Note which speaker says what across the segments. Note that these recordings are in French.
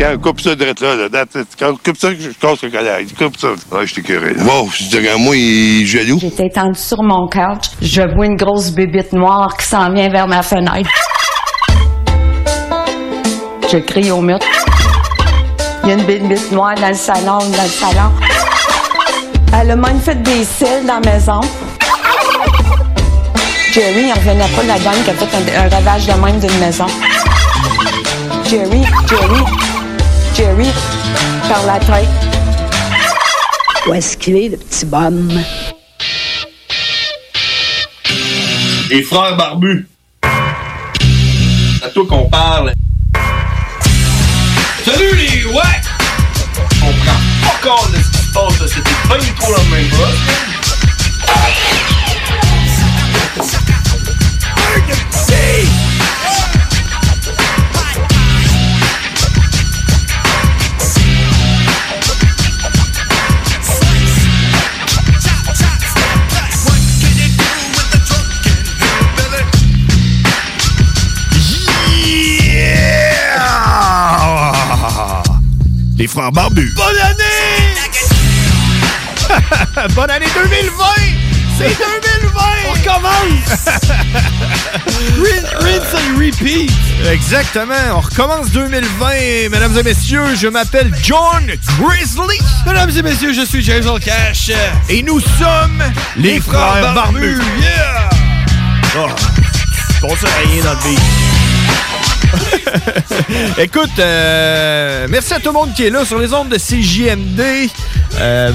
Speaker 1: Quand coupe ça direct là, là, là, t'sais, quand- coupe ça, je casse le collègue. Coupe ça. Ouais, je t'écœurais. Wow, je dirais, moi, il est jaloux.
Speaker 2: J'étais étendue sur mon couch. Je vois une grosse bébite noire qui s'en vient vers ma fenêtre. Je crie au mur. Il y a une bébite noire dans le salon, dans le salon. Elle a même fait des cils dans la maison. Jerry, il revenait pas de la gang qui a fait un, un ravage de même d'une maison. Jerry, Jerry, Jerry, par la tête.
Speaker 3: Où est-ce qu'il est, le petit bonhomme?
Speaker 4: Les frères barbus. C'est à toi qu'on parle. Salut les ouais! On prend pas compte de ce qui se passe, là. c'était pas du tout la même
Speaker 5: Yeah! Ah, Les frères barbus. Bonne année! Bonne année 2020! C'est 2020! On recommence! Rinse and repeat! Exactement, on recommence 2020. Mesdames et messieurs, je m'appelle John Grizzly. Mesdames et messieurs, je suis James Cash. Et nous sommes les, frères, barbus. Yeah!
Speaker 6: Ah.
Speaker 5: Oh, bon, ça rien dans le beat. Écoute, euh, merci à tout le monde qui est là sur les ondes de CJMD. Euh,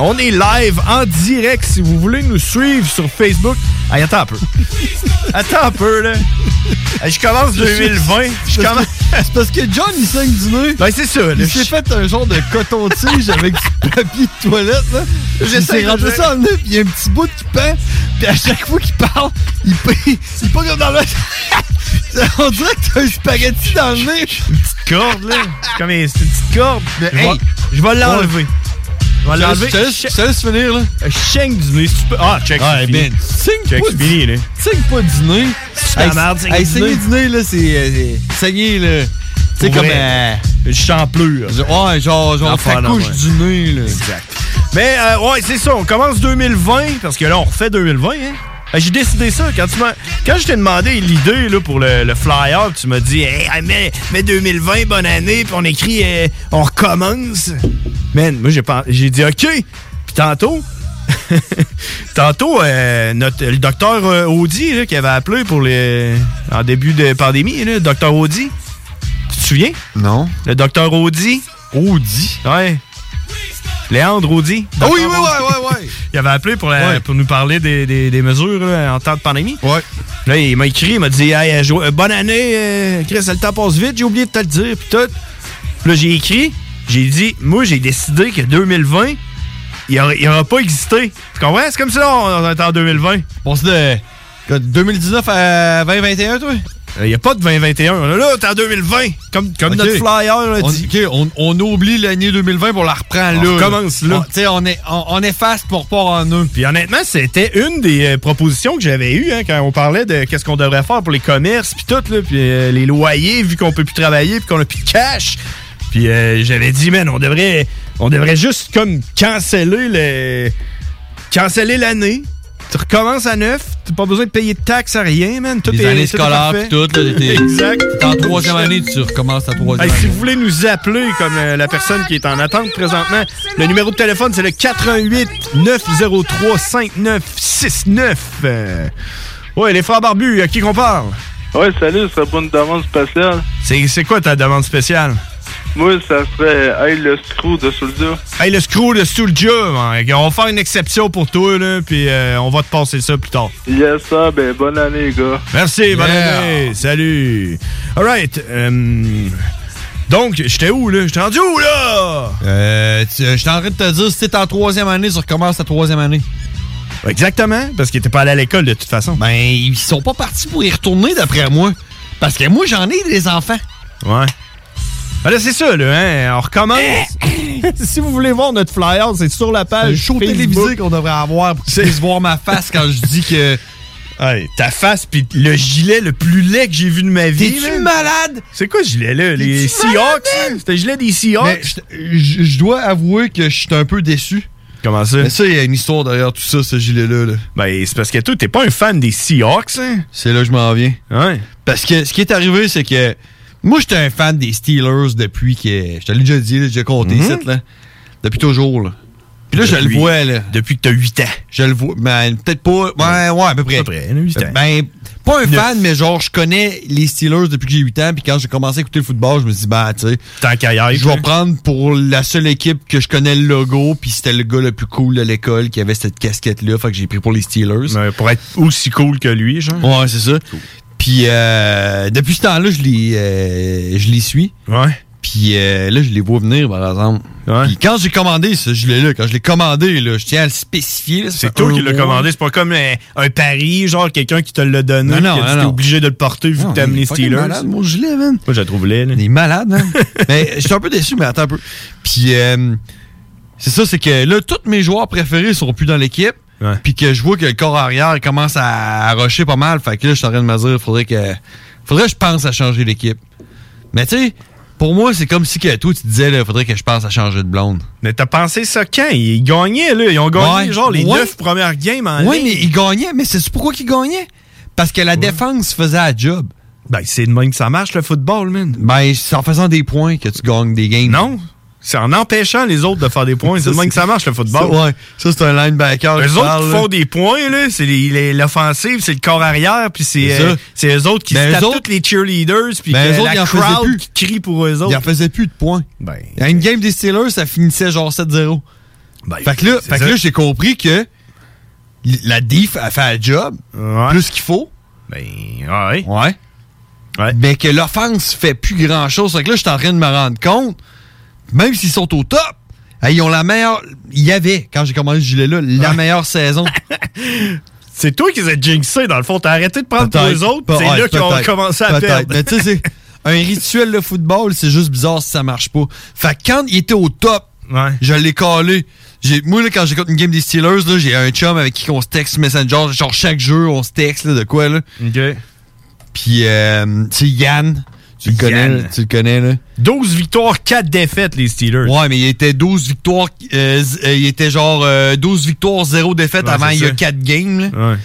Speaker 5: on est live en direct si vous voulez nous suivre sur Facebook. Hey, attends un peu. Attends un peu, là. Je commence 2020. Je
Speaker 6: C'est parce
Speaker 5: commence.
Speaker 6: que- C'est parce que John, il saigne du nez.
Speaker 5: Ben, c'est ça, là.
Speaker 6: Il s'est fait un genre de coton-tige avec du papier de toilette, là. Il
Speaker 5: J'essaie
Speaker 6: s'est
Speaker 5: de-
Speaker 6: rentré ça en nez, puis il y a un petit bout qui pend. Puis à chaque fois qu'il parle, il paye. Il pas comme dans le. On dirait que t'as un spaghetti dans le nez. Une petite
Speaker 5: corde, là. C'est comme une c'est une petite corde.
Speaker 6: Mais,
Speaker 5: hey, je vais l'enlever. Je vais l'enlever.
Speaker 6: Je te laisse- je te laisse finir, là.
Speaker 5: Je Chigne du nez. si tu peux- Ah, check.
Speaker 6: Ouais,
Speaker 5: c'est fini.
Speaker 6: ben, signe
Speaker 5: Check,
Speaker 6: pas
Speaker 5: c'est
Speaker 6: du-
Speaker 5: fini, là.
Speaker 6: Signe pas du nez.
Speaker 5: C'est la merde, signe
Speaker 6: hey,
Speaker 5: du
Speaker 6: saigner
Speaker 5: nez.
Speaker 6: du nez, là, c'est. euh, c'est- Saigner, là. Tu sais,
Speaker 5: Pour
Speaker 6: comme.
Speaker 5: vrai.
Speaker 6: euh,
Speaker 5: Je chante plus. là.
Speaker 6: Ouais, genre, genre,
Speaker 5: L'enfer,
Speaker 6: ça
Speaker 5: non,
Speaker 6: couche
Speaker 5: ouais.
Speaker 6: du nez, là.
Speaker 5: Exact. Mais euh, ouais, c'est ça, on commence 2020, parce que là, on refait 2020, hein? Euh, J'ai décidé ça. Quand, tu m'as- quand je t'ai demandé l'idée là, pour le, le flyer, tu m'as dit Hey, hey, mais, mais 2020, bonne année, puis on écrit euh, On recommence. Man, moi, j'ai pen- j'ai dit OK. Puis tantôt, tantôt, euh, notre, le docteur euh, Audi là, qui avait appelé pour les, en début de pandémie, là, le docteur Audi, tu te souviens
Speaker 6: Non.
Speaker 5: Le docteur Audi Audi Ouais. Léandre Audi.
Speaker 6: Ah
Speaker 5: Dr.
Speaker 6: oui, oui,
Speaker 5: Audi.
Speaker 6: ouais, ouais, ouais.
Speaker 5: Il avait appelé pour, la-
Speaker 6: Ouais.
Speaker 5: pour nous parler des, des- des mesures là, en temps de pandémie.
Speaker 6: Ouais.
Speaker 5: Là, il m'a écrit, il m'a dit hey, euh, jo- euh, Bonne année, euh, Chris, le temps passe vite, j'ai oublié de te le dire. Puis tout. Puis là, j'ai écrit, j'ai dit Moi, j'ai décidé que 2020, il n'aura pas existé. Tu comprends C'est comme ça, on, on est en 2020.
Speaker 6: Bon, c'est de. de 2019 à 2021, toi?
Speaker 5: Euh, Il n'y a pas de 2021. Là, là t'es en 2020. Comme, comme
Speaker 6: Ok.
Speaker 5: notre flyer là,
Speaker 6: On,
Speaker 5: dit.
Speaker 6: ok, on, on oublie l'année 2020 pour la reprend
Speaker 5: On
Speaker 6: là. Ah,
Speaker 5: recommence, là.
Speaker 6: On- Tu sais, on, est, on, on efface pour repart en un.
Speaker 5: Puis honnêtement, c'était une des euh, propositions que j'avais eues hein, quand on parlait de qu'est-ce qu'on devrait faire pour les commerces, puis tout, là, puis euh, les loyers, vu qu'on peut plus travailler, puis qu'on a plus de cash. Puis euh, j'avais dit, man, on devrait, on devrait juste comme canceller le, canceller l'année. Tu recommences à neuf, t'as pas besoin de payer de taxes à rien, man. Tout
Speaker 6: Les
Speaker 5: est,
Speaker 6: années
Speaker 5: tout est
Speaker 6: scolaires,
Speaker 5: parfait.
Speaker 6: pis tout, là, t'es-
Speaker 5: Exact.
Speaker 6: T'es en troisième année, tu recommences ta troisième
Speaker 5: Hey, Ben, si vous
Speaker 6: année.
Speaker 5: voulez nous appeler comme euh, la personne qui est en attente présentement, le numéro de téléphone c'est le 88 903 5969. Euh, Ouais, les frères barbus, à qui qu'on parle
Speaker 7: Ouais, salut, ça serait pas une demande spatiale.
Speaker 5: C'est c'est quoi ta demande spéciale
Speaker 7: Moi, ça serait Hey le screw de soldat.
Speaker 5: Hey, le screw de Soulja, hein, on va faire une exception pour toi là, puis euh, on va te passer ça plus tard.
Speaker 7: Yes, ça, ben bonne année, les gars.
Speaker 5: Merci, bonne
Speaker 6: Yeah.
Speaker 5: année. Salut. All right. euh, donc, j'étais où là J'étais rendu où là
Speaker 6: Euh, tu- euh, J'étais en train de te dire, si t'es en troisième année, tu recommences ta troisième année.
Speaker 5: Exactement, parce qu'il était pas allé à l'école de toute façon.
Speaker 6: Ben, ils sont pas partis pour y retourner, d'après moi. Parce que moi, j'en ai des enfants.
Speaker 5: Ouais. Ben là, c'est ça, là, hein. On recommence. si vous voulez voir notre flyer, c'est sur la
Speaker 6: Un
Speaker 5: page.
Speaker 6: show
Speaker 5: Facebook.
Speaker 6: télévisé qu'on devrait avoir pour qu'ils puissent voir ma face quand je dis que.
Speaker 5: Hey, ta face, puis le gilet le plus laid que j'ai vu de ma vie.
Speaker 6: T'es-tu
Speaker 5: là.
Speaker 6: malade?
Speaker 5: C'est quoi ce gilet-là? ah, Les
Speaker 6: T'es-tu
Speaker 5: Seahawks?
Speaker 6: malade,
Speaker 5: là? C'était le gilet des
Speaker 6: Mais
Speaker 5: Seahawks?
Speaker 6: je je- je dois avouer que je suis un peu déçu.
Speaker 5: Comment ça?
Speaker 6: Mais ça, il y a une histoire derrière tout ça, ce gilet-là. là.
Speaker 5: Ben, c'est parce que toi, t'es pas un fan des Seahawks, hein?
Speaker 6: C'est là que je m'en viens.
Speaker 5: Ouais.
Speaker 6: Parce que ce qui est arrivé, c'est que moi, j'étais un fan des Steelers depuis que. Je te l'ai déjà dit, là, j'ai déjà compté
Speaker 5: Mhm.
Speaker 6: cette, là. Depuis toujours, là. Puis là, je le
Speaker 5: Depuis-
Speaker 6: vois, là.
Speaker 5: Depuis que t'as 8 ans.
Speaker 6: Je le vois. Ben, peut-être pas. Ouais, ouais, à peu près.
Speaker 5: À peu près, hein, huit ans.
Speaker 6: Ben, pas un
Speaker 5: Neuf.
Speaker 6: fan, mais genre, je connais les Steelers depuis que j'ai 8 ans. Puis quand j'ai commencé à écouter le football, je me suis dit, ben, tu sais,
Speaker 5: Tant qu'à y être,
Speaker 6: je vais
Speaker 5: hein.
Speaker 6: prendre pour la seule équipe que je connais le logo. Puis c'était le gars le plus cool de l'école qui avait cette casquette-là. Fait que j'ai pris pour les Steelers.
Speaker 5: Ouais, Pour être aussi cool que lui, genre.
Speaker 6: Ouais, c'est ça. Puis euh, depuis ce temps-là, je les, euh, je les suis.
Speaker 5: Ouais.
Speaker 6: Puis euh, là, je les vois venir, par exemple.
Speaker 5: Ouais.
Speaker 6: Puis quand j'ai commandé ce gilet-là, quand je l'ai commandé, là, je tiens à le spécifier. là, ça
Speaker 5: C'est
Speaker 6: fait
Speaker 5: toi
Speaker 6: un
Speaker 5: qui l'as
Speaker 6: mois.
Speaker 5: commandé, c'est pas comme euh, un pari, genre quelqu'un qui te l'a donné,
Speaker 6: Non, non,
Speaker 5: que tu
Speaker 6: non,
Speaker 5: t'es
Speaker 6: non.
Speaker 5: obligé de le porter vu
Speaker 6: Non,
Speaker 5: que t'aimes
Speaker 6: il est
Speaker 5: les
Speaker 6: fucking
Speaker 5: Steelers.
Speaker 6: malade, mon gilet, man.
Speaker 5: Moi, je la trouve laid, là.
Speaker 6: Il est malade, hein? mais je suis un peu déçu, mais attends un peu. Puis, euh, c'est ça, c'est que là, tous mes joueurs préférés sont plus dans l'équipe.
Speaker 5: Ouais.
Speaker 6: Puis que je vois que le corps arrière commence à, à rusher pas mal. Fait que là, je suis en train de me dire, faudrait que, faudrait que je pense à changer l'équipe. Mais tu sais, pour moi, c'est comme si que toi, tu disais, là, faudrait que je pense à changer de blonde.
Speaker 5: Mais t'as pensé ça quand? Ils gagnaient, là. Ils ont gagné,
Speaker 6: Ouais.
Speaker 5: genre, les
Speaker 6: Ouais.
Speaker 5: neuf premières games en
Speaker 6: Oui,
Speaker 5: ligne.
Speaker 6: mais il gagnait. Mais c'est pourquoi qu'il gagnait? Parce que la défense faisait la job.
Speaker 5: Ben, c'est de même que ça marche, le football, man.
Speaker 6: Ben, c'est en faisant des points que tu gagnes des games.
Speaker 5: Non. C'est en empêchant les autres de faire des points. C'est de même que ça marche, le
Speaker 6: Ça,
Speaker 5: football.
Speaker 6: ouais, ça, c'est un linebacker. qui
Speaker 5: Eux autres
Speaker 6: parle,
Speaker 5: qui
Speaker 6: là.
Speaker 5: font des points, là, c'est les- les- l'offensive, c'est le corps arrière, puis c'est
Speaker 6: C'est
Speaker 5: euh,
Speaker 6: ça.
Speaker 5: c'est eux autres qui
Speaker 6: Ben,
Speaker 5: se
Speaker 6: eux
Speaker 5: tapent
Speaker 6: autres-
Speaker 5: toutes les cheerleaders, puis
Speaker 6: Ben,
Speaker 5: que
Speaker 6: eux autres, ils
Speaker 5: la
Speaker 6: en faisaient
Speaker 5: crowd
Speaker 6: plus.
Speaker 5: qui crie pour eux
Speaker 6: Il
Speaker 5: autres.
Speaker 6: en faisait plus de points.
Speaker 5: Ben,
Speaker 6: À une game des Steelers, ça finissait genre 7-0.
Speaker 5: ben,
Speaker 6: Fait que là,
Speaker 5: c'est
Speaker 6: fait que
Speaker 5: ça.
Speaker 6: là, j'ai compris que l- la diff a fait le job
Speaker 5: Ouais.
Speaker 6: plus qu'il faut.
Speaker 5: Ben, ouais.
Speaker 6: Ouais. mais que l'offense fait plus grand-chose. Fait que là, je suis en train de me rendre compte, même s'ils sont au top, hey, ils ont la meilleure... Il y avait, quand j'ai commencé ce gilet-là, la meilleure saison.
Speaker 5: C'est toi qui les as jinxés, dans le fond. T'as arrêté de prendre pour
Speaker 6: Peut-être.
Speaker 5: les autres,
Speaker 6: Pe-
Speaker 5: c'est
Speaker 6: ouais,
Speaker 5: là qu'ils ont
Speaker 6: peut-être.
Speaker 5: commencé à
Speaker 6: Peut-être.
Speaker 5: perdre.
Speaker 6: Mais tu sais, c'est un rituel de football, c'est juste bizarre si ça marche pas. Fait que quand il était au top, je l'ai calé. J'ai- Moi, là, quand j'écoute une game des Steelers, là, j'ai un chum avec qui on se texte Messenger. Genre, chaque jeu, on se texte là, de quoi, là. Puis, euh, tu sais, Yann, tu le connais,
Speaker 5: Yann.
Speaker 6: là, tu le connais, là.
Speaker 5: 12 victoires, 4 défaites, les Steelers.
Speaker 6: Ouais, mais il était 12 victoires, euh, z- euh, il était genre euh, 12 victoires, 0 défaites
Speaker 5: Ouais,
Speaker 6: avant
Speaker 5: c'est
Speaker 6: il y a
Speaker 5: ça.
Speaker 6: 4 games, là.
Speaker 5: Ouais.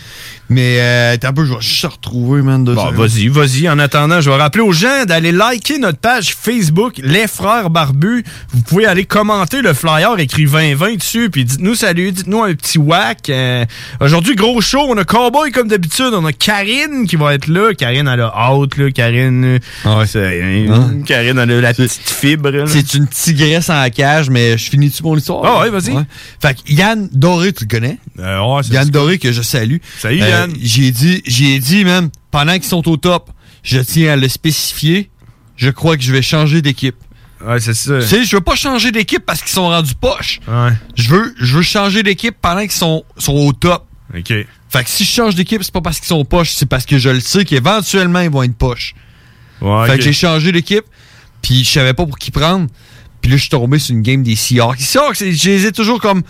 Speaker 6: Mais, euh, attends un peu, je vais juste retrouver, man, de
Speaker 5: Bon, vas-y, vas-y. En attendant, je vais rappeler aux gens d'aller liker notre page Facebook, Les Frères Barbus. Vous pouvez aller commenter le flyer écrit 2020 dessus, puis dites-nous salut, dites-nous un petit whack. Euh, Aujourd'hui, gros show, on a Cowboy comme d'habitude, on a Karine qui va être là. Karine, elle a hâte, là. Karine,
Speaker 6: Ah ouais. Hein?
Speaker 5: Karine, elle a la petite fibre. là.
Speaker 6: C'est une tigresse en cage, mais je finis-tu mon histoire?
Speaker 5: Ah
Speaker 6: là?
Speaker 5: ouais, vas-y. Euh,
Speaker 6: Fait que Yann Doré, tu le connais? Yann Doré, que je salue. Euh,
Speaker 5: Salut, Yann.
Speaker 6: J'ai dit, j'ai dit, man, pendant qu'ils sont au top, je tiens à le spécifier, je crois que je vais changer d'équipe.
Speaker 5: Ouais, c'est ça.
Speaker 6: Tu sais, je veux pas changer d'équipe parce qu'ils sont rendus poche.
Speaker 5: Ouais.
Speaker 6: Je veux, je veux changer d'équipe pendant qu'ils sont, sont au top.
Speaker 5: OK.
Speaker 6: Fait que si je change d'équipe, c'est pas parce qu'ils sont poches, c'est parce que je le sais qu'éventuellement, ils vont être poches.
Speaker 5: Ouais,
Speaker 6: fait
Speaker 5: ok.
Speaker 6: que j'ai changé d'équipe, puis je savais pas pour qui prendre. Puis là, je suis tombé sur une game des Seahawks. Les Seahawks, c'est- je les ai toujours comme...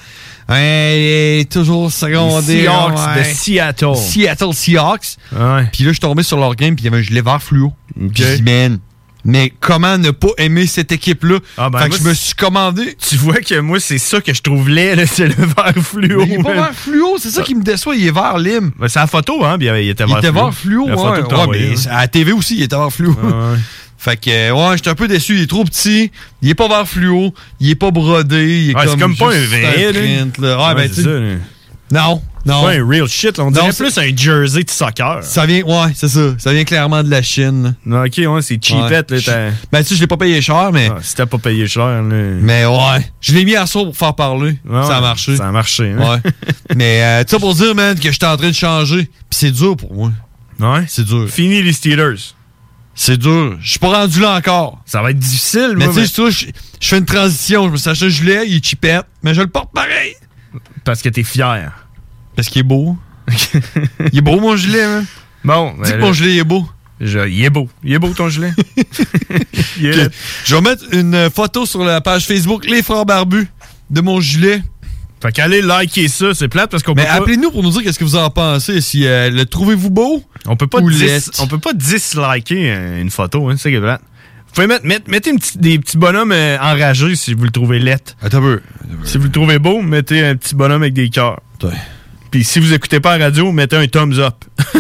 Speaker 6: euh, toujours secondés.
Speaker 5: Les Seahawks de Seattle.
Speaker 6: Seattle Seahawks. Puis là, je suis tombé sur leur game, puis il y avait un gilet vert fluo. Puis je dis, man, mais comment ne pas aimer cette équipe-là?
Speaker 5: ben,
Speaker 6: fait
Speaker 5: moi,
Speaker 6: que je me suis commandé...
Speaker 5: Tu vois que moi, c'est ça que je trouve laid, là, c'est le vert fluo.
Speaker 6: Mais il est pas
Speaker 5: man. Bah.
Speaker 6: vert fluo, c'est ça qui me déçoit, il est vert lime.
Speaker 5: Ben, c'est la photo, hein? puis il était
Speaker 6: Il
Speaker 5: vert
Speaker 6: était vert fluo,
Speaker 5: La
Speaker 6: ouais.
Speaker 5: photo que t'as
Speaker 6: Ouais,
Speaker 5: envoyée,
Speaker 6: mais
Speaker 5: hein.
Speaker 6: à la TV aussi, il était vert fluo. Fait que, euh, ouais, j'étais un peu déçu. Il est trop petit. Il est pas vert fluo. Il est pas brodé. Il est
Speaker 5: Ouais,
Speaker 6: Ah, comme,
Speaker 5: c'est comme pas un
Speaker 6: juste
Speaker 5: vrai, là.
Speaker 6: print, là. Ouais, ben,
Speaker 5: c'est
Speaker 6: tu-
Speaker 5: ça, là.
Speaker 6: Non, non.
Speaker 5: C'est pas un real shit, là. on dirait
Speaker 6: Non,
Speaker 5: plus un jersey de soccer.
Speaker 6: Ça vient, ouais, c'est ça. Ça vient clairement de la Chine.
Speaker 5: Non, ok, ouais, c'est cheapette, là, t'as- Ah,
Speaker 6: Ben, tu sais, je l'ai pas payé cher, mais.
Speaker 5: Si t'as pas payé cher, là.
Speaker 6: Mais ouais, je l'ai mis à sourd pour faire parler.
Speaker 5: Ouais,
Speaker 6: ça a
Speaker 5: ouais,
Speaker 6: marché.
Speaker 5: Ça a marché, hein.
Speaker 6: Ouais. mais, euh, tu sais, pour dire, man, que j'étais en train de changer. Puis c'est dur pour moi.
Speaker 5: Ouais.
Speaker 6: C'est dur.
Speaker 5: Fini les Steelers.
Speaker 6: C'est dur. Je suis pas rendu là encore.
Speaker 5: Ça va être difficile,
Speaker 6: Mais
Speaker 5: moi,
Speaker 6: tu
Speaker 5: mais-
Speaker 6: sais, je trouve, je je fais une transition. Je me suis acheté un gilet, il est cheapette, mais je le porte pareil.
Speaker 5: Parce que t'es fier.
Speaker 6: Parce qu'il est beau. il est beau, mon gilet, hein?
Speaker 5: Bon. ben,
Speaker 6: Dis que mon
Speaker 5: là,
Speaker 6: gilet est beau.
Speaker 5: je- Il est beau. Il est beau, ton gilet.
Speaker 6: Ok. Je vais mettre une euh, photo sur la page Facebook Les Frères Barbus de mon gilet.
Speaker 5: Fait qu'allez liker ça, c'est plate parce qu'on
Speaker 6: Mais
Speaker 5: peut pas-
Speaker 6: appelez-nous pour nous dire qu'est-ce que vous en pensez. Si euh, le trouvez-vous beau?
Speaker 5: On peut pas,
Speaker 6: Ou
Speaker 5: dis-
Speaker 6: laid.
Speaker 5: on peut pas disliker euh, une photo, hein, c'est ça qui est plate. Vous pouvez mettre, mettre- mettez une petite- des petits bonhommes euh, enragés si vous le trouvez lettre.
Speaker 6: Attends un peu.
Speaker 5: Si vous le trouvez beau, mettez un petit bonhomme avec des cœurs. Puis si vous écoutez pas la radio, mettez un thumbs up.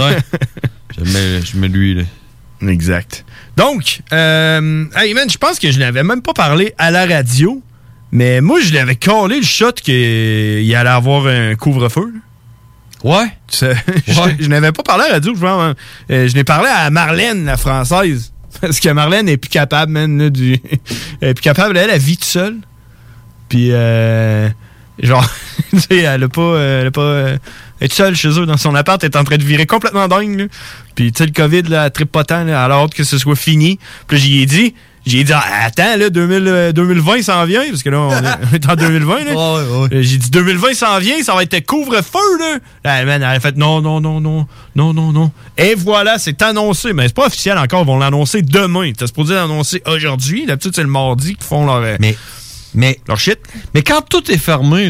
Speaker 6: Je mets, je mets lui, là.
Speaker 5: Exact. Donc, euh, hey man, je pense que je n'avais même pas parlé à la radio, mais moi, je l'avais collé le shot qu'il allait avoir un couvre-feu.
Speaker 6: Ouais.
Speaker 5: Tu sais, je- je n'avais pas parlé à la radio, je pense, hein. Euh, je n'ai parlé à Marlène, la française. Parce que Marlène est plus capable, man, là, du. Elle est plus capable, elle, elle vit toute seule. Puis, euh, genre, tu sais, elle a pas. euh, Elle a pas euh, elle est toute seule chez eux dans son appart, elle est en train de virer complètement dingue, là. Puis, tu sais, le COVID, là, elle tripe pas tant, là, elle a hâte que ce soit fini. Puis, là, j'y ai dit. J'ai dit, Ah, attends, là, 2000, euh, 2020 s'en vient, parce que là, on est- on est en 2020, là. Euh, J'ai dit, 2020 s'en vient, ça va être couvre-feu, là. Là, man, elle a fait, non, non, non, non, non, non, non. Et voilà, c'est annoncé, mais c'est pas officiel encore, ils vont l'annoncer demain. T'as supposé l'annoncer aujourd'hui, d'habitude, c'est le mardi qu'ils font leur... euh,
Speaker 6: Mais, mais,
Speaker 5: leur shit.
Speaker 6: Mais quand tout est fermé,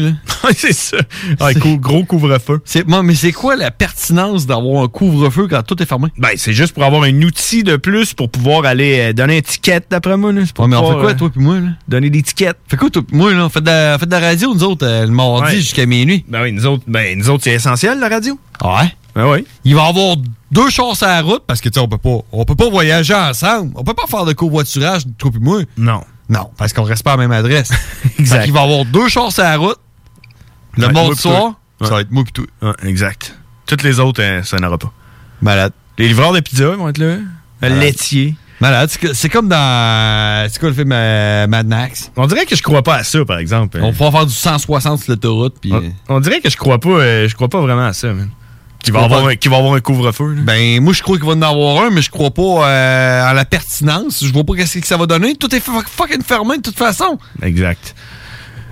Speaker 6: là.
Speaker 5: c'est ça. Ouais, cou- gros couvre-feu.
Speaker 6: C'est, moi, mais c'est quoi la pertinence d'avoir un couvre-feu quand tout est fermé?
Speaker 5: Ben, c'est juste pour avoir un outil de plus pour pouvoir aller euh, donner une étiquette, d'après moi, là. C'est pour
Speaker 6: Ouais, mais on
Speaker 5: pouvoir,
Speaker 6: fait quoi,
Speaker 5: euh,
Speaker 6: toi puis moi, là?
Speaker 5: Donner des étiquettes.
Speaker 6: Fait quoi, toi puis moi, là? On fait de la, on fait de la radio, nous autres, euh, le mardi
Speaker 5: Ouais.
Speaker 6: jusqu'à minuit.
Speaker 5: Ben oui, nous autres, ben, nous autres, c'est essentiel, la radio.
Speaker 6: Ouais.
Speaker 5: Ben oui.
Speaker 6: Il va y avoir deux chances à la route parce que tu sais, on peut pas on peut pas voyager ensemble. On peut pas faire de covoiturage toi et moi.
Speaker 5: Non.
Speaker 6: Non, parce qu'on reste pas à la même adresse.
Speaker 5: Exact.
Speaker 6: Il va y avoir deux chances à la route. Le
Speaker 5: Ouais, moi
Speaker 6: mardi
Speaker 5: pis toi.
Speaker 6: soir, ça
Speaker 5: Ouais.
Speaker 6: va être moi pis toi.
Speaker 5: Ouais, exact. Toutes les autres, euh, ça n'aura pas.
Speaker 6: Malade.
Speaker 5: Les livreurs de pizza vont être là. Le
Speaker 6: Malade.
Speaker 5: laitier.
Speaker 6: Malade, c'est que- c'est comme dans c'est quoi le film euh, Mad Max?
Speaker 5: On dirait que je crois pas à ça, par exemple. hein.
Speaker 6: On pourra faire du 160 sur l'autoroute puis
Speaker 5: euh, On, on dirait que je crois pas, euh, je crois pas vraiment à ça, man.
Speaker 6: Qui va, avoir, un couvre-feu. Ben, moi, je crois qu'il va en avoir un, mais je crois pas euh, à la pertinence. Je vois pas qu'est-ce que ça va donner. Tout est fu- fucking fermé de toute façon.
Speaker 5: Exact.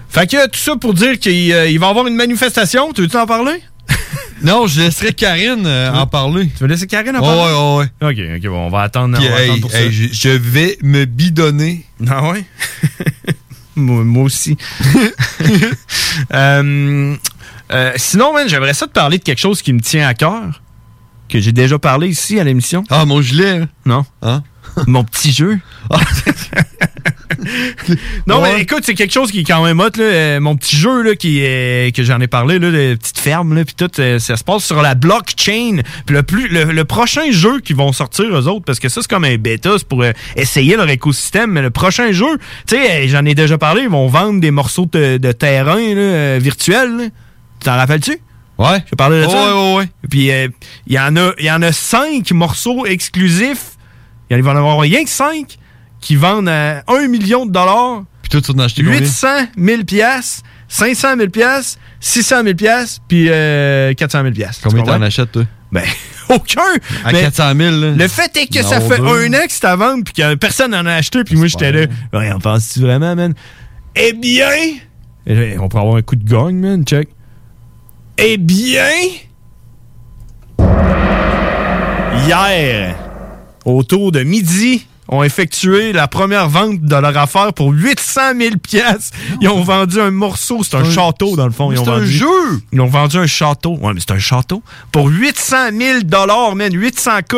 Speaker 5: Fait que tout ça pour dire qu'il euh, il va y avoir une manifestation. Tu veux-tu en parler?
Speaker 6: non, je laisserai Karine euh, en parler.
Speaker 5: Tu veux laisser Karine en
Speaker 6: Ouais,
Speaker 5: parler?
Speaker 6: ouais,
Speaker 5: OK, OK, bon, on va attendre, on
Speaker 6: Puis,
Speaker 5: va
Speaker 6: hey,
Speaker 5: attendre pour
Speaker 6: hey,
Speaker 5: ça.
Speaker 6: je, je vais me bidonner.
Speaker 5: Ah ouais? moi, moi aussi. Euh, euh, sinon, man, j'aimerais ça te parler de quelque chose qui me tient à cœur, que j'ai déjà parlé ici à l'émission.
Speaker 6: Ah, mon gilet. Hein?
Speaker 5: Non. mon petit jeu. non,
Speaker 8: Ouais.
Speaker 5: mais écoute, c'est quelque chose qui est quand même hot. Là, Euh, mon petit jeu là, qui, est- que j'en ai parlé, là, de petite ferme, là, puis tout, euh, ça se passe sur la blockchain. Puis le, plus, le, le prochain jeu qu'ils vont sortir, eux autres, parce que ça, c'est comme un bêta, c'est pour euh, essayer leur écosystème. Mais le prochain jeu, tu sais, euh, j'en ai déjà parlé, ils vont vendre des morceaux de, de terrain là, euh, virtuel. là. Tu t'en rappelles-tu?
Speaker 6: Ouais.
Speaker 5: Je parlais de
Speaker 6: Ouais,
Speaker 5: ça.
Speaker 6: ouais, ouais.
Speaker 5: Puis euh, il y en a, il y en a cinq morceaux exclusifs. Il va en avoir rien que cinq qui vendent à 1 million de dollars.
Speaker 6: Puis tout, tu en as acheté combien?
Speaker 5: 800 000 piastres, 500 000 piastres, 600 000 piastres, puis euh, 400 000 piastres.
Speaker 6: Combien
Speaker 5: Tu comprends?
Speaker 6: t'en achètes, toi?
Speaker 5: Ben, aucun!
Speaker 6: À
Speaker 5: Mais
Speaker 6: 400 000, là.
Speaker 5: Le fait est que ça
Speaker 6: Non,
Speaker 5: fait
Speaker 6: deux.
Speaker 5: un an que c'est à vendre, puis que personne n'en a acheté, puis moi j'étais là. Ouais, on pense-tu vraiment, man? Eh bien! Eh, On pourrait avoir un coup de gang, man, check. Eh bien! Hier, autour de midi, ont effectué la première vente de leur affaire pour 800 000 pièces. Ils ont vendu un morceau, c'est un, château dans le fond.
Speaker 6: Mais
Speaker 5: ils ont
Speaker 6: c'est un
Speaker 5: vendu-
Speaker 6: jeu!
Speaker 5: Ils ont vendu un château. Ouais, mais c'est un château pour 800 000 dollars, man, 800 k.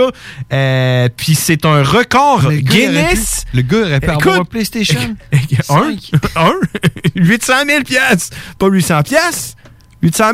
Speaker 5: Euh, Puis c'est un record
Speaker 6: Le gars aurait pu-
Speaker 5: Guinness.
Speaker 6: le gars aurait pu
Speaker 5: Écoute,
Speaker 6: avoir un PlayStation.
Speaker 5: un, un, 800 000 piastres. Pas 800 piastres, 800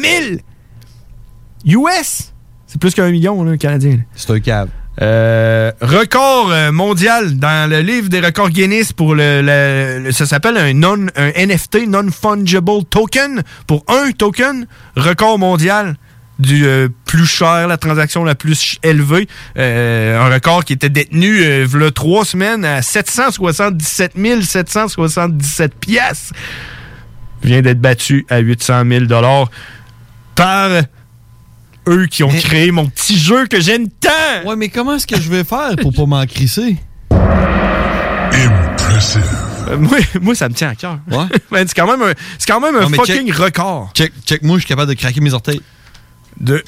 Speaker 5: 000 US. C'est plus qu'un million, là, canadien.
Speaker 6: C'est un cave.
Speaker 5: Euh, record euh, mondial dans le livre des records Guinness pour le, le- le- ça s'appelle un non un NFT non fungible token pour un token record mondial du euh, plus cher la transaction la plus ch- élevée Euh, un record qui était détenu euh, v'là trois semaines à 777 777 pièces vient d'être battu à 800 000 dollars par eux qui ont créé mon petit jeu que j'aime tant.
Speaker 6: Ouais, mais comment est-ce que je vais faire pour pas m'en crisser?
Speaker 5: Euh, moi, moi, ça me tient à cœur.
Speaker 6: Ouais.
Speaker 5: Ben, c'est quand même un, c'est quand même un
Speaker 6: Non, mais
Speaker 5: fucking
Speaker 6: check-
Speaker 5: record.
Speaker 6: Check, check, moi, je suis capable de craquer mes orteils.
Speaker 5: Deux.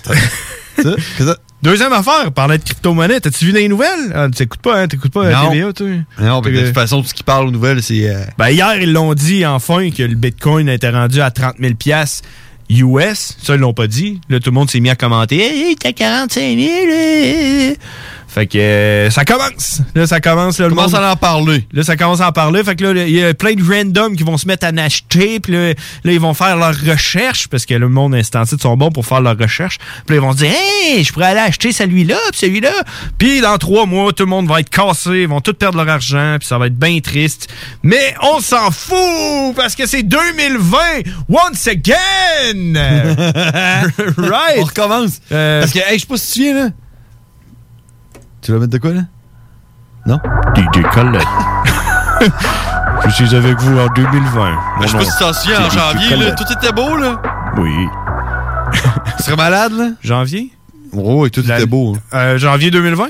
Speaker 5: Deuxième affaire, parler de crypto-monnaie. T'as-tu vu des nouvelles? Ah, t'écoutes pas, hein? T'écoutes pas la
Speaker 6: Non.
Speaker 5: TVA, toi?
Speaker 6: Non, mais de
Speaker 5: Euh,
Speaker 6: toute façon, ce qui parle aux nouvelles, c'est. euh,
Speaker 5: Ben, hier, ils l'ont dit enfin que le bitcoin était rendu à 30 000 US. Ça, ils l'ont pas dit. Là, tout le monde s'est mis à commenter. Hey, hey, t'as 45 000. euh, euh. Fait que euh, ça commence. Là, ça commence. Là,
Speaker 6: Commence
Speaker 5: le monde...
Speaker 6: à en parler.
Speaker 5: Là, ça commence à en parler. Fait que là, il y a plein de randoms qui vont se mettre à en acheter. Puis là, là, ils vont faire leurs recherches parce que là, le monde instantique sont bons pour faire leurs recherches. Puis là, ils vont se dire Hey, je pourrais aller acheter celui-là, puis celui-là. Puis dans trois mois, tout le monde va être cassé. Ils vont tous perdre leur argent. Puis ça va être bien triste. Mais on s'en fout parce que c'est 2020 once again. right. Euh, On
Speaker 6: recommence. Parce que, hey, je sais pas si tu viens, là. Tu vas mettre de quoi, là? Non?
Speaker 5: DJ Colette. Je suis avec vous en 2020.
Speaker 6: je sais pas si t'en souviens, en janvier, là, tout était beau, là.
Speaker 5: Oui.
Speaker 6: Tu serais malade, là?
Speaker 5: Janvier?
Speaker 6: Ouais, Oh, tout était beau. hein.
Speaker 5: janvier 2020?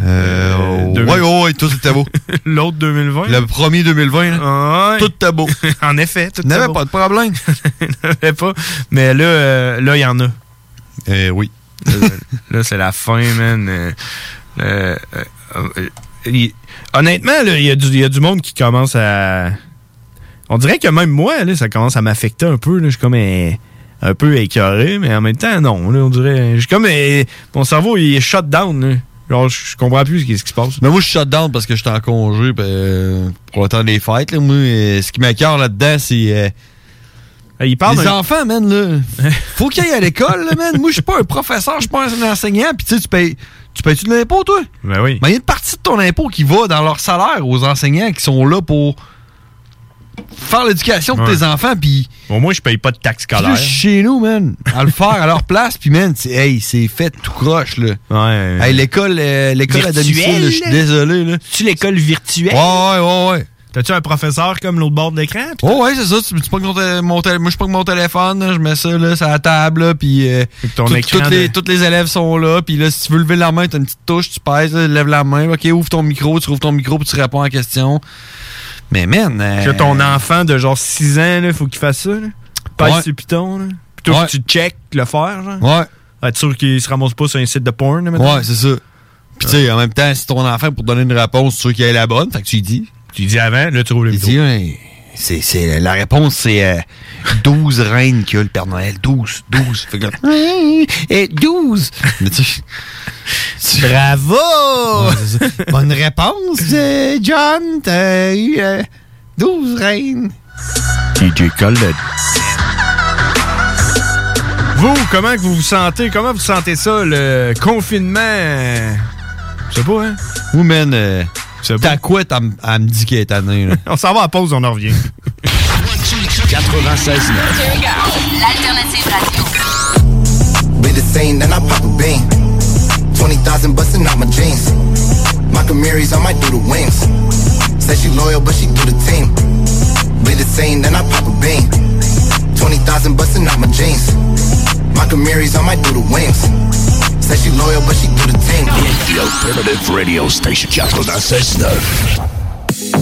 Speaker 6: Euh, ouais, ouais, ouais, tout était beau.
Speaker 5: L'autre 2020?
Speaker 6: Le premier 2020, là.
Speaker 5: Tout était beau. en effet, tout était
Speaker 6: N'avait
Speaker 5: beau.
Speaker 6: pas de problème.
Speaker 5: N'avait pas. Mais là, euh, là, il y en a.
Speaker 6: Euh, oui.
Speaker 5: là, c'est la fin, man. Euh, euh, euh, euh, il- honnêtement, là, il y, a du- il y a du monde qui commence à. On dirait que même moi, là, ça commence à m'affecter un peu. là. Je suis comme euh, un, peu écœuré, mais en même temps, non. là, on dirait. Je suis comme. euh, mon cerveau, il est shut down. là. Genre, je je comprends plus ce qui ce qui se passe.
Speaker 6: Mais moi, je suis shut down parce que je suis en congé ben, euh, pour le temps des fêtes. Là. Moi, euh, ce qui m'écœure là-dedans, c'est. euh,
Speaker 5: Ben, Il parle
Speaker 6: les
Speaker 5: d'un-
Speaker 6: enfants, man, là. Faut qu'ils aillent à l'école, là, man. Moi, je suis pas un professeur, je suis pas un enseignant. Puis, tu sais, tu payes. Tu payes-tu de l'impôt, toi?
Speaker 5: Ben oui.
Speaker 6: Mais il y a une partie de ton impôt qui va dans leur salaire aux enseignants qui sont là pour faire l'éducation de
Speaker 5: Ouais.
Speaker 6: tes enfants. Puis,
Speaker 5: Au moins, je paye pas de taxes scolaires.
Speaker 6: Juste chez nous, man. À le faire à leur place, puis man, c'est, hey, c'est fait tout croche, là.
Speaker 5: Ouais.
Speaker 6: Hey, l'école, euh, l'école à
Speaker 5: Virtuelle,
Speaker 6: domicile, là, je suis
Speaker 5: là?
Speaker 6: désolé, là.
Speaker 5: Tu l'école virtuelle?
Speaker 6: Ouais, ouais, ouais, ouais.
Speaker 5: T'as-tu un professeur comme l'autre bord de l'écran? puis
Speaker 6: Oh ouais, c'est ça. Tu, tu pognes ton tél- mon tél- moi, je prends mon téléphone, là, je mets ça là, sur la table, là, puis euh,
Speaker 5: ton
Speaker 6: tout-
Speaker 5: écran
Speaker 6: toutes les,
Speaker 5: de-
Speaker 6: toutes les élèves sont là. Puis là, si tu veux lever la main, t'as une petite touche, tu pèses, là, lève la main, ok, ouvre ton micro, tu ouvres ton micro, puis tu réponds à la question. Mais man, euh,
Speaker 5: Puis là, ton enfant de genre 6 ans, il faut qu'il fasse ça. Là. Pèse
Speaker 6: Ouais.
Speaker 5: sur Python. Là. Plutôt
Speaker 6: Ouais.
Speaker 5: que tu check le faire. Genre.
Speaker 6: Ouais.
Speaker 5: Être sûr qu'il se ramasse pas sur un site de porn. là, mettons.
Speaker 6: Ouais, c'est ça. Puis tu sais, en même temps, si ton enfant, pour te donner une réponse, tu veux qu'il ait la bonne, fait que tu lui dis.
Speaker 5: Tu lui dis avant, là, tu roules le
Speaker 6: dis, ouais, c'est, c'est- La réponse, c'est euh, 12 reines qu'il y a le Père Noël. 12, 12. Fait que là, et 12. Mais tu sais, tu-
Speaker 5: Bravo!
Speaker 6: Ouais, c'est ça. Bonne réponse, euh, John. T'as eu euh, 12 reines.
Speaker 8: DJ Khaled.
Speaker 5: Vous, comment que vous vous sentez? Comment vous sentez ça, le confinement? Je sais pas, hein?
Speaker 6: Ou, man, euh, t'as quoi, t'as à me dit qu'elle est tannée, là?
Speaker 5: on s'en va à pause, on en revient.
Speaker 9: 96
Speaker 10: L'alternative radio.
Speaker 9: Be the scene, then I pop a bean. 20,000 busting out my jeans. My Camaries, I might do the wings. Said she loyal, but she do the team. Be the scene, then I pop a bean. 20,000 busting out my jeans. My Camaries, I might do the wings. Said she loyal, but she do the team.
Speaker 1: The Alternative Radio Station 96.9.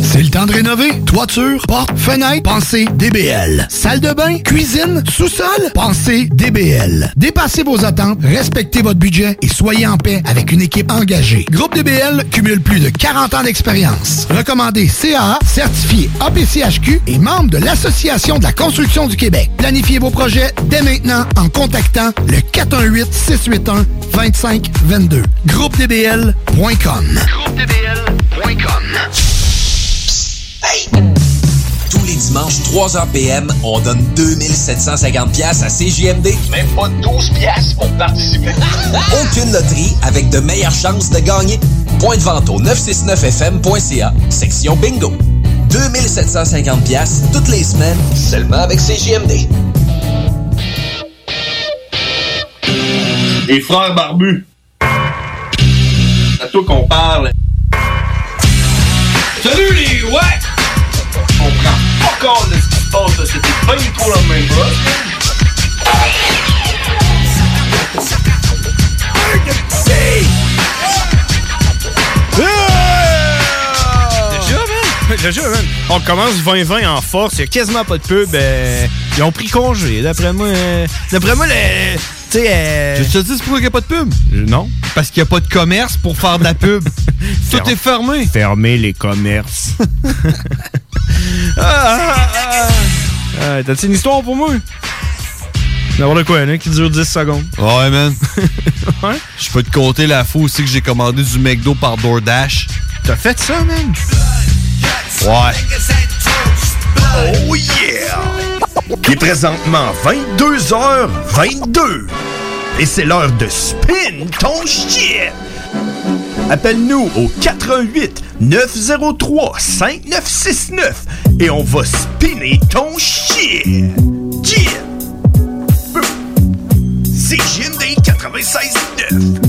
Speaker 11: C'est le temps de rénover. Toiture, porte, fenêtre, pensez DBL. Salle de bain, cuisine, sous-sol, pensez DBL. Dépassez vos attentes, respectez votre budget et soyez en paix avec une équipe engagée. Groupe DBL cumule plus de 40 ans d'expérience. Recommandé CAA, certifié APCHQ et membre de l'Association de la construction du Québec. Planifiez vos projets dès maintenant en contactant le 418-681-2522. Groupe DBL.com.
Speaker 12: Tous les dimanches, 3h PM, on donne 2750 pièces à CJMD. Même pas 12 pièces pour participer. Aucune loterie avec de meilleures chances de gagner. Point de vente au 969fm.ca, section bingo. 2750 pièces toutes les semaines, seulement avec CJMD.
Speaker 13: Les frères barbus. C'est à toi qu'on parle. Salut les ouais! On prend pas compte de ce qui se passe, là. c'était pas du tout la même chose.
Speaker 5: Déjà, man? Déjà, man. On commence 2020 en force. Il n'y a quasiment pas de pub. euh, ils ont pris congé, d'après moi. euh, d'après moi, le. Tu sais. euh,
Speaker 6: Je te dis, c'est pourquoi il n'y a pas de pub?
Speaker 5: Non.
Speaker 6: Parce qu'il n'y a pas de commerce pour faire de la pub. Tout est fermé.
Speaker 5: Fermer les commerces.
Speaker 6: Ah,
Speaker 5: Euh, T'as-tu une histoire pour moi? N'importe quoi, hein, qui dure 10 secondes.
Speaker 6: Ouais, man. Je peux te compter la fois aussi que j'ai commandé du McDo par DoorDash.
Speaker 5: T'as fait ça, man?
Speaker 6: Ouais.
Speaker 1: Oh yeah! Il est présentement 22h22. Et c'est l'heure de spin ton shit! Appelle-nous au 88 903 5969 et on va spinner ton shit! Yeah! CGMD 96.9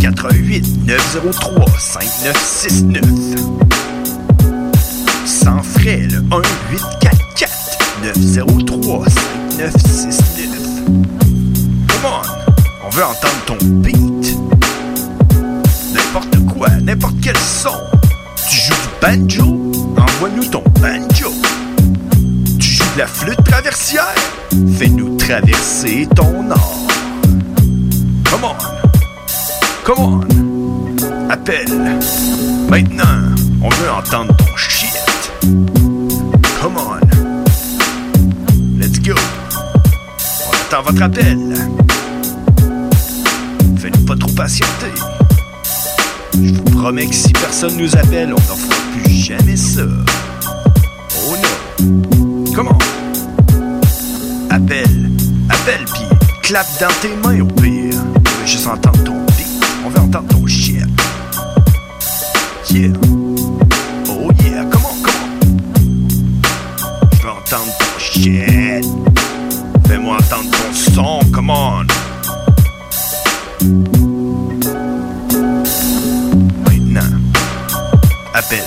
Speaker 1: 88 903 5969 Sans frais le 1844 903 5969 Come on, on veut entendre ton beat N'importe quoi, n'importe quel son Tu joues du banjo Envoie-nous ton banjo Tu joues de la flûte traversière Fais-nous traverser ton or Come on Come on Appelle Maintenant, on veut entendre ton shit. Come on. Let's go. On attend votre appel. Faites-nous pas trop patienter. Je vous promets que si personne nous appelle, on n'en fera plus jamais ça. Oh non. Come on. Appelle. Appelle, puis clap dans tes mains au pire. On veut juste entendre ton beat. On veut entendre ton shit. Yeah. Oh yeah, come on, come on. Je veux entendre ton shit. Fais-moi entendre ton son, come on. Maintenant, appelle.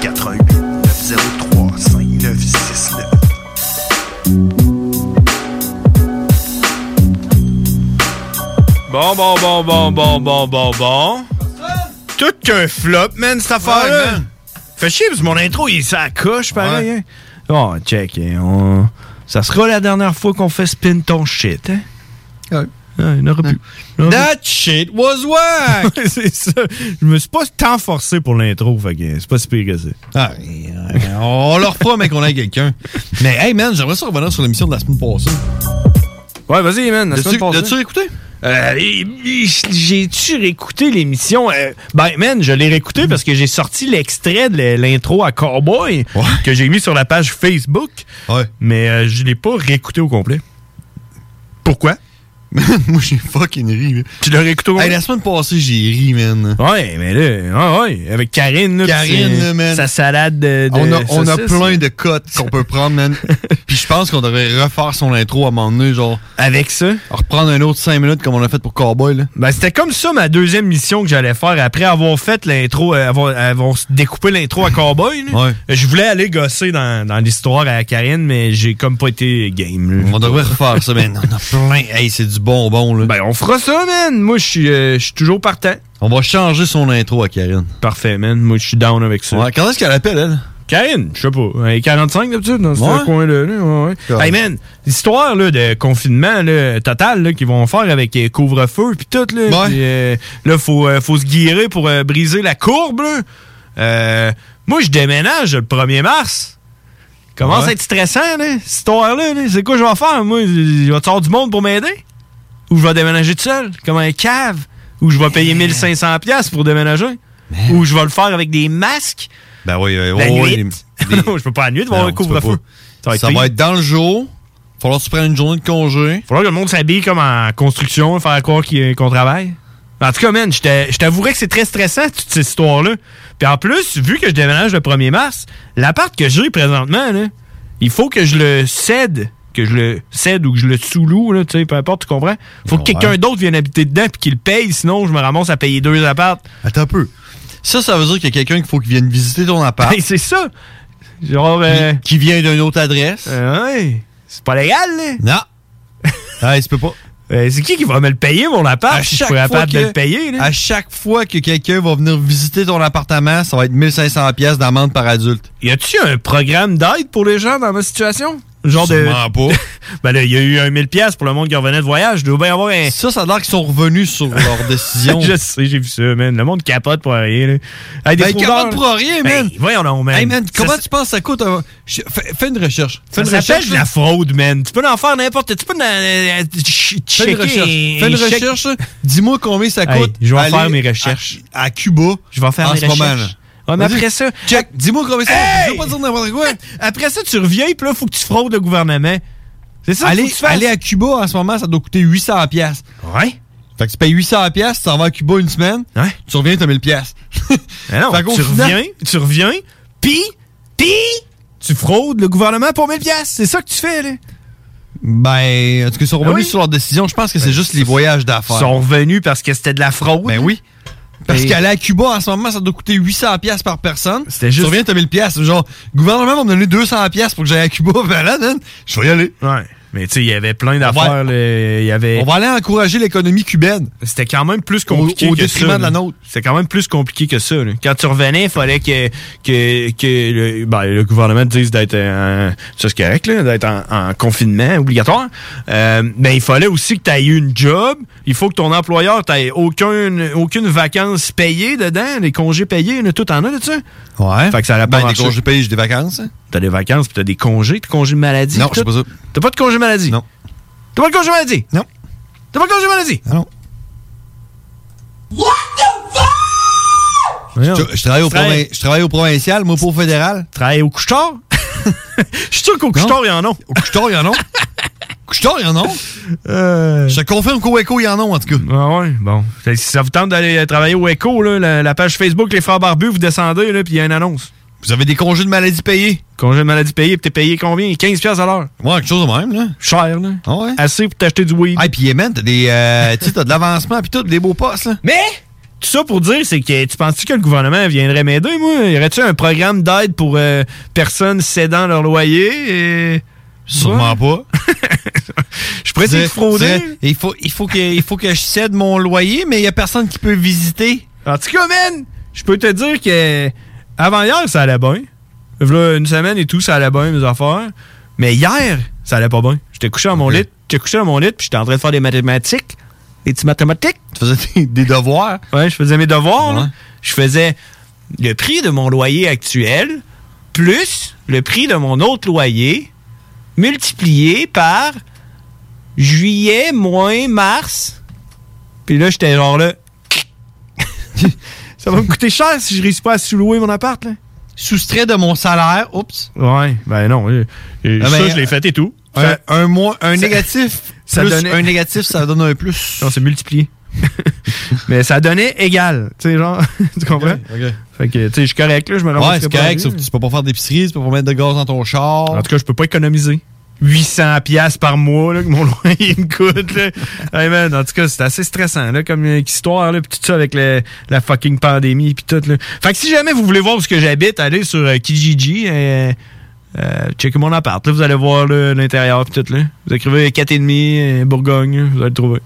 Speaker 1: 88 903 5969.
Speaker 5: Bon, bon, bon, bon, bon, bon, bon, bon. Tout qu'un flop, man, cette affaire-là. Fait chier, parce que mon intro, il s'accroche pareil. hein. Bon, check. hein, on- Ça sera la dernière fois qu'on fait spin ton shit, hein? Ouais, Ah, il n'y en aura plus. That shit was whack! c'est ça. Je me suis pas tant forcé pour l'intro, fait que c'est pas si pire que ça.
Speaker 6: Ah, et, euh, on leur fera, mais qu'on ait quelqu'un. Mais hey, man, j'aimerais ça revenir sur l'émission de la semaine passée.
Speaker 5: Ouais, vas-y, man. la semaine passée.
Speaker 6: L'as-tu écouté?
Speaker 5: Euh, et- et- j'ai-tu réécouté l'émission? Euh, ben, man, je l'ai réécouté parce que j'ai sorti l'extrait de l'- l'intro à Cowboy que j'ai mis sur la page Facebook. Mais euh, je l'ai pas réécouté au complet. Pourquoi?
Speaker 6: Moi, j'ai fucking ri. là.
Speaker 5: Tu l'as réécouté au complet?
Speaker 6: Hey, la semaine passée, j'ai ri, man.
Speaker 5: Ouais, mais là, ouais, ouais, avec Karine, là,
Speaker 6: Karine,
Speaker 5: puis, euh,
Speaker 6: là, man.
Speaker 5: sa salade de, de
Speaker 6: on a, on a
Speaker 5: saucisses.
Speaker 6: plein de cotes qu'on peut prendre, man. Puis je pense qu'on devrait refaire son intro à un moment donné, genre.
Speaker 5: Avec ça?
Speaker 6: Reprendre un autre 5 minutes comme on a fait pour Cowboy, là.
Speaker 5: Ben, c'était comme ça ma deuxième mission que j'allais faire après avoir fait l'intro, euh, avoir, avoir découpé l'intro à Cowboy. là. Je voulais aller gosser dans, dans l'histoire à Karine, mais j'ai comme pas été game. là.
Speaker 6: On devrait refaire ça, man. On a plein. Hey, c'est du bonbon, là.
Speaker 5: Ben, on fera ça, man. Moi, je suis euh, je suis toujours partant.
Speaker 6: On va changer son intro à Karine.
Speaker 5: Parfait, man. Moi, je suis down avec ça.
Speaker 6: Ouais, quand est-ce qu'elle appelle, elle?
Speaker 5: Karine, je sais pas. Elle est 45 d'habitude dans ce
Speaker 6: Ouais. Ah.
Speaker 5: coin-là. là. Ouais, ouais. Hey man, l'histoire là, de confinement là, total là, qu'ils vont faire avec euh, couvre-feu puis tout. Là, Puis, euh, là, faut, euh, faut se guérir pour euh, briser la courbe. là. Euh, moi, je déménage le 1er mars. Commence
Speaker 6: Ouais.
Speaker 5: à être stressant, là, cette histoire-là. là. C'est quoi je vais faire? Moi, il va avoir du monde pour m'aider? Ou je vais déménager tout seul, comme un cave? Ou je vais payer 1500$ piastres pour déménager? Ou je vais le faire avec des masques?
Speaker 6: Ben oui, oui,
Speaker 5: La
Speaker 6: oui, oui.
Speaker 5: nuit. non, je peux pas à la nuit de voir
Speaker 6: Non,
Speaker 5: un
Speaker 6: tu peux
Speaker 5: couvre-feu.
Speaker 6: pas. Ça va être dans le jour. Falloir que tu prennes une journée de congé.
Speaker 5: Falloir que le monde s'habille comme en construction, faire croire qu'il- qu'on travaille. En tout cas, man, je t'a- je t'avouerais que c'est très stressant, toute cette histoire-là. Puis en plus, vu que je déménage le 1er mars, l'appart que j'ai présentement, là, il faut que je le cède, que je le cède ou que je le sous-loue, là, tu sais, peu importe, tu comprends? faut que quelqu'un d'autre vienne habiter dedans puis qu'il le paye, sinon je me ramasse à payer deux apparts.
Speaker 6: Attends un peu. Ça, ça veut dire qu'il y a quelqu'un qu'il faut qu'il vienne visiter ton appart.
Speaker 5: Ben, c'est ça. Genre. euh,
Speaker 6: Qui vient d'une autre adresse.
Speaker 5: ouais. C'est pas légal, là. Euh,
Speaker 6: Non. Ah, tu peux pas.
Speaker 5: c'est qui qui va me le payer, mon appart, si je suis pas capable de le payer? là?
Speaker 6: À chaque fois que quelqu'un va venir visiter ton appartement, ça va être 1500 pièces d'amende par adulte.
Speaker 5: Y a-tu un programme d'aide pour les gens dans ma situation? Genre de.
Speaker 6: Sûrement pas.
Speaker 5: ben là, il y a eu un 1000$ piastres pour le monde qui revenait de voyage. Il doit bien y avoir un.
Speaker 6: Ça, ça a l'air qu'ils sont revenus sur leur décision.
Speaker 5: Je sais, j'ai vu ça, man. Le monde capote pour rien, là. Hey, des
Speaker 6: Ben, il
Speaker 5: fraudeurs, là.
Speaker 6: capote pour rien,
Speaker 5: Ben,
Speaker 6: man.
Speaker 5: voyons donc, man.
Speaker 6: Hey, man, comment
Speaker 5: Ça-
Speaker 6: tu penses que ça coûte un- Je- Fais, fais une recherche. Fais
Speaker 5: Ça
Speaker 6: une recherche.
Speaker 5: s'appelle de la
Speaker 6: là.
Speaker 5: fraude, man. Tu peux en faire n'importe. Tu peux en- euh, ch-
Speaker 6: Fais une
Speaker 5: checker
Speaker 6: recherche.
Speaker 5: un-
Speaker 6: Fais une
Speaker 5: un chèque.
Speaker 6: recherche. Dis-moi combien ça
Speaker 5: Hey,
Speaker 6: coûte. Ah,
Speaker 5: je vais
Speaker 6: aller
Speaker 5: faire mes recherches.
Speaker 6: À, à Cuba.
Speaker 5: Je vais faire
Speaker 6: en
Speaker 5: mes
Speaker 6: ce moment,
Speaker 5: recherches.
Speaker 6: là.
Speaker 5: Ouais, mais
Speaker 6: Vas-y.
Speaker 5: après ça.
Speaker 6: Check. Dis-moi combien ça coûte. Je
Speaker 5: Hey!
Speaker 6: veux pas dire n'importe quoi.
Speaker 5: Après ça, tu reviens, puis là, faut que tu fraudes le gouvernement. C'est ça
Speaker 6: Aller,
Speaker 5: faut que tu fasses.
Speaker 6: aller à Cuba en ce moment, ça doit coûter 800 pièces.
Speaker 5: Ouais.
Speaker 6: Fait que tu payes 800 pièces, tu t'en vas à Cuba une semaine, tu reviens, t'as 1000 pièces.
Speaker 5: Mais non,
Speaker 6: Fait qu'au
Speaker 5: tu
Speaker 6: final-
Speaker 5: reviens, tu reviens, puis, puis, tu fraudes le gouvernement pour 1000 pièces. C'est ça que tu fais, là.
Speaker 6: Ben, en tout cas, ils sont revenus
Speaker 5: oui. Ben,
Speaker 6: sur leur décision. Je pense que c'est juste les voyages d'affaires.
Speaker 5: Ils sont revenus parce que c'était de la fraude.
Speaker 6: Ben oui. Parce
Speaker 5: Et-
Speaker 6: qu'aller à Cuba en ce moment, ça doit coûter 800 pièces par personne.
Speaker 5: C'était juste-
Speaker 6: Tu reviens, t'as 1000 pièces. Genre, le gouvernement va me donner 200 pièces pour que j'aille à Cuba. Ben là, man, je vais y aller.
Speaker 5: Ouais. Mais tu sais, il y avait plein d'affaires, là. Il y avait...
Speaker 6: On va aller encourager l'économie cubaine.
Speaker 5: C'était quand même plus compliqué
Speaker 6: Au- au
Speaker 5: que
Speaker 6: détriment
Speaker 5: ça,
Speaker 6: de la
Speaker 5: là.
Speaker 6: nôtre.
Speaker 5: C'était quand même plus compliqué que ça. là. Quand tu revenais, il fallait que, que, que le, ben, le gouvernement te dise d'être en, ça c'est correct, là, d'être en, en confinement obligatoire. Euh, mais il fallait aussi que tu aies une job. Il faut que ton employeur t'aille aucune, aucune vacance payée dedans, les congés payés, là, tout en a de ça.
Speaker 6: Ouais.
Speaker 5: Fait que ça allait pas
Speaker 6: Ben, des
Speaker 5: marcher.
Speaker 6: congés payés, j'ai des vacances. hein.
Speaker 5: T'as des vacances, puis t'as des congés, t'as congés de maladie.
Speaker 6: Non,
Speaker 5: pis
Speaker 6: c'est
Speaker 5: tout.
Speaker 6: pas ça.
Speaker 5: T'as pas de congé maladie?
Speaker 6: Non.
Speaker 5: T'as pas de congé maladie?
Speaker 6: Non.
Speaker 5: T'as pas de congé maladie?
Speaker 6: Non. Je, je travaille au
Speaker 5: Tu travailles-
Speaker 6: provin- je travaille au provincial, moi pour au fédéral.
Speaker 5: Travailler au couche-tard? Je suis sûr qu'au couche-tard, il y en a.
Speaker 6: Au couche-tard, il y en a. couche-tard, il y en a.
Speaker 5: Euh...
Speaker 6: Je te confirme qu'au écho, il y en a, en tout cas.
Speaker 5: Ah ouais, bon. Si ça vous tente d'aller euh, travailler au Echo, là, la, la page Facebook Les Frères Barbus, vous descendez, là, puis il y a une annonce.
Speaker 6: Vous avez des congés de maladie payés.
Speaker 5: Congé de maladie payé, puis t'es payé combien? 15$ piastres à l'heure.
Speaker 6: Ouais, quelque chose de même, là.
Speaker 5: Cher, là.
Speaker 6: Ah ouais.
Speaker 5: Assez pour t'acheter du weed.
Speaker 6: Ah, puis, man, t'as des. euh, tu sais, t'as de l'avancement, puis tout, des beaux postes, là.
Speaker 5: Mais, tout ça pour dire, c'est que tu penses-tu que le gouvernement viendrait m'aider, moi? Y aurait-tu un programme d'aide pour euh, personnes cédant leur loyer? Et...
Speaker 6: Sûrement pas.
Speaker 5: Je pourrais essayer de
Speaker 6: C'est-
Speaker 5: frauder.
Speaker 6: c'est- Il faut, il, faut que, il faut que je cède mon loyer, mais il n'y a personne qui peut visiter.
Speaker 5: En tout cas, man, je peux te dire que avant hier, ça allait bien. V'là une semaine et tout, ça allait bien, mes affaires. Mais hier, ça allait pas bien. J'étais couché dans mon lit, j'étais couché dans mon lit, puis j'étais en train de faire des mathématiques. Des petites mathématiques.
Speaker 6: Tu faisais des, devoirs?
Speaker 5: Ouais, je faisais mes devoirs. là. Je faisais le prix de mon loyer actuel plus le prix de mon autre loyer multiplié par juillet moins mars. Puis là, j'étais genre là. ça va me coûter cher si je réussis pas à sous-louer mon appart. Là.
Speaker 6: Soustrait de mon salaire, oups.
Speaker 5: Ouais, ben non. euh, euh,
Speaker 6: Ah,
Speaker 5: ça,
Speaker 6: ben,
Speaker 5: je l'ai fait et tout.
Speaker 6: Un,
Speaker 5: Fait-
Speaker 6: un mois, un
Speaker 5: Ça-
Speaker 6: négatif.
Speaker 5: ça
Speaker 6: plus
Speaker 5: donnait-
Speaker 6: Un négatif, ça donne un plus.
Speaker 5: Non, c'est multiplié. Mais ça donnait égal. Tu sais, genre, tu comprends? Fait que, tu sais, je suis correct, là, je me lance
Speaker 6: Ouais, c'est correct, sauf que tu peux pas faire d'épicerie, tu peux pas mettre de gaz dans ton char.
Speaker 5: En tout cas, je peux pas économiser. 800 pièces par mois là, que mon loyer me coûte. Là. Hey, man, en tout cas, c'est assez stressant là, comme euh, histoire, là, puis tout ça avec le- la fucking pandémie, puis tout. Là. Fait que si jamais vous voulez voir où ce que j'habite, allez sur euh, Kijiji, euh, euh, checkez mon appart. Là, vous allez voir là, l'intérieur, puis tout. Là. Vous écrivez 4,5 euh, Bourgogne, là, vous allez le trouver.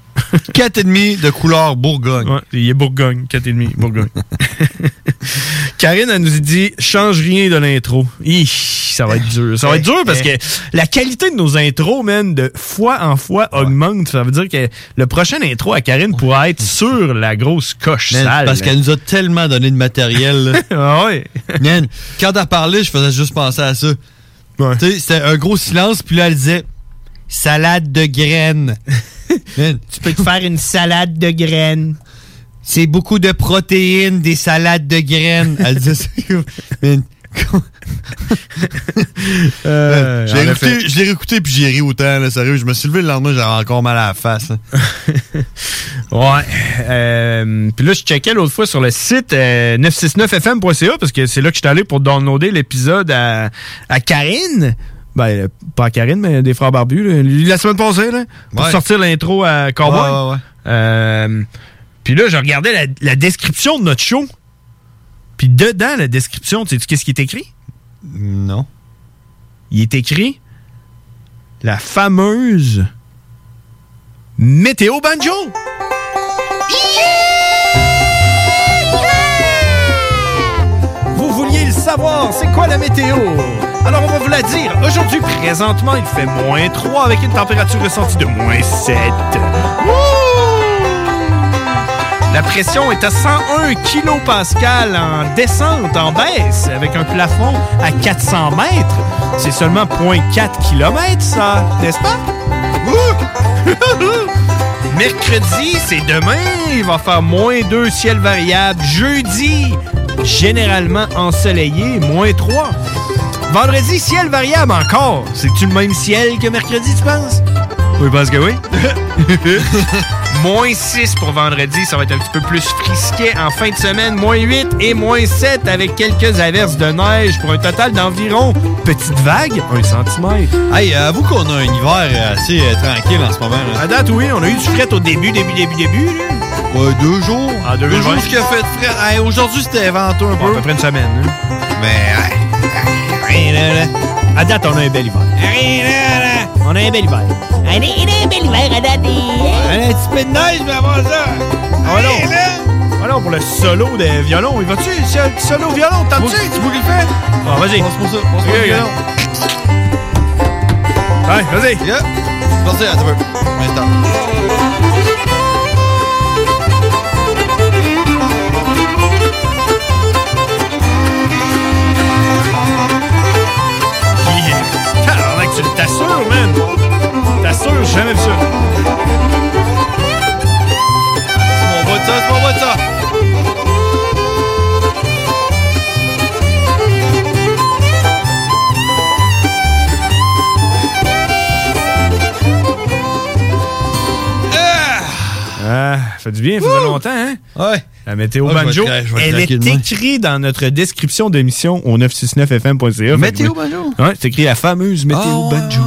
Speaker 6: 4,5 de couleur Bourgogne.
Speaker 5: Ouais, il est Bourgogne, 4,5 Bourgogne. Karine, elle nous dit change rien de l'intro. Hi, Ça va être
Speaker 6: Eh,
Speaker 5: dur. Ça va être dur parce que la qualité de nos intros, man, de fois en fois augmente. Ça veut dire que le prochain intro à Karine pourrait être sur la grosse coche
Speaker 6: Man,
Speaker 5: sale.
Speaker 6: parce qu'elle nous a tellement donné de matériel.
Speaker 5: ah ouais.
Speaker 6: Man, quand elle parlait, je faisais juste penser à ça. Tu sais, c'était un gros silence, puis là, elle disait salade de graines. tu peux te faire une salade de graines. C'est beaucoup de protéines, des salades de graines. Elle disait ça. Man,
Speaker 5: Euh,
Speaker 6: je l'ai
Speaker 5: en
Speaker 6: réécouté-
Speaker 5: effet.
Speaker 6: je l'ai réécouté, puis j'ai ri autant, là, sérieux. Je me suis levé le lendemain, j'avais encore mal à la face. là.
Speaker 5: Ouais. Euh, puis là, je checkais l'autre fois sur le site euh, 969fm.ca parce que c'est là que je suis allé pour downloader l'épisode à, à Karine. Ben, euh, pas à Karine, mais des frères barbus. là. La semaine passée, là, pour
Speaker 6: Ouais.
Speaker 5: sortir l'intro à Cowboy.
Speaker 6: Ouais, ouais, ouais.
Speaker 5: Euh, puis là, je regardais la, la description de notre show. Puis dedans, la description, tu sais qu'est-ce qui est écrit?
Speaker 6: Non.
Speaker 5: Il est écrit la fameuse météo banjo. Vous vouliez le savoir, c'est quoi la météo? Alors on va vous la dire. Aujourd'hui, présentement, il fait moins 3 avec une température ressentie de moins 7. La pression est à 101 kPa en descente, en baisse, avec un plafond à 400 mètres. C'est seulement 0.4 km, ça, n'est-ce pas? Ouh! Mercredi, c'est demain, il va faire moins 2 ciel variable. Jeudi, généralement ensoleillé, moins 3. Vendredi, ciel variable encore. C'est-tu le même ciel que mercredi, tu penses? Oui, parce que oui. moins 6 pour vendredi, ça va être un petit peu plus frisquet en fin de semaine. Moins 8 et moins 7 avec quelques averses de neige pour un total d'environ, petite vague, 1 cm.
Speaker 6: Hey, euh, avoue qu'on a un hiver euh, assez euh, tranquille en ce moment. là.
Speaker 5: À date, oui, on a eu du fret au début, début, début, début. là.
Speaker 6: Ouais, deux jours.
Speaker 5: En
Speaker 6: Deux
Speaker 5: 2020.
Speaker 6: jours, ce qu'il a fait de frais. Hey, Aujourd'hui, c'était venteux un
Speaker 5: Bon, à
Speaker 6: peu.
Speaker 5: peu près une semaine. là.
Speaker 6: Hey, là, là.
Speaker 5: À date, on a un bel hiver. On a un bel hiver.
Speaker 13: Elle est, elle est belle hiver à date.
Speaker 5: Un petit peu de neige, mais avant ça. Oh non. Oh non, pour le solo de violon. Il va-tu, le sol- solo violon? T'entends-tu? Tu vois qu'il fait?
Speaker 6: Ah,
Speaker 5: Bon, vas-y.
Speaker 6: Passe-moi ça. Passe-moi
Speaker 5: Ok,
Speaker 6: le violon.
Speaker 5: Ouais, vas-y.
Speaker 6: Yeah. Vas-y, attends un peu. Maintenant.
Speaker 5: Tabarnak, tu t'assures, man. T'assures, j'ai jamais vu ça.
Speaker 6: On va de ça, on va de ça.
Speaker 5: Ah, fait du bien, ça faisait longtemps, hein?
Speaker 6: Ouais.
Speaker 5: La météo
Speaker 6: Ouais, je vais
Speaker 5: banjo,
Speaker 6: te cra- je vais te
Speaker 5: elle est
Speaker 6: craquer demain.
Speaker 5: écrite dans notre description d'émission au 969fm.ca. Fait
Speaker 6: Météo
Speaker 5: que-
Speaker 6: banjo? Oh.
Speaker 5: Ouais, c'est écrit la fameuse météo banjo.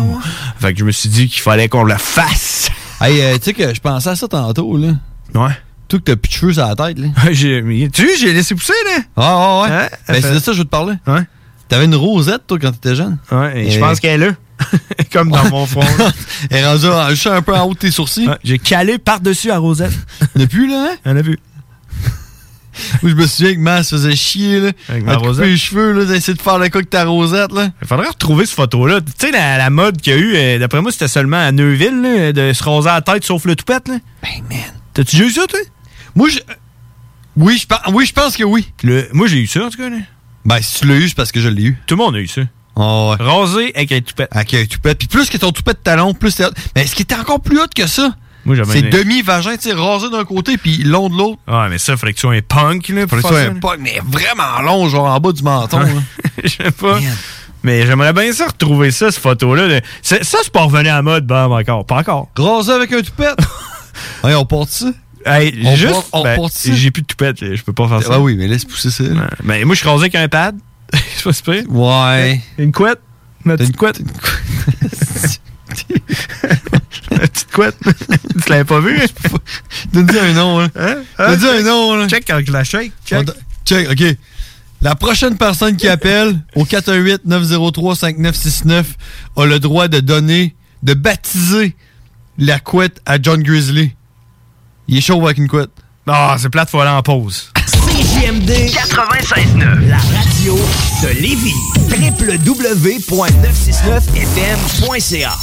Speaker 5: Fait que je me suis dit qu'il fallait qu'on la fasse.
Speaker 6: Hey, euh, tu sais que je pensais à ça tantôt, là.
Speaker 5: Ouais.
Speaker 6: surtout que t'as plus de cheveux sur la tête, là.
Speaker 5: j'ai, tu sais, j'ai laissé pousser, là.
Speaker 6: Ah, ouais, ouais.
Speaker 5: Hein?
Speaker 6: Ben,
Speaker 5: Ça
Speaker 6: c'est
Speaker 5: fait-
Speaker 6: de ça que je veux te parler.
Speaker 5: Ouais.
Speaker 6: T'avais une rosette, toi, quand t'étais jeune.
Speaker 5: Ouais, et je pense qu'elle est là. Comme dans mon front.
Speaker 6: Elle est rendue en- juste un peu en haut de tes sourcils.
Speaker 5: J'ai calé par-dessus à Rosette.
Speaker 6: Y'en a plus, là, hein?
Speaker 5: Y'en a plus.
Speaker 6: Moi, je me souviens que ma se faisait chier, là.
Speaker 5: Avec
Speaker 6: à
Speaker 5: ma
Speaker 6: te couper
Speaker 5: rosette.
Speaker 6: les cheveux, là, d'essayer de faire la quoi avec ta rosette, là.
Speaker 5: Il faudrait retrouver cette photo-là. Tu sais, la, la mode qu'il y a eu, euh, d'après moi, c'était seulement à Neuville, là, de se raser la tête sauf le toupette. Là. Ben, man. T'as-tu déjà eu ça, toi?
Speaker 6: Moi, je. Oui, je, par- oui, je pense que oui.
Speaker 5: Le... Moi, j'ai eu ça, en tout cas. Là.
Speaker 6: Ben, si tu l'as eu, c'est parce que je l'ai eu.
Speaker 5: Tout le monde a eu ça.
Speaker 6: Oh, ouais.
Speaker 5: Rasé avec un toupette.
Speaker 6: Avec un toupette. Puis plus que ton toupette de talon, plus t'es haute. Mais ce qui était encore plus haut que ça,
Speaker 5: Moi, j'avais
Speaker 6: c'est
Speaker 5: une-
Speaker 6: demi-vagin, tu sais, rasé d'un côté, puis long de l'autre.
Speaker 5: Ouais, mais ça, fallait que tu sois un punk. Là, pour faire
Speaker 6: Fallait que tu sois
Speaker 5: ça,
Speaker 6: un
Speaker 5: là.
Speaker 6: punk, mais vraiment long, genre en bas du menton.
Speaker 5: Ouais.
Speaker 6: là.
Speaker 5: Je sais pas. Mais j'aimerais bien ça retrouver ça, cette photo-là. là. C'est- Ça, c'est pas revenu à la mode, ben encore. Pas encore.
Speaker 6: Rasé avec un toupette. Hey, on porte ça?
Speaker 5: Hey,
Speaker 6: On
Speaker 5: juste,
Speaker 6: porte- on
Speaker 5: ben,
Speaker 6: porte ça?
Speaker 5: j'ai plus de toupette, là, je peux pas faire ça.
Speaker 6: Ah oui, mais laisse pousser ça. là.
Speaker 5: Mais moi, je suis rasé avec un pad. c'est pas super.
Speaker 6: Ouais.
Speaker 5: Une couette. Ma petite couette. Ma petite couette. tu l'avais pas vu? hein?
Speaker 6: Donne-lui un nom, là. Donne-lui un nom, là.
Speaker 5: Check quand je la shake. Check.
Speaker 6: On do- Check, OK. La prochaine personne qui appelle au 418-903-5969 a le droit de donner, de baptiser la couette à John Grizzly. Il est chaud avec une couette.
Speaker 5: Ah, c'est plate, faut aller en pause.
Speaker 14: CJMD 96.9. La radio de Lévis. www.969fm.ca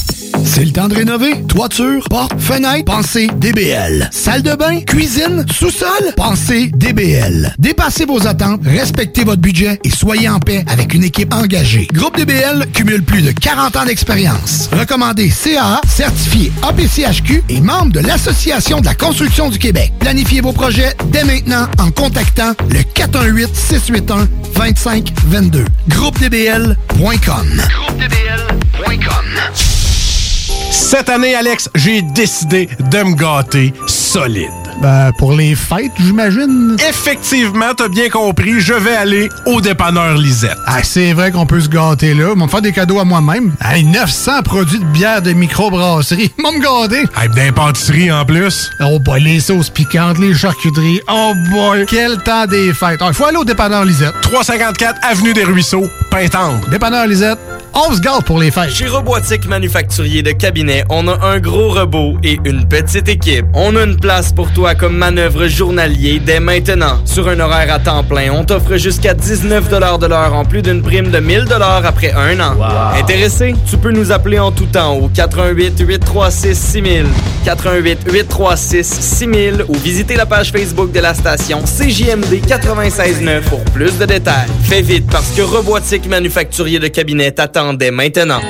Speaker 11: C'est le temps de rénover. Toiture, porte, fenêtre, pensez DBL. Salle de bain, cuisine, sous-sol, pensez DBL. Dépassez vos attentes, respectez votre budget et soyez en paix avec une équipe engagée. Groupe DBL cumule plus de 40 ans d'expérience. Recommandé CAA, certifié APCHQ et membre de l'Association de la construction du Québec. Planifiez vos projets dès maintenant en contactant le 418-681-2522. GroupeDBL.com.
Speaker 15: Cette année, Alex, j'ai décidé de me gâter solide.
Speaker 16: Ben, pour les fêtes, j'imagine.
Speaker 15: Effectivement, t'as bien compris, je vais aller au dépanneur Lisette.
Speaker 16: Ah, c'est vrai qu'on peut se gâter là. M'en faire des cadeaux à moi-même. Hey, 900 produits de bière de microbrasserie. M'en me garder.
Speaker 15: Ah, Hype d'impantisserie en plus.
Speaker 16: Oh boy, les sauces piquantes, les charcuteries. Oh boy, quel temps des fêtes. Ah, Il faut aller au dépanneur Lisette.
Speaker 15: 354 Avenue des Ruisseaux, Pintendre.
Speaker 16: Dépanneur Lisette, on se gâte pour les fêtes.
Speaker 17: Chez Robotique Manufacturier de Cabinet, on a un gros robot et une petite équipe. On a une place pour toi comme manœuvre journalier dès maintenant. Sur un horaire à temps plein, on t'offre jusqu'à 19 de l'heure en plus d'une prime de 1000 après un an. Intéressé? Tu peux nous appeler en tout temps au 88 836 6000, 88 836 6000 ou visiter la page Facebook de la station CJMD 969 pour plus de détails. Fais vite parce que Robotique Manufacturier de Cabinet t'attendait maintenant.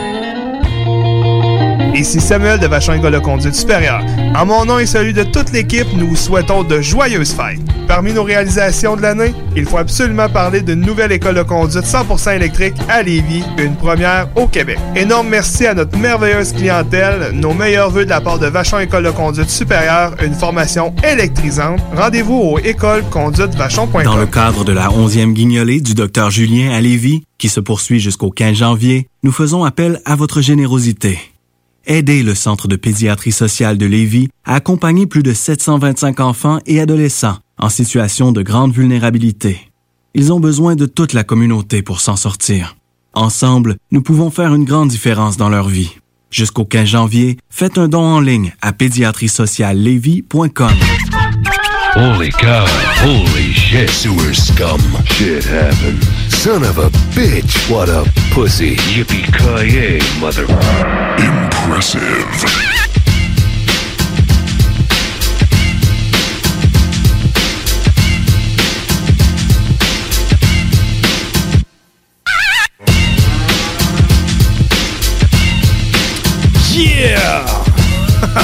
Speaker 18: Ici Samuel de Vachon École de Conduite Supérieure. En mon nom et celui de toute l'équipe, nous vous souhaitons de joyeuses fêtes. Parmi nos réalisations de l'année, il faut absolument parler d'une nouvelle école de conduite 100% électrique à Lévis, une première au Québec. Énorme merci à notre merveilleuse clientèle, nos meilleurs voeux de la part de Vachon École de Conduite Supérieure, une formation électrisante. Rendez-vous au écoleconduitevachon.com.
Speaker 7: Dans le cadre de la 11e guignolée du docteur Julien à Lévis, qui se poursuit jusqu'au 15 janvier, nous faisons appel à votre générosité. Aidez le Centre de pédiatrie sociale de Lévis à accompagner plus de 725 enfants et adolescents en situation de grande vulnérabilité. Ils ont besoin de toute la communauté pour s'en sortir. Ensemble, nous pouvons faire une grande différence dans leur vie. Jusqu'au 15 janvier, faites un don en ligne à pédiatriesociallevy.com.
Speaker 1: Holy cow. Holy shit. Sewer scum. Shit happened. Son of a bitch. What a pussy. Yippee-ki-yay, mother... Impressive.
Speaker 5: Yeah!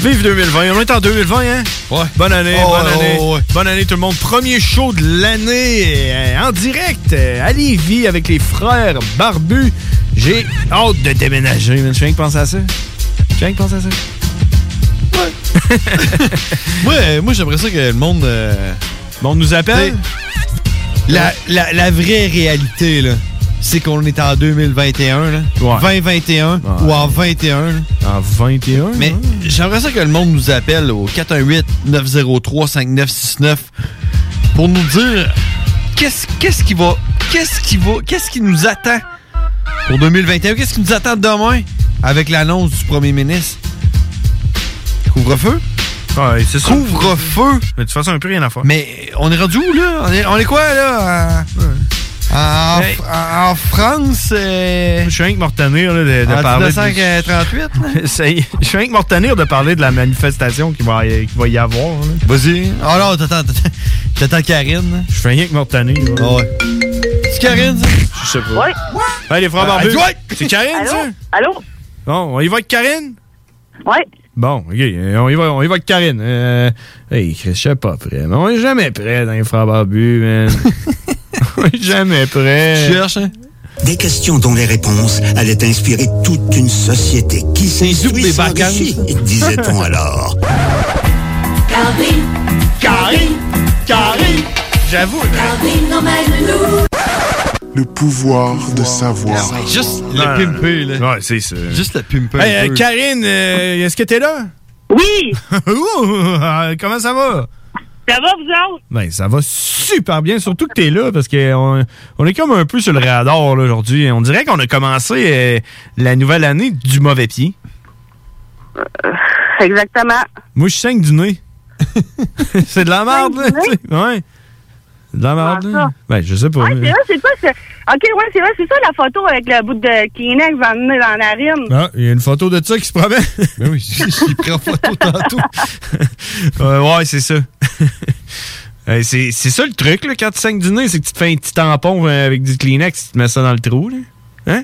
Speaker 5: Vive 2020. On est en 2020, hein? Ouais. Bonne année,
Speaker 19: Oh,
Speaker 5: bonne
Speaker 19: ouais,
Speaker 5: année.
Speaker 19: ouais, ouais.
Speaker 5: Bonne année tout le monde. Premier show de l'année euh, en direct euh, à Lévis avec les frères barbus. J'ai hâte de déménager. man. Je viens que penser à ça. Je viens que penser à ça.
Speaker 6: moi, euh, moi j'aimerais ça que le monde. euh,
Speaker 5: bon, on nous appelle.
Speaker 6: La, la, la vraie réalité, là. c'est qu'on est en 2021, là. 2021 ou en 21. là.
Speaker 5: En 21.
Speaker 6: Mais j'aimerais ça que le monde nous appelle au 418-903-5969 pour nous dire qu'est-ce qu'est-ce qui va. Qu'est-ce qui va. Qu'est-ce qui nous attend pour 2021? Qu'est-ce qui nous attend demain avec l'annonce du premier ministre? Couvre-feu?
Speaker 5: c'est ça.
Speaker 6: Couvre-feu!
Speaker 5: Mais de toute façon, on n'a plus rien à faire.
Speaker 6: Mais on est rendu où, là? On est, on est quoi, là? En-
Speaker 19: Ah,
Speaker 6: en-
Speaker 5: Hey.
Speaker 6: en- en France? euh,
Speaker 5: Je suis rien que me retenir là, de, de
Speaker 19: Ah,
Speaker 6: En
Speaker 5: parler.
Speaker 6: 1938,
Speaker 5: De... Ça y est. Je suis rien que me retenir de parler de la manifestation qui va, y- qui va y avoir. hein.
Speaker 6: Vas-y. Oh non, t'attends, t'attends. T'attends Karine. Ah
Speaker 5: Je fais rien que me retenir. là.
Speaker 6: ouais. C'est Karine, ça? Ah,
Speaker 5: Je sais pas.
Speaker 20: Ouais.
Speaker 5: Hey, les frères barbus.
Speaker 20: Euh, ouais.
Speaker 5: C'est Karine,
Speaker 20: Allô?
Speaker 5: ça?
Speaker 20: Allô?
Speaker 5: Bon, on y va avec Karine?
Speaker 20: Ouais.
Speaker 5: Bon, OK. euh, On y va, on y va avec Karine. Euh, hey, Chris, je suis pas prêt. Mais on est jamais prêt dans les frères barbus, man. on est jamais prêt.
Speaker 6: hein?
Speaker 21: Des questions dont les réponses allaient inspirer toute une société qui s'instruit s'enrichit, disait-on alors.
Speaker 13: Carrie, Carrie, Carrie.
Speaker 5: J'avoue.
Speaker 13: Carrie, emmène-nous.
Speaker 22: Le pouvoir de savoir.
Speaker 6: Juste
Speaker 5: Non,
Speaker 6: le pimpé, là.
Speaker 5: Ouais, c'est ça.
Speaker 6: Juste le pimpé.
Speaker 5: Hey,
Speaker 6: un
Speaker 5: euh,
Speaker 6: peu.
Speaker 5: Karine, euh, est-ce que t'es là?
Speaker 20: Oui!
Speaker 5: comment ça va?
Speaker 20: Ça va, vous autres?
Speaker 5: Ben, ça va super bien, surtout que t'es là, parce qu'on on est comme un peu sur le radar là, aujourd'hui. On dirait qu'on a commencé euh, la nouvelle année du mauvais pied.
Speaker 20: Exactement.
Speaker 5: Moi, je saigne du nez. c'est de la merde, là. tu sais. Ouais. C'est de la merde, là. Ben, je sais pas.
Speaker 20: Ouais, Ah, c'est vrai, c'est pas. c'est- Ok, ouais, c'est vrai, c'est ça la photo avec le bout de Kleenex emmené dans la rime.
Speaker 5: Ah, il y a une photo de ça qui se promène. Ben oui, j'ai pris en photo tantôt. ouais, c'est ça. Euh, c'est c'est ça le truc, là, quand tu saignes du nez, c'est que tu te fais un petit tampon euh, avec du Kleenex, tu te mets ça dans le trou, là. Hein?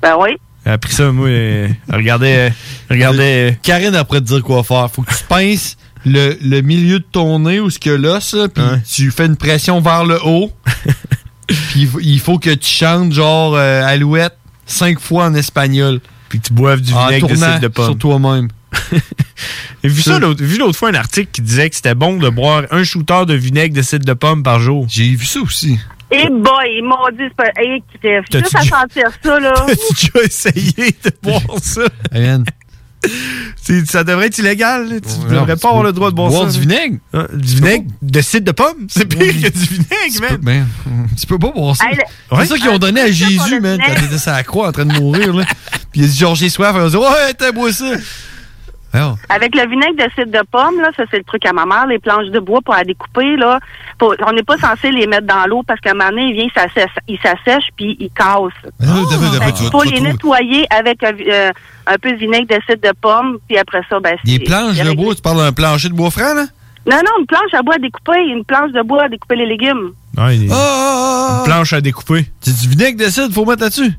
Speaker 20: Ben oui.
Speaker 5: Après ça, moi, euh, regardez, euh, regardez.
Speaker 6: Karine après te dire quoi faire. Faut que tu pinces le, le milieu de ton nez ou ce que l'os, là, puis tu fais une pression vers le haut. puis il faut- il faut que tu chantes genre euh, Alouette cinq fois en espagnol.
Speaker 5: Puis tu boives du vinaigre de
Speaker 6: tournant
Speaker 5: cidre de pomme.
Speaker 6: Sur toi-même.
Speaker 5: J'ai vu ça l'autre- vu l'autre fois un article qui disait que c'était bon de boire un shooter de vinaigre de cidre de pomme par jour.
Speaker 6: J'ai vu ça aussi.
Speaker 20: Et Eh boy, mon dieu, c'est pas. Hey, Christ,
Speaker 5: T'as-tu
Speaker 20: juste à
Speaker 5: déjà-
Speaker 20: sentir ça, là.
Speaker 5: T'as-tu déjà essayé de boire ça? C'est- Ça devrait être illégal. là. Tu
Speaker 6: Ouais, non,
Speaker 5: devrais
Speaker 6: tu
Speaker 5: pas avoir
Speaker 6: peux
Speaker 5: le droit de boire,
Speaker 6: boire
Speaker 5: ça.
Speaker 6: du
Speaker 5: là.
Speaker 6: vinaigre?
Speaker 5: Hein, Du vinaigre de cidre de pomme? C'est pire que du vinaigre, man.
Speaker 6: Tu peux pas boire ça.
Speaker 5: Hey, le-
Speaker 6: Ah, C'est
Speaker 5: Ouais.
Speaker 6: ça qu'ils ont donné à Jésus, man. Quand il était sur la croix en train de mourir, là. Puis il a dit, Georges, j'ai soif. Ils ont dit, ouais, t'as bois ça. Alors,
Speaker 20: Avec le vinaigre de cidre de pomme, là, ça c'est le truc à ma mère, les planches de bois pour la découper, là. Faut- on n'est pas censé les mettre dans l'eau parce qu'à un moment donné, il vient, ça sèche, il s'assèche puis il casse.
Speaker 6: Ah,
Speaker 20: Fait qu'il faut les nettoyer avec un, vi- euh, un peu de vinaigre de cidre de pomme, puis après ça, ben
Speaker 6: des
Speaker 20: c'est-
Speaker 6: planches
Speaker 20: c'est
Speaker 6: de bois, tu parles d'un plancher de bois franc, là?
Speaker 20: Non, non, une planche à bois à découper, une planche de bois à découper les légumes.
Speaker 5: Ah,
Speaker 6: Une
Speaker 5: planche à découper.
Speaker 6: C'est du vinaigre de cidre, faut mettre là-dessus.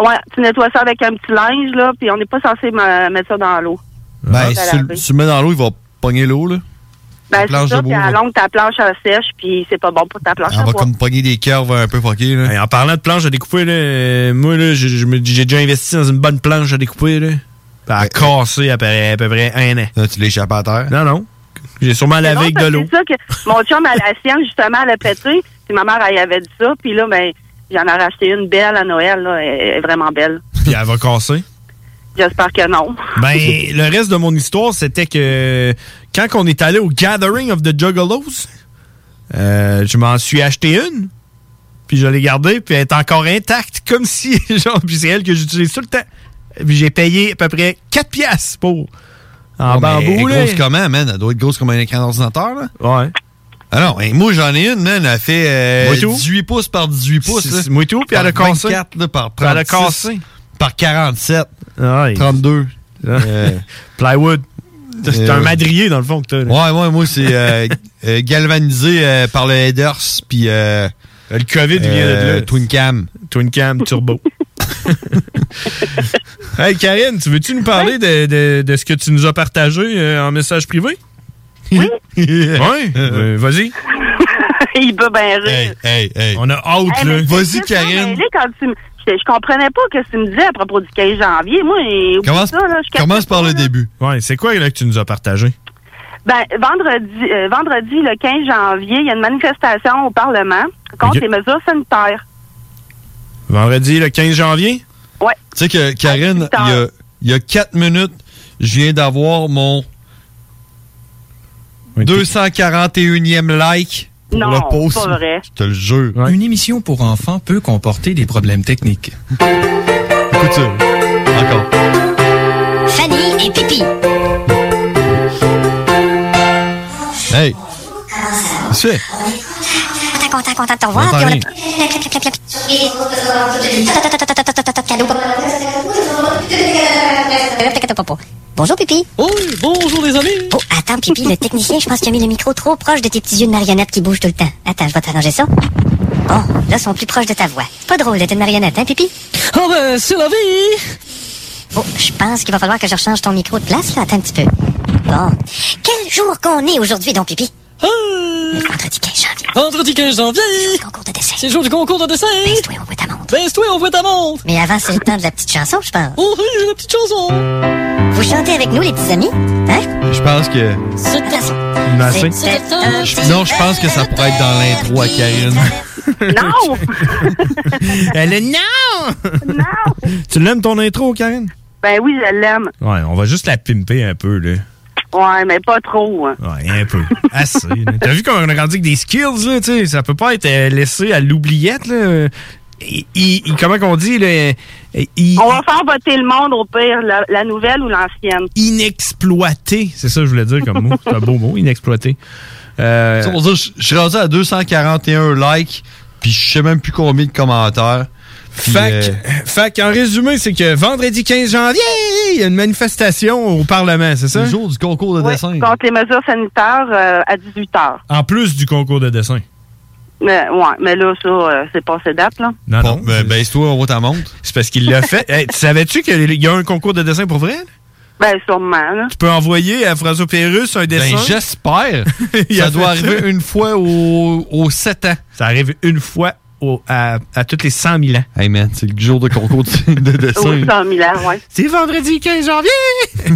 Speaker 20: Ouais, tu nettoies ça avec un petit linge, là, puis on n'est pas censé me- mettre ça dans l'eau.
Speaker 6: Ben,
Speaker 20: Ça
Speaker 6: si tu
Speaker 20: laver.
Speaker 6: le- si tu le mets dans l'eau, il va pogner l'eau, là.
Speaker 20: Ben,
Speaker 6: planche
Speaker 20: c'est
Speaker 6: de
Speaker 20: ça, puis
Speaker 6: bois,
Speaker 20: à
Speaker 6: là.
Speaker 20: la longue, ta planche elle sèche, puis c'est pas bon pour ta planche
Speaker 6: Ah, On
Speaker 20: à
Speaker 6: va
Speaker 20: bois.
Speaker 6: comme pogner des curves un peu fuckées, là.
Speaker 5: Hey, en parlant de planche à découper, là, euh, moi, là, j'ai- je me- j'ai déjà investi dans une bonne planche à découper. Là. Puis Elle a cassé à peu, à peu près un an.
Speaker 6: tu l'échappes à terre?
Speaker 5: Non, non. J'ai sûrement
Speaker 20: C'est
Speaker 5: lavé
Speaker 20: drôle
Speaker 5: avec de
Speaker 20: parce que
Speaker 5: l'eau.
Speaker 20: C'est ça que mon chum, à la sienne, justement, elle a pété. Puis ma mère, elle y avait dit ça. Puis là, ben, j'en ai racheté une belle à Noël. Là. Elle elle est vraiment belle.
Speaker 5: Puis elle va casser.
Speaker 20: J'espère que non.
Speaker 5: Ben, le reste de mon histoire, c'était que quand on est allé au Gathering of the Juggalos, euh, je m'en suis acheté une. Puis je l'ai gardée, puis elle est encore intacte, comme si, genre, puis c'est elle que j'utilise tout le temps. Puis j'ai payé à peu près 4 piastres pour. En
Speaker 6: Ouais, mais
Speaker 5: bambou,
Speaker 6: Elle est
Speaker 5: là.
Speaker 6: grosse comment, man? Elle doit être grosse comme un écran d'ordinateur, là.
Speaker 5: Ouais.
Speaker 6: Alors, moi, j'en ai une, man. Elle fait euh,
Speaker 5: Moi tout.
Speaker 6: 18 pouces par 18 pouces.
Speaker 5: C'est-
Speaker 6: là.
Speaker 5: c'est moi tout, puis
Speaker 6: Par
Speaker 5: elle a cassé.
Speaker 6: 24, là, par
Speaker 5: Puis
Speaker 6: 36.
Speaker 5: elle a cassé.
Speaker 6: Par 47.
Speaker 5: 32. Plywood. Euh, C'est
Speaker 6: Euh,
Speaker 5: un madrier, dans le fond, que t'as. là.
Speaker 6: Ouais, ouais, moi, c'est euh, euh, galvanisé euh, par le headers, puis... euh,
Speaker 5: le COVID vient de là.
Speaker 6: Twin Cam.
Speaker 5: Twin Cam Turbo. Hey, Karine, tu veux-tu nous parler de, de- de ce que tu nous as partagé euh, en message privé? Oui. oui, euh, vas-y.
Speaker 20: Il peut bien rire.
Speaker 6: Hey, hey.
Speaker 5: On a hâte,
Speaker 20: Hey, mais
Speaker 5: là.
Speaker 20: c'est juste ça, mais là, quand tu m- je, je comprenais pas ce que tu me disais à propos du 15 janvier. Moi, et- oublie ça, là, je capte
Speaker 6: par le début.
Speaker 5: Ouais, c'est quoi là, que tu nous as partagé?
Speaker 20: Ben, vendredi, euh, vendredi, le 15 janvier, il y a une manifestation au Parlement contre
Speaker 5: Ok.
Speaker 20: les mesures sanitaires.
Speaker 5: Vendredi, le 15 janvier?
Speaker 20: Ouais.
Speaker 6: Tu sais que Karine, il y a- il y, a 4 minutes, je viens d'avoir mon 241e like pour
Speaker 20: Non,
Speaker 6: le post.
Speaker 20: pas vrai.
Speaker 6: Je te le jure.
Speaker 23: Une émission pour enfants peut comporter des problèmes techniques.
Speaker 6: Écoute ça. Encore.
Speaker 10: Fanny et Pipi.
Speaker 6: Hey! Qu'est-ce que tu fais?
Speaker 10: Content, content, content de te revoir. Puis on a-
Speaker 6: Attends, rien.
Speaker 10: Clap, clap, clap, clap, clap. Ta, ta, ta, ta, ta, ta, ta, ta, ta, cadeau. Bonjour, Pipi.
Speaker 24: Oh, bonjour les amis.
Speaker 10: Oh, attends, Pipi, le technicien, je pense qu'il a mis le micro trop proche de tes petits yeux de marionnette qui bougent tout le temps. Attends, je vais t'arranger ça. Bon, là, ils sont plus proches de ta voix. C'est pas drôle d'être une marionnette, hein, Pipi?
Speaker 24: Ah,
Speaker 10: Oh, ben, c'est la vie! Oh, je pense qu'il va falloir que je rechange ton micro de place, là. Attends un petit peu. Bon. Quel jour qu'on est aujourd'hui, donc, Pipi? Vendredi 15 janvier.
Speaker 24: Ah. Vendredi 15 janvier. C'est le jour du concours de dessin. Baisse-toi,
Speaker 10: on voit ta montre.
Speaker 24: Baisse-toi, on voit ta montre.
Speaker 10: Mais avant, c'est le temps de la petite chanson, je pense.
Speaker 24: Oh oui, la petite chanson.
Speaker 10: Vous chantez avec nous, les petits amis? Hein?
Speaker 6: Je pense que.
Speaker 10: Attention. C'était un petit-
Speaker 6: Non, je pense que ça pourrait être dans l'intro à Karine.
Speaker 20: Non! Euh,
Speaker 5: Elle est non!
Speaker 20: Non!
Speaker 5: Tu l'aimes ton intro, Karine?
Speaker 20: Ben oui, je l'aime.
Speaker 5: Ouais, on va juste la pimper un peu, là.
Speaker 20: Ouais, mais pas trop. hein.
Speaker 5: Ouais, un peu. Assez. là. T'as vu qu'on a grandi avec des skills, là, tu sais. Ça peut pas être euh, laissé à l'oubliette, là. Il- il- il- comment qu'on dit, là? euh, Il-
Speaker 20: On va faire voter le monde au pire, la, la nouvelle ou l'ancienne.
Speaker 5: Inexploité. C'est ça que je voulais dire comme mot. C'est un beau mot, inexploité. Euh,
Speaker 6: Ça pour dire, je- je suis rendu à 241 likes, puis je sais même plus combien de commentaires. Puis,
Speaker 5: Fac,
Speaker 6: euh,
Speaker 5: fac, en résumé, c'est que vendredi 15 janvier, il y a une manifestation au Parlement, c'est ça?
Speaker 6: Le jour du concours de
Speaker 20: Oui, contre les mesures sanitaires euh, à 18 heures.
Speaker 5: En plus du concours de dessin.
Speaker 20: Mais, ouais, mais là, ça, euh, c'est passé date, là.
Speaker 5: Non, non.
Speaker 6: Ben, baisse-toi, on voit ta montre.
Speaker 5: C'est parce qu'il l'a fait. Hey, tu savais-tu qu'il y a un concours de dessin pour vrai?
Speaker 20: Ben, sûrement, là.
Speaker 5: Tu peux envoyer à François Pérus un dessin.
Speaker 6: Ben, j'espère.
Speaker 5: Il
Speaker 6: ça
Speaker 5: a
Speaker 6: doit
Speaker 5: fait
Speaker 6: arriver
Speaker 5: ça.
Speaker 6: une fois aux, 7 ans.
Speaker 5: Ça arrive une fois au- à, à tous les 100 000 ans.
Speaker 6: Hey man, c'est le jour de concours de, de dessin.
Speaker 20: Au 100 000 ans, ouais.
Speaker 5: C'est vendredi 15 janvier!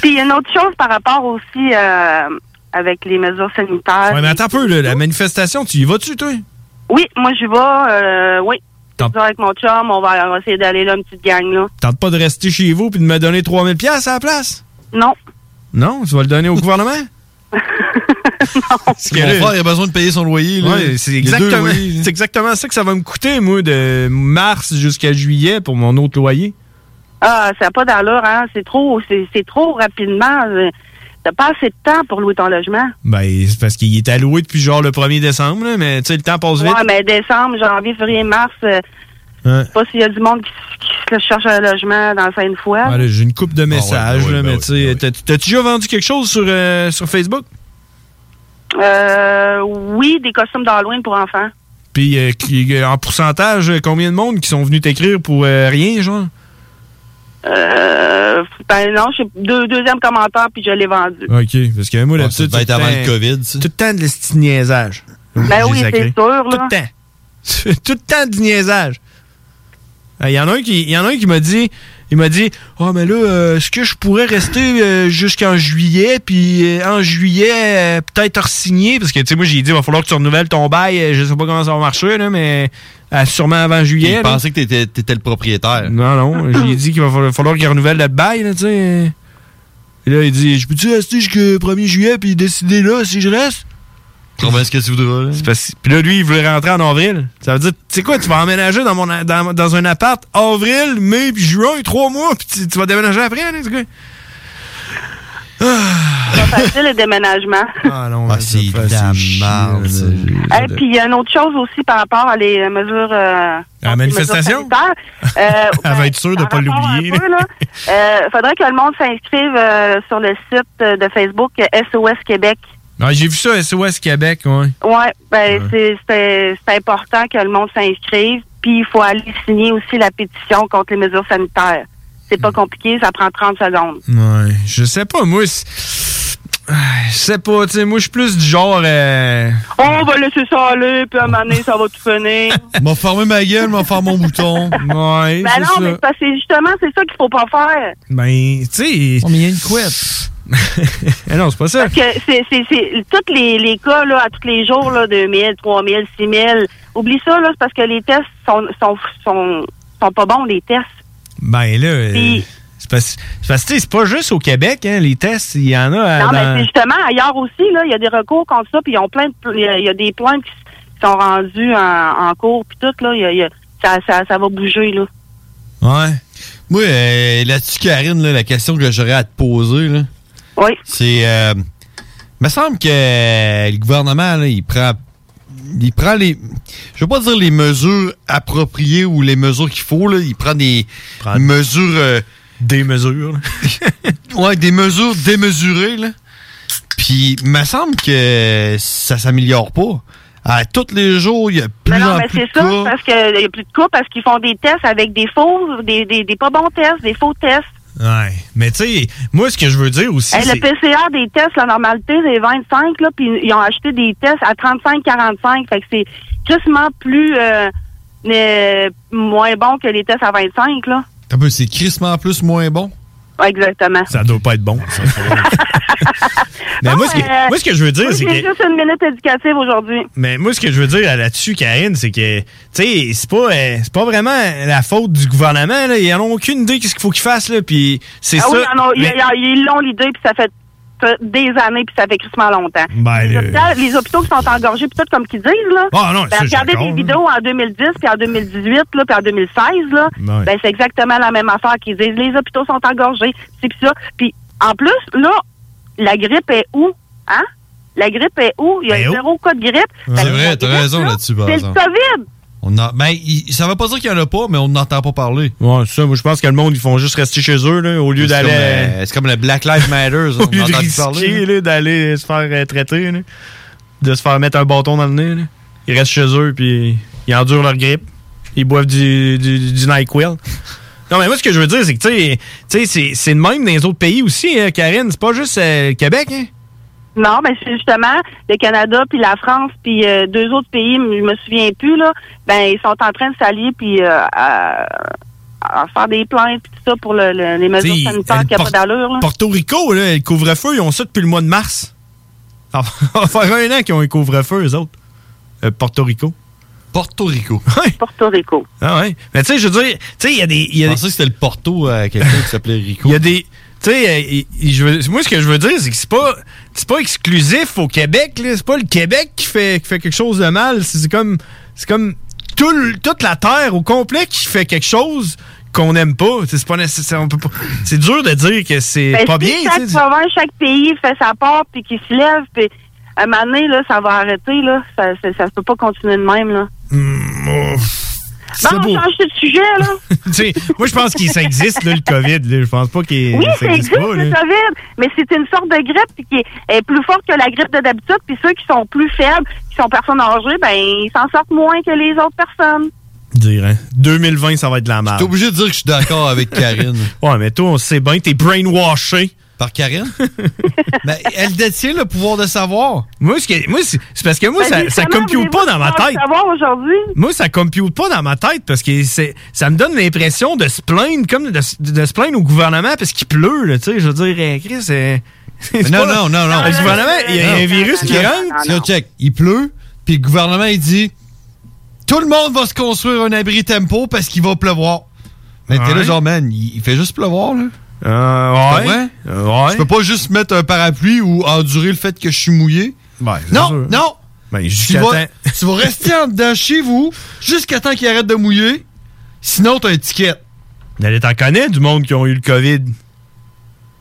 Speaker 20: Puis, il y a une autre chose par rapport aussi euh, avec les mesures sanitaires.
Speaker 5: Ouais, mais attends un peu, là, la manifestation, tu y vas-tu, toi?
Speaker 20: Oui, moi, je vais, euh, oui. Je vais avec mon chum, on va, on va essayer d'aller là, une petite gang, là.
Speaker 5: Tente pas de rester chez vous puis de me donner 3000 pièces à la place?
Speaker 20: Non.
Speaker 5: Non, tu vas le donner au gouvernement?
Speaker 6: Parce que mon frère, il a besoin de payer son loyer. là.
Speaker 5: Ouais, c'est
Speaker 6: Il y a deux
Speaker 5: exactement,
Speaker 6: loyers.
Speaker 5: c'est exactement ça que ça va me coûter, moi, de mars jusqu'à juillet pour mon autre loyer.
Speaker 20: Ah, ça n'a pas d'allure, hein. C'est trop, c'est c'est trop rapidement. Euh, T'as pas assez de temps pour louer ton logement.
Speaker 5: Ben, c'est parce qu'il est alloué depuis genre le 1er décembre, là, mais tu sais, le temps passe vite.
Speaker 20: Ouais, mais décembre, janvier, février, mars, euh,
Speaker 5: Ouais.
Speaker 20: je sais pas s'il y a du monde qui, qui se cherche un logement dans Sainte-Foy.
Speaker 5: Ouais, Ah, ben là, J'ai une coupe de messages, là, mais tu sais, t'as- t'as-tu déjà vendu quelque chose sur, euh, sur Facebook?
Speaker 20: Euh, oui, des costumes d'Halloween pour enfants.
Speaker 5: Puis euh, qui- euh, en pourcentage, euh, combien de monde qui sont venus t'écrire pour euh, rien, genre?
Speaker 20: Euh, ben non, je deux, deuxième commentaire, puis je l'ai vendu.
Speaker 5: OK, parce que moi, là-dessus,
Speaker 6: devait être avant le COVID,
Speaker 5: Tout le temps de l'esti de niaisage.
Speaker 20: Ben oui,
Speaker 5: Je les
Speaker 20: c'est
Speaker 5: accueille.
Speaker 20: sûr, là.
Speaker 5: Tout le temps. tout le temps du niaisage. Il y en a un qui, y en a un qui m'a dit, il m'a dit, oh mais là, euh, est-ce que je pourrais rester euh, jusqu'en juillet, puis euh, en juillet euh, peut-être re-signer, parce que tu sais moi j'ai dit, il va falloir que tu renouvelles ton bail, euh, je sais pas comment ça va marcher là, mais euh, sûrement avant juillet.
Speaker 6: Il
Speaker 5: là.
Speaker 6: pensait que t'étais, t'étais le propriétaire.
Speaker 5: Non non, j'ai dit qu'il va falloir, falloir qu'il renouvelle le bail là, tu sais. Et là il dit, je peux-tu rester jusqu'au 1er juillet puis décider là si je reste?
Speaker 6: Combien est-ce que tu voudras? là?
Speaker 5: Puis là, lui, il voulait rentrer en avril. Ça veut dire, tu sais quoi, tu vas emménager dans, mon, dans, dans un appart avril, mai, puis juin, trois mois, puis tu, tu vas déménager après, hein, Ah. c'est quoi?
Speaker 20: C'est pas facile, le déménagement.
Speaker 5: Ah non, c'est de
Speaker 6: la
Speaker 5: merde.
Speaker 20: Et puis il y a une autre chose aussi par rapport à les euh, mesures. Euh,
Speaker 5: la
Speaker 20: les mesures
Speaker 5: manifestation?
Speaker 20: sanitaires. Euh,
Speaker 5: Elle va être sûre de pas l'oublier.
Speaker 20: peu, là. Euh, faudrait que le monde s'inscrive euh, sur le site euh, de Facebook euh, SOS Québec.
Speaker 5: Ah, J'ai vu ça, SOS Québec, ouais.
Speaker 20: Ouais, ben c'est- c'est c'est important que le monde s'inscrive. Puis il faut aller signer aussi la pétition contre les mesures sanitaires. C'est
Speaker 5: Mm.
Speaker 20: pas compliqué, ça prend 30 secondes.
Speaker 5: Ouais, je sais pas, moi, c'est- Ah, je sais pas, tu sais, moi, je suis plus du genre... euh,
Speaker 20: On va laisser Oh, ça aller, puis à un moment donné, ça va tout finir.
Speaker 6: m'a formé ma gueule, m'a formé mon bouton.
Speaker 5: Ouais,
Speaker 20: Ben
Speaker 5: c'est
Speaker 20: non,
Speaker 5: ça.
Speaker 20: mais c'est parce que justement, c'est ça qu'il faut pas faire.
Speaker 6: Oh,
Speaker 5: Ben, tu sais...
Speaker 6: mais il y a une couette.
Speaker 5: Eh non, c'est pas ça.
Speaker 20: Parce que c'est, c'est, c'est- tous les, les cas, là, à tous les jours, là, 2000, 3000, 6000, oublie ça, là, c'est parce que les tests sont, sont, sont, sont pas bons, les tests.
Speaker 5: Ben là, euh,
Speaker 20: Puis-
Speaker 5: c'est parce c'est parce que tu sais, c'est pas juste au Québec, hein, les tests, il y en a. à-
Speaker 20: non,
Speaker 5: Euh, dans-
Speaker 20: mais c'est justement ailleurs aussi, là, il y a des recours contre ça, puis ils ont plein de, pl- il y a- il y a des plaintes qui s- qui sont rendues en, en cours, puis tout, là, il y a- il y a- ça, ça, ça va bouger, là.
Speaker 6: Ouais. Moi, euh, là-dessus, Karine, là, la question que j'aurais à te poser, là,
Speaker 20: oui.
Speaker 6: c'est. euh, me semble que euh, le gouvernement, là, il prend. Il prend les. Je veux pas dire les mesures appropriées ou les mesures qu'il faut, là. Il prend des mesures. euh,
Speaker 5: des mesures,
Speaker 6: Ouais, des mesures démesurées, là. Puis, me semble que ça s'améliore pas. À tous les jours, il y a plus
Speaker 20: Mais non,
Speaker 6: en
Speaker 20: mais
Speaker 6: plus
Speaker 20: c'est
Speaker 6: de
Speaker 20: ça,
Speaker 6: cas.
Speaker 20: parce qu'il y a plus de cas, parce qu'ils font des tests avec des faux, des, des, des pas bons tests, des faux tests.
Speaker 5: Ouais. Mais tu sais, moi, ce que je veux dire aussi.
Speaker 20: Hey, le
Speaker 5: c'est-
Speaker 20: PCR des tests, la normalité, c'est 25, là, puis ils ont acheté des tests à 35-45. Fait que c'est justement plus euh, euh, moins bon que les tests à 25, là.
Speaker 6: T'as un peu, c'est crissement plus moins bon.
Speaker 20: Ouais, exactement.
Speaker 5: Ça doit pas être bon. ça. mais Ben, moi, ce que,
Speaker 20: Euh,
Speaker 5: moi, ce que je veux dire,
Speaker 20: oui,
Speaker 5: c'est
Speaker 20: j'ai
Speaker 5: que.
Speaker 20: juste une minute éducative aujourd'hui.
Speaker 5: Mais moi, ce que je veux dire là- là-dessus, Karine, c'est que, tu sais, c'est pas, euh, c'est pas vraiment la faute du gouvernement. Là. Ils n'en ont aucune idée de ce qu'il faut qu'ils fassent. Là, puis c'est
Speaker 20: Ah
Speaker 5: ça.
Speaker 20: oui, ils en ont- ils-
Speaker 5: mais-
Speaker 20: ils ils l'ont l'idée, puis ça fait t- des années, puis ça fait crissement longtemps.
Speaker 5: Ben,
Speaker 20: les,
Speaker 5: euh,
Speaker 20: hôpitaux, les hôpitaux qui sont engorgés, puis tout comme qu'ils disent, là.
Speaker 5: Ah, non,
Speaker 20: ben,
Speaker 5: ça, je suis
Speaker 20: regardez
Speaker 5: d'accord,
Speaker 20: des
Speaker 5: là.
Speaker 20: vidéos en 2010, puis en 2018, là, puis en 2016, là.
Speaker 5: Ben oui.
Speaker 20: Ben, c'est exactement la même affaire qu'ils disent. Les hôpitaux sont engorgés, c'est puis ça. Puis, en plus, là, la grippe est où? Hein? La grippe est où? Il y a
Speaker 6: Ben, où?
Speaker 20: zéro cas de grippe.
Speaker 6: C'est
Speaker 20: Ben,
Speaker 6: vrai,
Speaker 20: la
Speaker 6: t'as
Speaker 20: grippe,
Speaker 6: raison là-dessus, par
Speaker 20: C'est le
Speaker 6: exemple.
Speaker 20: COVID!
Speaker 6: On en- ben, il- ça veut pas dire qu'il y en a pas, mais on n'entend pas parler.
Speaker 5: Ouais, c'est ça. Moi, je pense que le monde, ils font juste rester chez eux, là, au lieu
Speaker 6: C'est
Speaker 5: d'aller.
Speaker 6: comme, euh, C'est comme, le Black Lives Matter. ça,
Speaker 5: au lieu
Speaker 6: on
Speaker 5: de
Speaker 6: entend plus
Speaker 5: risquer
Speaker 6: parler.
Speaker 5: là, d'aller se faire euh, traiter, là, de se faire mettre un bâton dans le nez. là. Ils restent chez eux puis ils endurent leur grippe. Ils boivent du, du, du NyQuil. Non, mais moi, ce que je veux dire, c'est que, tu sais, tu sais, c'est- c'est le même dans les autres pays aussi, hein, Karine. C'est pas juste euh, le Québec, hein?
Speaker 20: Non, mais c'est justement le Canada puis la France puis euh, deux autres pays, mais je me souviens plus là. Ben ils sont en train de s'allier puis euh, à, à faire des plaintes puis tout ça pour le- le- les mesures
Speaker 5: T'sais,
Speaker 20: sanitaires
Speaker 5: elle
Speaker 20: qui a pas
Speaker 5: porte-
Speaker 20: d'allure. là.
Speaker 5: Porto Rico, là, le couvre-feu, ils ont ça depuis le mois de mars. Ça va faire un an qu'ils ont un couvre-feu, eux autres. Euh, Porto Rico.
Speaker 6: Porto Rico.
Speaker 20: Porto Rico.
Speaker 5: Ah ouais. Mais tu sais, je veux dire, tu sais, il y a des. Je pensais
Speaker 6: que c'était le Porto à quelqu'un qui s'appelait Rico.
Speaker 5: Il y a des. Tu sais, euh, il- il- je veux- moi, ce que je veux dire, c'est que c'est pas, c'est pas exclusif au Québec. là. C'est pas le Québec qui fait, qui fait quelque chose de mal. C'est c'est comme, c'est comme tout le- toute la Terre au complet qui fait quelque chose qu'on n'aime pas. C'est c'est pas nécessaire. on peut pas- C'est dur de dire que c'est
Speaker 20: Ben,
Speaker 5: pas
Speaker 20: si
Speaker 5: bien. tu
Speaker 20: Chaque
Speaker 5: sais.
Speaker 20: province, chaque pays fait sa part puis qui se lève puis à un moment donné là, ça va arrêter là. Ça, ça, ça peut pas continuer de même là.
Speaker 5: C'est
Speaker 20: Bon, Ben, on
Speaker 5: beau.
Speaker 20: change de sujet là.
Speaker 5: Tu sais, moi, je pense que ça existe, là, le COVID. là. Je pense pas qu'il
Speaker 20: Oui, ça
Speaker 5: ça
Speaker 20: existe,
Speaker 5: pas,
Speaker 20: le
Speaker 5: là.
Speaker 20: COVID, mais c'est une sorte de grippe puis qui est, est plus forte que la grippe de d'habitude. Puis ceux qui sont plus faibles, qui sont personnes âgées, ben ils s'en sortent moins que les autres personnes.
Speaker 5: dire, hein. 2020, ça va être de la merde.
Speaker 6: T'es obligé de dire que je suis d'accord avec Karine.
Speaker 5: ouais, mais toi, on sait bien, t'es brainwashé.
Speaker 6: Par Karine? Mais elle détient le pouvoir de savoir.
Speaker 5: Moi, ce que- moi, c'est c'est parce que moi,
Speaker 20: Ben,
Speaker 5: ça, ça
Speaker 20: justement,
Speaker 5: compute pas
Speaker 20: voulez-vous
Speaker 5: dans ma
Speaker 20: pouvoir le
Speaker 5: tête.
Speaker 20: savoir aujourd'hui.
Speaker 5: Moi, ça compute pas dans ma tête parce que c'est- ça me donne l'impression de se plaindre, comme de, de- de se plaindre au gouvernement parce qu'il pleut, là, tu sais. Je veux dire, eh, Chris, c'est. c'est
Speaker 6: non,
Speaker 5: pas- Ah,
Speaker 6: non, non, non.
Speaker 5: Le gouvernement, il y a un virus qui rentre.
Speaker 6: Tiens, check. Il pleut, puis le gouvernement, il dit Tout le monde va se construire un abri tempo parce qu'il va pleuvoir. Mais t'es là,
Speaker 5: Ouais.
Speaker 6: genre, man, il, il fait juste pleuvoir, là.
Speaker 5: Euh, ouais.
Speaker 6: C'est pas vrai? Je peux pas juste mettre un parapluie ou endurer le fait que je suis mouillé. non,
Speaker 5: sûr.
Speaker 6: non.
Speaker 5: Ben,
Speaker 6: tu,
Speaker 5: jusqu'à
Speaker 6: vas,
Speaker 5: temps-
Speaker 6: tu vas rester en dedans chez vous jusqu'à temps qu'il arrête de mouiller. Sinon, t'as un ticket.
Speaker 5: D'aller t'en connais du monde qui ont eu le COVID.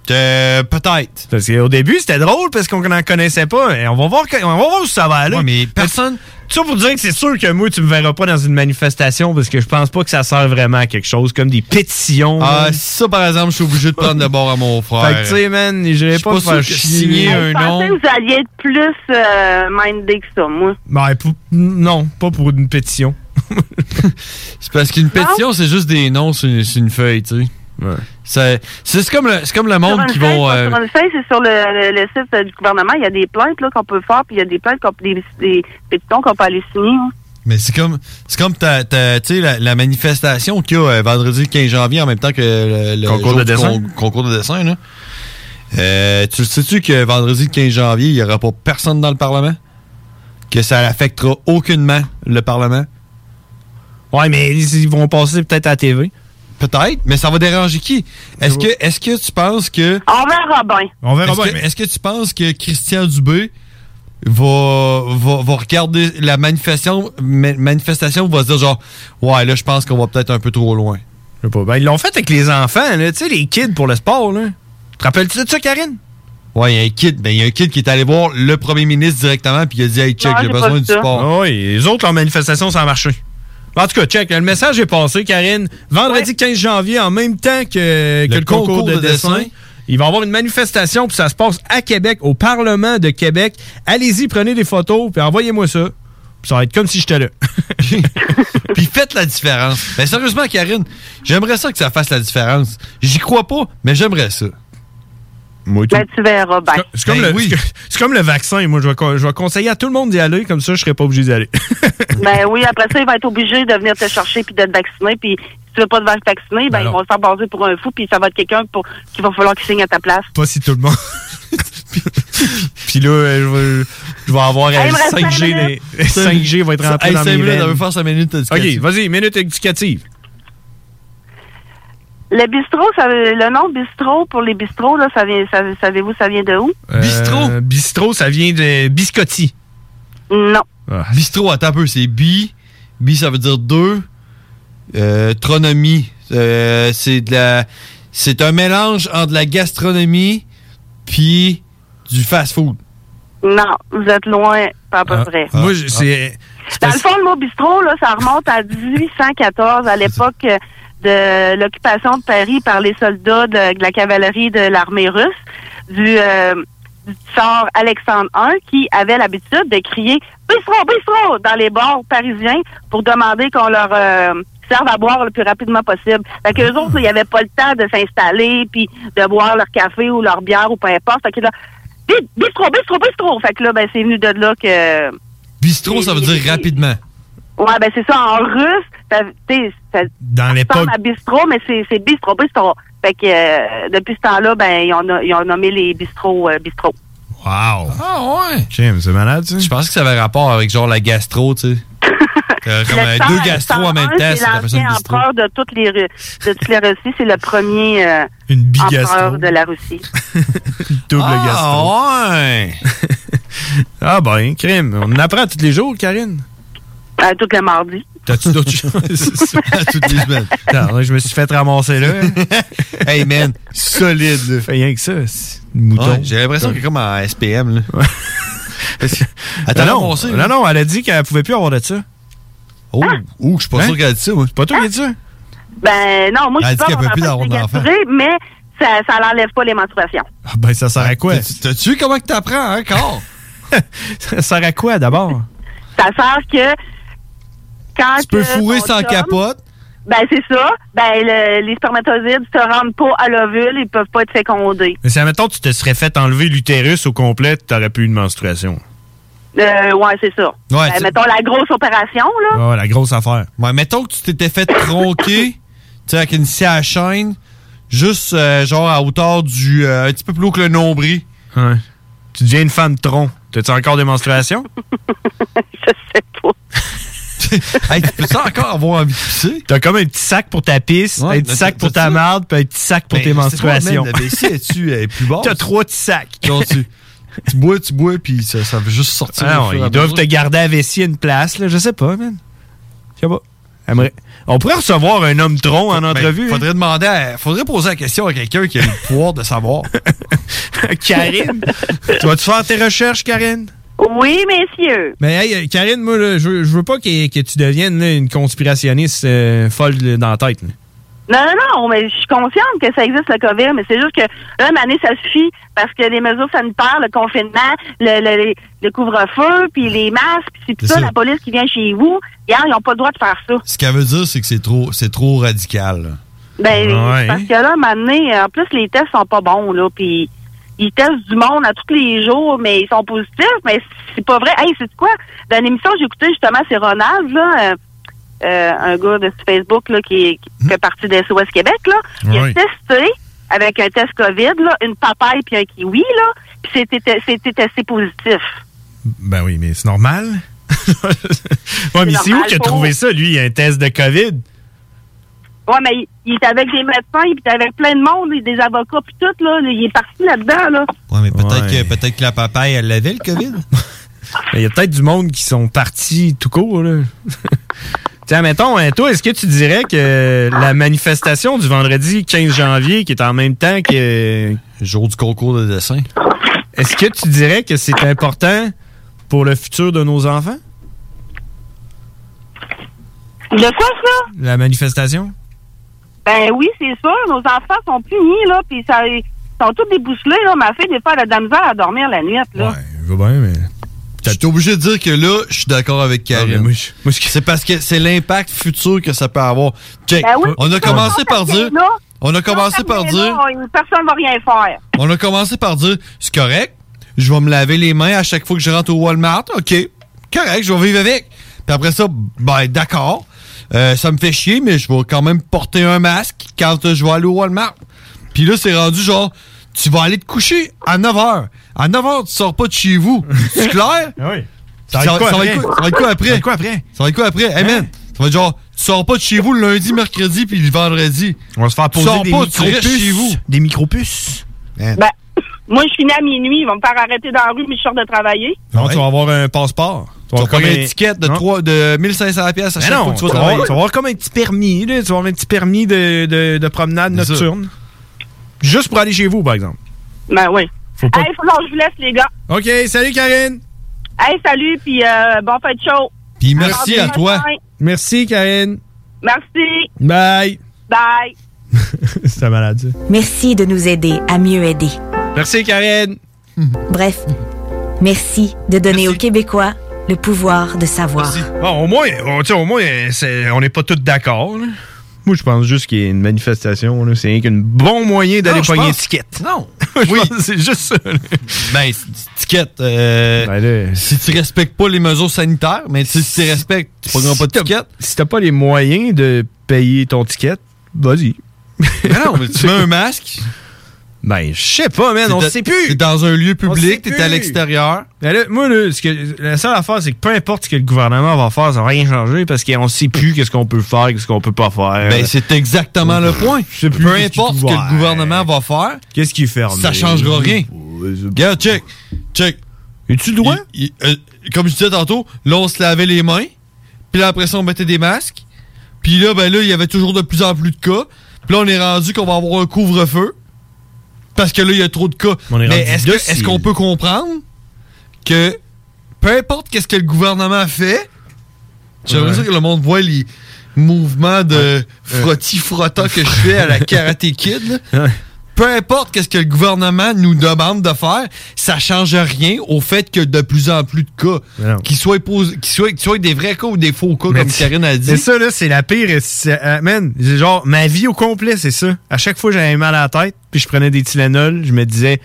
Speaker 6: peut-être.
Speaker 5: Parce qu'au début, c'était drôle parce qu'on n'en connaissait pas. Et on va voir que- on va voir où ça va aller. mais
Speaker 6: personne.
Speaker 5: Ça pour dire que c'est sûr que moi, tu me verras pas dans une manifestation parce que je pense pas que ça sert vraiment à quelque chose comme des pétitions.
Speaker 6: Ah, ça, par exemple, je suis obligé de prendre le bord à mon frère.
Speaker 5: Fait que, tu sais, man, j'irai pas,
Speaker 6: pas
Speaker 5: me faire
Speaker 6: sûr que
Speaker 5: chier.
Speaker 6: signer
Speaker 20: Je pensais que vous alliez être plus euh, mindé que ça, moi.
Speaker 5: Ben, pour- non, pas pour une pétition.
Speaker 6: C'est parce qu'une pétition, c'est juste des noms sur une, sur une feuille, tu sais. Ça- C'est c'est comme, le- c'est comme le
Speaker 20: Sur
Speaker 6: monde
Speaker 20: une
Speaker 6: qui
Speaker 20: feuille,
Speaker 6: vont.
Speaker 20: pas
Speaker 6: euh,
Speaker 20: Sur une feuille, c'est sur le, le- le site euh, du gouvernement. Il y a des plaintes là, qu'on peut faire, puis il y a des plaintes, qu'on, des, des pétitions qu'on peut aller signer. hein.
Speaker 6: Mais c'est comme, c'est comme ta, ta- tu sais, la, la manifestation qu'il y a euh, vendredi le 15 janvier en même temps que le, le
Speaker 5: Concours
Speaker 6: jour
Speaker 5: de
Speaker 6: du
Speaker 5: dessin.
Speaker 6: con- concours de dessin. Là. Euh, tu le sais-tu que vendredi le 15 janvier, il n'y aura pas personne dans le Parlement? Que ça n'affectera aucunement le Parlement?
Speaker 5: Ouais, mais ils vont passer peut-être à la TV.
Speaker 6: Peut-être, mais ça va déranger qui? Est-ce que, est que tu penses que.
Speaker 20: On verra bien.
Speaker 6: On verra est-ce Que, est-ce que tu penses que Christian Dubé va, va, va regarder la manifestation, ma- manifestation va se dire genre, ouais, là, je pense qu'on va peut-être un peu trop loin?
Speaker 5: Je sais pas. Ben, ils l'ont fait avec les enfants, là. Tu sais, les kids pour le sport, là. Te rappelles-tu de ça, Karine?
Speaker 6: Ouais, il y a un kid. Ben, il y a un kid qui est allé voir le premier ministre directement, puis il a dit, hey, check,
Speaker 5: Non,
Speaker 6: j'ai
Speaker 5: j'ai
Speaker 6: besoin
Speaker 5: pas vu
Speaker 6: du
Speaker 5: ça.
Speaker 6: sport.
Speaker 5: Ah oui, les autres, leur manifestation, ça a marché. En tout cas, check, le message est passé, Karine. Vendredi 15 janvier, en même temps que que le, concours, de, dessin. Il va y avoir une manifestation, puis ça se passe à Québec, au Parlement de Québec. Allez-y, prenez des photos, puis envoyez-moi ça. Puis ça va être comme si j'étais là.
Speaker 6: Puis faites la différence. Mais sérieusement, Karine, j'aimerais ça que ça fasse la différence. J'y crois pas, mais j'aimerais ça.
Speaker 20: Ben, tu verras bien.
Speaker 5: C'est comme,
Speaker 6: Ben
Speaker 5: le, c'est que- c'est comme le vaccin. Moi, je vais, con- je vais conseiller à tout le monde d'y aller, comme ça, je serais pas obligé d'y aller.
Speaker 20: Ben oui, après ça, il va être obligé de venir te chercher puis d'être vacciné. Puis si tu veux pas te faire vacciner, ben,
Speaker 5: Alors.
Speaker 20: ils vont le faire baser pour un fou. Puis ça va être quelqu'un pour qu'il va falloir qu'il signe à ta place.
Speaker 5: pas si tout le monde. Puis là, euh, je vais, je vais avoir
Speaker 20: Hey,
Speaker 5: euh,
Speaker 20: il me reste
Speaker 5: 5G.
Speaker 20: cinq minutes.
Speaker 5: les- 5G va être rentré
Speaker 6: Hey,
Speaker 5: dans
Speaker 6: cinq
Speaker 5: mes
Speaker 6: minutes,
Speaker 5: veines.
Speaker 6: on veut faire cinq minutes
Speaker 5: OK,
Speaker 6: éducative.
Speaker 5: vas-y, minute éducative.
Speaker 20: Le bistrot, ça- le nom bistrot pour les bistrots, là, ça vient, ça- savez-vous, ça vient de où?
Speaker 5: Bistrot. Euh, bistrot, ça vient de biscotti.
Speaker 20: Non.
Speaker 6: Ah, Bistrot, attends un peu, c'est bi. Bi, ça veut dire deux. Euh, tronomie, euh, c'est de la. C'est un mélange entre la gastronomie puis du fast-food.
Speaker 20: Non, vous êtes loin, pas à
Speaker 5: Ah,
Speaker 20: peu près.
Speaker 6: Ah.
Speaker 5: Moi, je- c'est.
Speaker 20: Dans le fond, le mot bistrot, là, ça remonte à 1814, à l'époque euh, de l'occupation de Paris par les soldats de, de la cavalerie de l'armée russe, du, euh, du tsar Alexandre I, qui avait l'habitude de crier « Bistrot, bistrot !» dans les bars parisiens pour demander qu'on leur euh, serve à boire le plus rapidement possible. Fait que eux autres, là, ils n'avaient pas le temps de s'installer puis de boire leur café ou leur bière ou peu importe. Fait que là, « Bi- Bistrot, bistrot, bistrot !» Fait que là, ben, c'est venu de là que...
Speaker 6: Bistrot, ça veut dire rapidement.
Speaker 20: Ouais, ben c'est ça, en russe, ça, t'sais, ça
Speaker 5: Dans
Speaker 20: ressemble à bistrot, mais c'est, c'est bistrot, bistrot. Fait que euh, depuis ce temps-là, ben, ils ont, ils ont nommé les bistrots euh, bistrots.
Speaker 5: Wow. Ah ouais. Jim, c'est malade, ça.
Speaker 6: Je pense que ça avait rapport avec genre la gastro, tu sais. Euh, comme euh,
Speaker 20: Tsar
Speaker 6: deux gastro en même
Speaker 20: Alexandre I,
Speaker 6: temps,
Speaker 20: c'est
Speaker 6: ça fait ça une
Speaker 20: l'ancien
Speaker 6: bistrot.
Speaker 20: empereur de toutes les, Ru- de toutes les Russies. C'est le premier euh,
Speaker 5: bigastro.
Speaker 20: empereur de la Russie.
Speaker 5: Double
Speaker 20: Ah,
Speaker 5: gastro. ouais. ah ben, crime. On en apprend tous les jours, Karine.
Speaker 20: Euh, tout le mardi.
Speaker 5: T'as-tu d'autres choses?
Speaker 6: toutes les semaines.
Speaker 5: je me suis fait ramasser là. hein.
Speaker 6: hey man, solide.
Speaker 5: Fait rien que ça. c'est une Mouton.
Speaker 6: Ouais, J'ai l'impression qu'il est comme en SPM, là. Attends,
Speaker 5: non,
Speaker 6: on sait,
Speaker 5: non,
Speaker 6: là.
Speaker 5: non, elle a dit qu'elle pouvait plus avoir de ça. Hein?
Speaker 6: Oh, je suis pas sûr qu'elle a dit ça, moi.
Speaker 5: C'est pas toi qui as dit ça?
Speaker 20: Ben non, moi je suis
Speaker 5: Elle dit
Speaker 20: pas
Speaker 5: qu'elle peut plus
Speaker 20: en
Speaker 5: avoir
Speaker 20: train de mais ça, ça l'enlève pas les menstruations.
Speaker 5: Ah ben, ça sert à quoi?
Speaker 6: T'as-tu vu comment que t'apprends, hein, corps?
Speaker 5: ça sert à quoi, d'abord?
Speaker 20: Ça sert que quand
Speaker 6: Tu peux
Speaker 20: que
Speaker 6: fourrer
Speaker 20: ton
Speaker 6: sans
Speaker 20: chum-
Speaker 6: capote.
Speaker 20: Ben c'est ça. Ben le- les spermatozoïdes se rendent pas à l'ovule, ils peuvent pas être fécondés.
Speaker 5: Mais si, admettons, tu te serais fait enlever l'utérus au complet, t'aurais plus eu une menstruation.
Speaker 20: Euh, ouais, c'est ça.
Speaker 6: Ouais,
Speaker 20: Ben,
Speaker 6: c'est-
Speaker 20: mettons la grosse opération là.
Speaker 5: Ah, la grosse affaire.
Speaker 6: Ouais, mettons que tu t'étais fait tronquer, tu sais, avec une scie à chaîne, juste euh, genre à hauteur du. euh, un petit peu plus haut que le nombril.
Speaker 5: Ouais. Tu deviens une femme tronc. T'as-tu encore des menstruations?
Speaker 6: hey, tu peux ça encore avoir envie de pisser?
Speaker 5: T'as comme un petit sac pour ta pisse,
Speaker 6: Ouais,
Speaker 5: un petit
Speaker 6: mais
Speaker 5: sac
Speaker 6: t'as-
Speaker 5: pour ta
Speaker 6: t'as-tu-
Speaker 5: marde, puis un petit sac pour
Speaker 6: Ben,
Speaker 5: tes
Speaker 6: c'est quoi,
Speaker 5: menstruations.
Speaker 6: man, la vessie, es-tu euh, plus basse?
Speaker 5: T'as trois petits sacs.
Speaker 6: Genre, tu, tu bois, tu bois, puis ça, ça veut juste sortir.
Speaker 5: Ah
Speaker 6: au
Speaker 5: non,
Speaker 6: fur et à
Speaker 5: ils doivent te
Speaker 6: mesure.
Speaker 5: garder à vessie une place, là. Je sais pas, man. Je sais pas. Aimerais- On pourrait recevoir un homme tronc en entrevue. hein.
Speaker 6: Ben, Faudrait demander à- Faudrait poser la question à quelqu'un qui a le pouvoir de savoir.
Speaker 5: Karine, tu vas-tu faire tes recherches, Karine?
Speaker 20: Oui, messieurs.
Speaker 5: Mais hey, euh, Karine, moi, là, je, veux- je veux pas que, que tu deviennes là, une conspirationniste euh, folle là, dans la tête. là.
Speaker 20: Non, non, non, mais je suis consciente que ça existe le COVID, mais c'est juste que là, une année, ça suffit parce que les mesures sanitaires, le confinement, le, le- le- le couvre-feu, puis les masques, puis c'est tout
Speaker 6: C'est
Speaker 20: ça,
Speaker 6: ça.
Speaker 20: la police qui vient chez vous, hier, ils n'ont pas le droit de faire ça.
Speaker 6: Ce qu'elle veut dire, c'est que c'est trop, c'est trop radical. là.
Speaker 20: Ben,
Speaker 6: Ah Ouais.
Speaker 20: parce que là, à un moment donné, euh, en plus, les tests sont pas bons, là, puis ils testent du monde à tous les jours, mais ils sont positifs, mais c'est pas vrai. Hey, c'est quoi? Dans l'émission, j'ai écouté justement, c'est Ronald, là, euh, euh, un gars de sur Facebook, là, qui, qui fait partie de SOS Québec, là. Il a
Speaker 2: Oui.
Speaker 20: testé avec un test COVID, là, une papaye puis un kiwi, là, puis c'était c'était testé positif.
Speaker 5: Ben oui, mais c'est normal. ouais, mais c'est où
Speaker 20: normal
Speaker 5: qu'il a
Speaker 20: pour
Speaker 5: trouvé
Speaker 20: vous.
Speaker 5: ça, lui, un test de COVID?
Speaker 20: Ouais, mais il, il était avec des médecins, puis il était avec plein de monde, et des avocats, puis tout, là. Il est parti là-dedans, là.
Speaker 2: Ouais, mais peut-être que, peut que la papaye, elle l'avait, le COVID.
Speaker 5: Il y a peut-être du monde qui sont partis tout court, là. Tiens, mettons, hein, toi, est-ce que tu dirais que la manifestation du vendredi 15 janvier, qui est en même temps que. Jour du concours de dessin. Est-ce que tu dirais que c'est important pour le futur de nos enfants?
Speaker 20: De quoi, ça?
Speaker 5: La manifestation?
Speaker 20: Ben oui, c'est sûr. Nos enfants sont punis, là, puis ça, ils sont tous débousselés, là. Ma fille, des fois, elle a de la misère à dormir la nuit, là.
Speaker 5: Je veux bien, mais. Ah,
Speaker 6: T'es obligé de dire que là, je suis d'accord avec Karine. C'est parce que c'est l'impact futur que ça peut avoir. Check.
Speaker 20: Ben oui,
Speaker 6: on a
Speaker 20: c'est
Speaker 6: commencé
Speaker 20: ça,
Speaker 6: par
Speaker 20: parce que
Speaker 6: dire.
Speaker 20: là,
Speaker 6: On a commencé
Speaker 20: Mais
Speaker 6: par
Speaker 20: là,
Speaker 6: dire.
Speaker 20: on- personne ne va rien faire.
Speaker 6: On a commencé par dire c'est correct, je vais me laver les mains à chaque fois que je rentre au Walmart. OK, correct, je vais vivre avec. Puis après ça, ben d'accord, euh, ça me fait chier, mais je vais quand même porter un masque quand euh, je vais aller au Walmart. Puis là, c'est rendu genre, tu vas aller te coucher à 9h. À 9h, tu sors pas de chez vous. C'est clair?
Speaker 5: Ah oui.
Speaker 6: Ça, va ça va être quoi- ça va être quoi après?
Speaker 5: Ça va être quoi après? Hein?
Speaker 6: Ça va être quoi après? Hey man, ça va être genre, tu sors pas de chez vous le lundi, mercredi, puis le vendredi.
Speaker 5: On va se faire
Speaker 6: Tu sors pas, tu restes chez vous.
Speaker 5: Des micropuces.
Speaker 20: Ben, moi, je finis à minuit. Ils vont me faire arrêter dans la rue, mais je sors de travailler.
Speaker 5: Non, tu vas avoir un passeport. Tu vas
Speaker 6: T'as comme
Speaker 5: avoir
Speaker 6: une étiquette de,
Speaker 5: Non.
Speaker 6: 3, de 1500 pièces à
Speaker 5: Mais
Speaker 6: chaque fois
Speaker 5: non, tu
Speaker 6: que tu vas
Speaker 5: vas,
Speaker 6: travailler.
Speaker 5: avoir, tu vas avoir comme un petit permis, là. tu vas avoir un petit permis de, de- de promenade
Speaker 6: ça.
Speaker 5: nocturne. Juste pour aller chez vous, par exemple.
Speaker 20: Ben oui.
Speaker 5: Faut pas-
Speaker 20: Hey, faut que je vous laisse, les gars.
Speaker 5: OK, salut Karine.
Speaker 20: Hey, salut, puis euh, bon fête show.
Speaker 6: Puis
Speaker 20: merci à toi.
Speaker 5: Merci Karine.
Speaker 20: Merci.
Speaker 5: Bye.
Speaker 20: Bye.
Speaker 5: C'est malade. ça.
Speaker 3: Merci de nous aider à mieux aider.
Speaker 5: Merci Karine.
Speaker 3: Bref, merci de donner aux Québécois le pouvoir de savoir.
Speaker 5: Bon, au moins, on, tu sais, au moins euh, c'est- on n'est pas tous d'accord. là. Moi, je pense juste qu'il y a une manifestation. là, C'est un bon moyen d'aller
Speaker 6: Non, je
Speaker 5: pogner
Speaker 6: pense-
Speaker 5: l'étiquette.
Speaker 6: Non.
Speaker 5: oui. C'est juste ça. là.
Speaker 6: Ben, ticket. si tu respectes pas les mesures sanitaires, mais si tu les respectes, tu prendras pas de ticket.
Speaker 5: Si t'as pas les moyens de payer ton ticket, vas-y.
Speaker 6: Mais non, mais tu mets un masque.
Speaker 5: Ben, je sais pas, man,
Speaker 6: T'es
Speaker 5: on
Speaker 6: da-
Speaker 5: sait plus.
Speaker 6: t'es dans un lieu
Speaker 5: On
Speaker 6: public,
Speaker 5: sait
Speaker 6: t'es
Speaker 5: plus.
Speaker 6: à l'extérieur.
Speaker 5: Ben là, moi, là, ce que- la seule affaire, c'est que peu importe ce que le gouvernement va faire, ça va rien changer parce qu'on sait plus qu'est-ce qu'on peut faire, qu'est-ce qu'on peut pas faire.
Speaker 6: Ben, c'est exactement le point. Peu importe ce que le gouvernement va faire,
Speaker 5: Qu'est-ce qu'il fait,
Speaker 6: ça changera rien. Regarde, check. Check. euh,
Speaker 5: Es-tu le droit?
Speaker 6: comme je disais tantôt, là, on se lavait les mains. Puis là, après ça, on mettait des masques. Puis là, ben là, il y avait toujours de plus en plus de cas. Puis là, on est rendu qu'on va avoir un couvre-feu. Parce que là, il y a trop de cas.
Speaker 5: On est
Speaker 6: Mais
Speaker 5: rendu
Speaker 6: est-ce que-
Speaker 5: docile.
Speaker 6: est-ce qu'on peut comprendre que peu importe qu'est-ce que le gouvernement fait, j'aimerais
Speaker 5: Ouais.
Speaker 6: ça que le monde voit les mouvements de frotti-frotta que je fais à la Karate Kid. là peu importe qu'est-ce que le gouvernement nous demande de faire, ça change rien au fait que de plus en plus de cas, qu'ils soient, pos- qu'ils soient, qu'ils soient des vrais cas ou des faux cas,
Speaker 5: Mais
Speaker 6: comme
Speaker 5: tu-
Speaker 6: Karine a dit.
Speaker 5: Mais ça, là, c'est la pire. c'est- euh, man, c'est genre, ma vie au complet, c'est ça. À chaque fois, j'avais mal à la tête, puis je prenais des Tylenol, je me disais,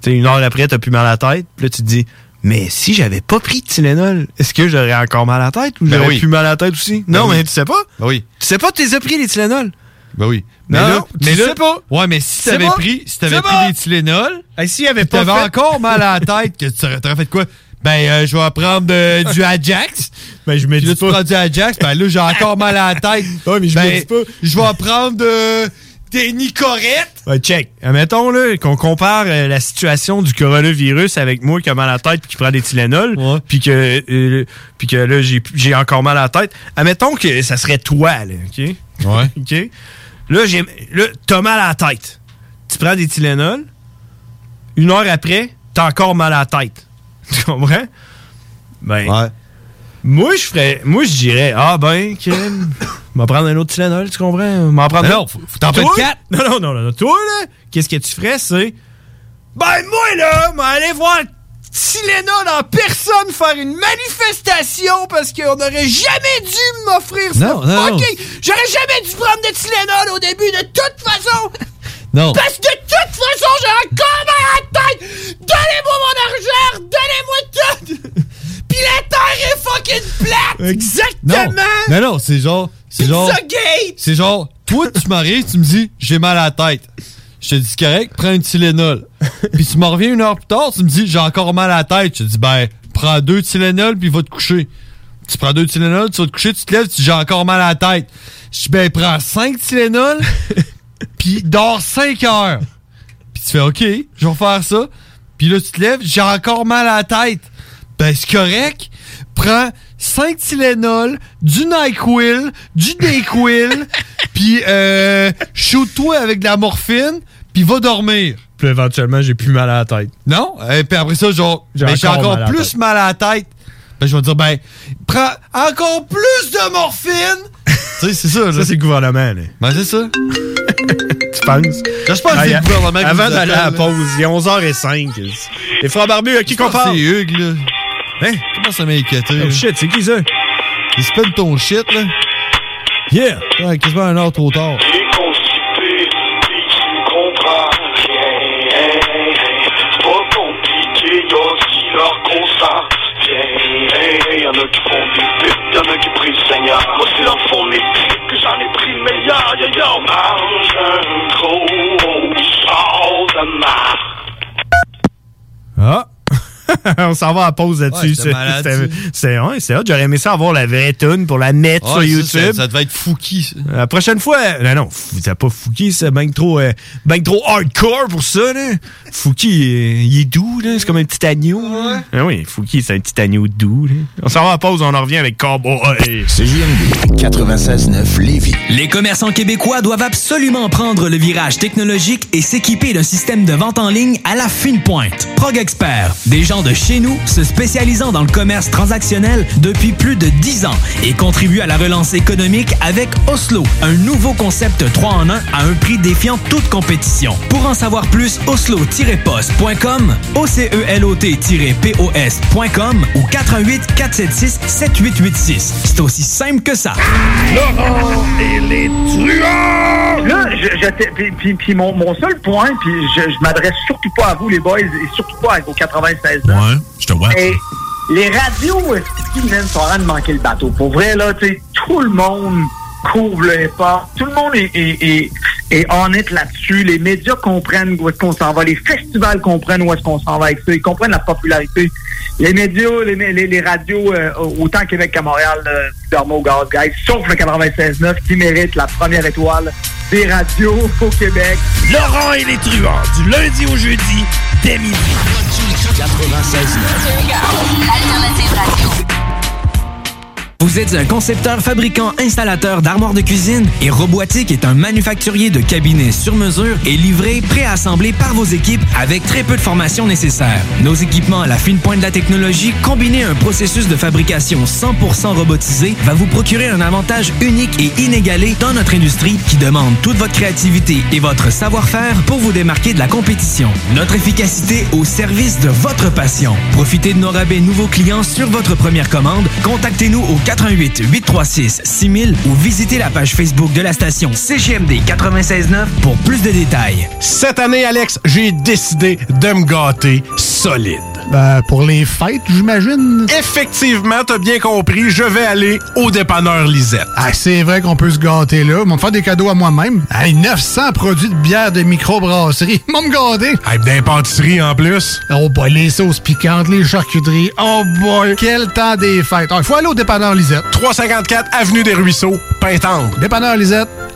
Speaker 5: tu sais, une heure après, t'as plus mal à la tête, puis là, tu te dis, mais si j'avais pas pris de Tylenol, est-ce que j'aurais encore mal à la tête ou
Speaker 6: Ben
Speaker 5: j'aurais
Speaker 6: oui.
Speaker 5: plus mal à la tête aussi? non,
Speaker 6: oui.
Speaker 5: mais tu sais pas.
Speaker 6: Ben oui.
Speaker 5: Tu sais pas, tu les as pris, les Tylenol.
Speaker 6: Ben oui.
Speaker 5: Non,
Speaker 6: là,
Speaker 5: tu
Speaker 6: mais là-
Speaker 5: sais pas.
Speaker 6: Ouais, mais si
Speaker 5: Tu sais
Speaker 6: t'avais
Speaker 5: pas.
Speaker 6: pris, si
Speaker 5: Tu sais
Speaker 6: t'avais pris
Speaker 5: pas.
Speaker 6: des Tylenol,
Speaker 5: et si avait pas
Speaker 6: t'avais
Speaker 5: fait-
Speaker 6: encore mal à la tête, que tu aurais, t'aurais fait quoi? Ben, euh, je vais prendre euh, du Ajax.
Speaker 5: Ben, je me
Speaker 6: dis là, tu prends du Ajax, ben là, j'ai encore mal à la tête.
Speaker 5: mais je me
Speaker 6: ben,
Speaker 5: dis pas.
Speaker 6: Je vais prendre euh, des Nicorette.
Speaker 5: Ouais, check. Mettons là, qu'on compare euh, la situation du coronavirus avec moi qui a mal à la tête puis qui prend des Tylenol, puis que euh, puis que là j'ai j'ai encore mal à la tête. Admettons que ça serait toi là, OK
Speaker 6: Ouais.
Speaker 5: OK. Là j'ai là t'as mal à la tête. Tu prends des Tylenol. Une heure après, t'as encore mal à la tête. Tu comprends Ben Moi je ferais moi je dirais ah ben Kim, m'en prendre un autre Tylenol, tu comprends M'en prendre un-
Speaker 6: Non, Ben non, faut- faut t'en
Speaker 5: Toi,
Speaker 6: prendre quatre.
Speaker 5: non, non, non, non, non. Toi, là, qu'est-ce que tu ferais, c'est. Ben, moi, là, m'aller voir Tylenol en personne faire une manifestation parce qu'on n'aurait jamais dû m'offrir ça.
Speaker 6: Non, non, non.
Speaker 5: Fucking- J'aurais jamais dû prendre de Tylenol au début, de toute façon.
Speaker 6: Non.
Speaker 5: Parce que de toute façon, j'ai encore mal à la tête. Donnez-moi mon argent, donnez-moi tout. Pis la terre est fucking plate.
Speaker 6: Non, non, non, c'est genre. C'est genre.
Speaker 5: Pizzagate!
Speaker 6: C'est genre, toi, tu m'arrives, tu me dis, j'ai mal à la tête. Je te dis, c'est correct, prends un Tylenol. puis tu m'en reviens une heure plus tard, tu me dis, j'ai encore mal à la tête. Je te dis, ben, prends deux Tylenol, puis va te coucher. Tu prends deux Tylenol, tu vas te coucher, tu te lèves, tu dis, j'ai encore mal à la tête. Je dis, ben, prends cinq Tylenol, puis dors cinq heures. Puis tu fais, OK, je vais faire ça. Puis là, tu te lèves, j'ai encore mal à la tête. Ben, c'est correct. Prends 5 Tylenol, du NyQuil, du DayQuil, puis euh, shoot-toi avec de la morphine, puis va dormir.
Speaker 5: Puis éventuellement, j'ai plus mal à la tête.
Speaker 6: Non? Et puis après ça, genre,
Speaker 5: J'ai
Speaker 6: ben, j'ai
Speaker 5: encore
Speaker 6: encore,
Speaker 5: mal à la
Speaker 6: plus
Speaker 5: tête.
Speaker 6: mal à la tête. Ben, je vais dire, ben, prends encore plus de morphine. tu sais, c'est ça, là.
Speaker 5: Ça, c'est le gouvernement, là.
Speaker 6: Ben, c'est ça.
Speaker 5: tu penses?
Speaker 6: Je pense que
Speaker 5: Ah,
Speaker 6: c'est le gouvernement qui
Speaker 5: Avant
Speaker 6: nous
Speaker 5: d'aller à la
Speaker 6: appelle,
Speaker 5: pause, il est 11h05. Les frères barbus, à qui qu'on parle?
Speaker 6: C'est Hugues, là. Hein? Comment ça m'a inquiété?
Speaker 5: Oh shit, c'est qui ça?
Speaker 6: Il se de ton shit, là.
Speaker 5: Yeah!
Speaker 6: Ouais, quasiment un heure trop tard.
Speaker 25: Y'en a qui font des pipes, y'en a qui prient le Seigneur. Moi, c'est leur fond mes pipes que j'en ai pris le meilleur. Yo, yo, mange un gros sort de marre.
Speaker 5: Ah! On s'en va à la pause
Speaker 6: Ouais,
Speaker 5: là-dessus.
Speaker 6: c'était malade,
Speaker 5: C'était-
Speaker 6: ça.
Speaker 5: C'était ouais, c'est hot. J'aurais aimé ça avoir la vraie tune pour la mettre sur
Speaker 6: Ouais, ça,
Speaker 5: YouTube.
Speaker 6: Ça, ça devait être Fouki, ça.
Speaker 5: La prochaine fois, euh, non, non, vous avez pas Fouki, c'est bien que trop, euh, ben que trop hardcore pour ça, là. Fouki, euh, il est doux, là. C'est comme un petit agneau. là. Ah oui, Fouki, c'est un petit agneau doux, là. On s'en va en pause, on en revient avec Cowboy. C'est JMD 96.9 Lévis.
Speaker 14: Les commerçants québécois doivent absolument prendre le virage technologique et s'équiper d'un système de vente en ligne à la fine pointe. Prog Expert, des gens de chez nous se spécialisant dans le commerce transactionnel depuis plus de 10 ans et contribuent à la relance économique avec Oslo, un nouveau concept 3 en 1 à un prix défiant toute compétition. Pour en savoir plus, oslo-post.com, E ocelot-pos.com ou 88 476 7886. C'est aussi simple que ça.
Speaker 1: Laurent et les truands! Là, je- j'étais- puis, puis- puis mon, mon seul point, puis je, je m'adresse surtout pas à vous, les boys, et surtout pas aux 96 ans. Ouais, je te vois. les radios, qui même sont en train de manquer le bateau. Pour vrai, là, tu sais, tout le monde couvre le hip-hop. Tout le monde est, est, est, est honnête là-dessus. Les médias comprennent où est-ce qu'on s'en va. Les festivals comprennent où est-ce qu'on s'en va avec ça. Ils comprennent la popularité. Les médias, les, les, les radios, euh, autant à Québec qu'à Montréal, euh, dorment au gaz, guys, sauf le 96.9 qui mérite la première étoile des radios au Québec. Laurent et les truands, du lundi au jeudi, dès midi.
Speaker 25: 96.9.
Speaker 26: Alternative Radio.
Speaker 14: Vous êtes un concepteur, fabricant, installateur d'armoires de cuisine et Robotique est un manufacturier de cabinets sur mesure et livré, préassemblé par vos équipes avec très peu de formation nécessaire. Nos équipements à la fine pointe de la technologie, combinés à un processus de fabrication 100% robotisé, va vous procurer un avantage unique et inégalé dans notre industrie qui demande toute votre créativité et votre savoir-faire pour vous démarquer de la compétition. Notre efficacité au service de votre passion. Profitez de nos rabais nouveaux clients sur votre première commande. Contactez-nous au 88 836 6000 ou visitez la page Facebook de la station CGMD 969 pour plus de détails.
Speaker 15: Cette année, Alex, j'ai décidé de me gâter solide.
Speaker 11: Ben, pour les fêtes, j'imagine.
Speaker 15: Effectivement, t'as bien compris, je vais aller au dépanneur Lisette.
Speaker 11: Ah, c'est vrai qu'on peut se gâter là. Ils vont me faire des cadeaux à moi-même. Ah, 900 produits de bière de microbrasserie. Ils vont me gâter.
Speaker 15: Ah, d'impantisserie en plus.
Speaker 11: Oh boy, les sauces piquantes, les charcuteries. Oh boy, quel temps des fêtes. Ah, Il faut aller au dépanneur Lisette.
Speaker 15: 354 Avenue des Ruisseaux, Pintendre.
Speaker 11: Dépanneur Lisette,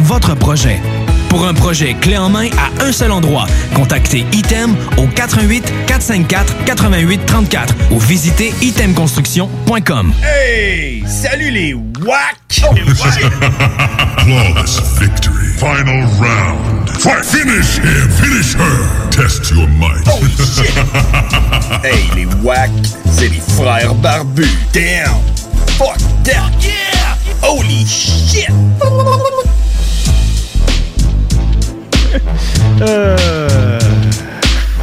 Speaker 14: votre projet. Pour un projet clé en main à un seul endroit, contactez ITEM au 88 454 88 34 ou visitez itemconstruction.com.
Speaker 1: Hey! Salut les WAC!
Speaker 27: Oh, Flawless victory. Final round. Fight. Finish him. Finish her. Test your might.
Speaker 1: Oh, hey les WAC, c'est les frères barbus. Damn! Fuck that! Yeah! Holy shit!
Speaker 5: Euh.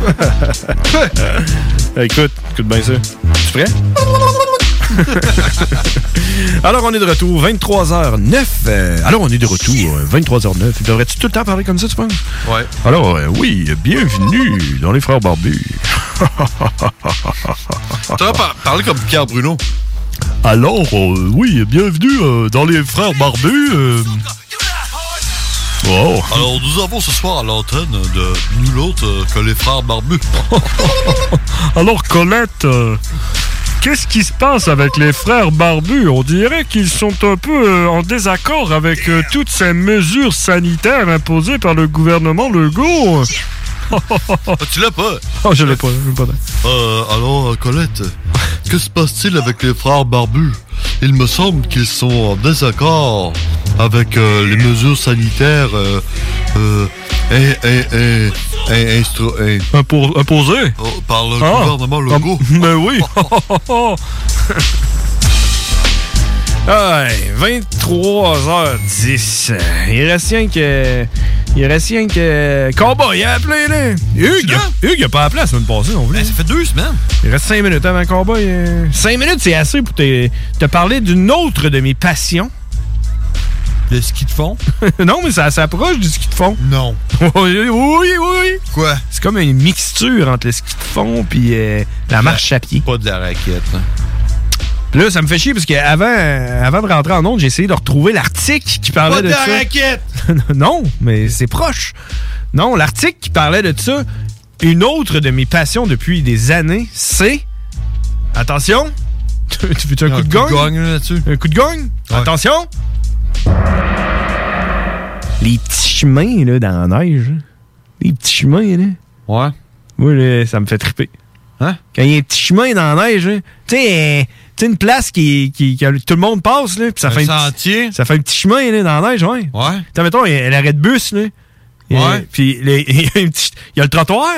Speaker 5: écoute, écoute bien ça. Tu prêt? Alors, on est de retour, 23h09. Euh, alors, on est de retour, euh, 23h09. Devrais-tu tout le temps parler comme ça, tu penses?
Speaker 28: Ouais.
Speaker 5: Alors, euh, oui, bienvenue dans les Frères Barbus.
Speaker 28: Tu vas parler comme Pierre Bruno.
Speaker 5: Alors, euh, oui, bienvenue euh, dans les Frères Barbus. euh. Oh, Wow.
Speaker 6: Alors, nous avons ce soir à l'antenne de nul autre euh, que les frères barbus.
Speaker 29: Alors Colette, euh, qu'est-ce qui se passe avec les frères barbus On dirait qu'ils sont un peu euh, en désaccord avec euh, toutes ces mesures sanitaires imposées par le gouvernement Legault.
Speaker 5: Oh,
Speaker 6: tu l'as pas?
Speaker 29: oh, je l'ai pas, je l'ai pas.
Speaker 6: Euh, alors, euh, Colette, que se passe-t-il avec les frères barbus? Il me semble qu'ils sont en désaccord avec euh, les mesures sanitaires euh, euh, in- in- in- in- instru- in-
Speaker 29: imposées
Speaker 6: Oh, par le
Speaker 29: Ah.
Speaker 6: gouvernement
Speaker 29: Ah,
Speaker 6: Legault.
Speaker 29: Ben oui.
Speaker 5: Aïe, 23h10. Il reste rien que. Il reste rien que. Combat, il a appelé, là. Hugues, hein? Hugues, il a pas appelé la semaine passée non plus. Eh, ça fait deux semaines. Il reste cinq minutes avant Combat. il- Cinq minutes, c'est assez pour te, te parler d'une autre de mes passions. Le ski de fond? non, mais ça s'approche du ski de fond. Non. oui, oui, oui. Quoi? C'est comme une mixture entre le ski de fond puis euh, la marche à pied. Pas de la raquette, Puis Là, ça me fait chier parce qu'avant avant de rentrer en onde, j'ai essayé de retrouver l'article qui parlait
Speaker 6: Pas de
Speaker 5: de, ça.
Speaker 6: raquette!
Speaker 5: non, mais c'est proche. Non, l'article qui parlait de ça, une autre de mes passions depuis des années, c'est. Attention! tu veux-tu un, coup de
Speaker 6: coup de
Speaker 5: gagne? Un coup de gagne? Attention! Les petits chemins là, dans la neige. hein. Les petits chemins, là. Ouais. Moi, là, ça me fait triper. Hein? Quand il y a un petit chemin dans la neige, hein, tu sais, euh, tu sais, une place qui, qui- que tout le monde passe, là, puis ça
Speaker 6: Un
Speaker 5: fait un petit, ça fait un petit chemin là, dans la neige, ouais. Ouais. mettons, il y a l'arrêt de bus, là. Et-
Speaker 6: Ouais.
Speaker 5: Puis les- il y, a un petit- il y a le trottoir,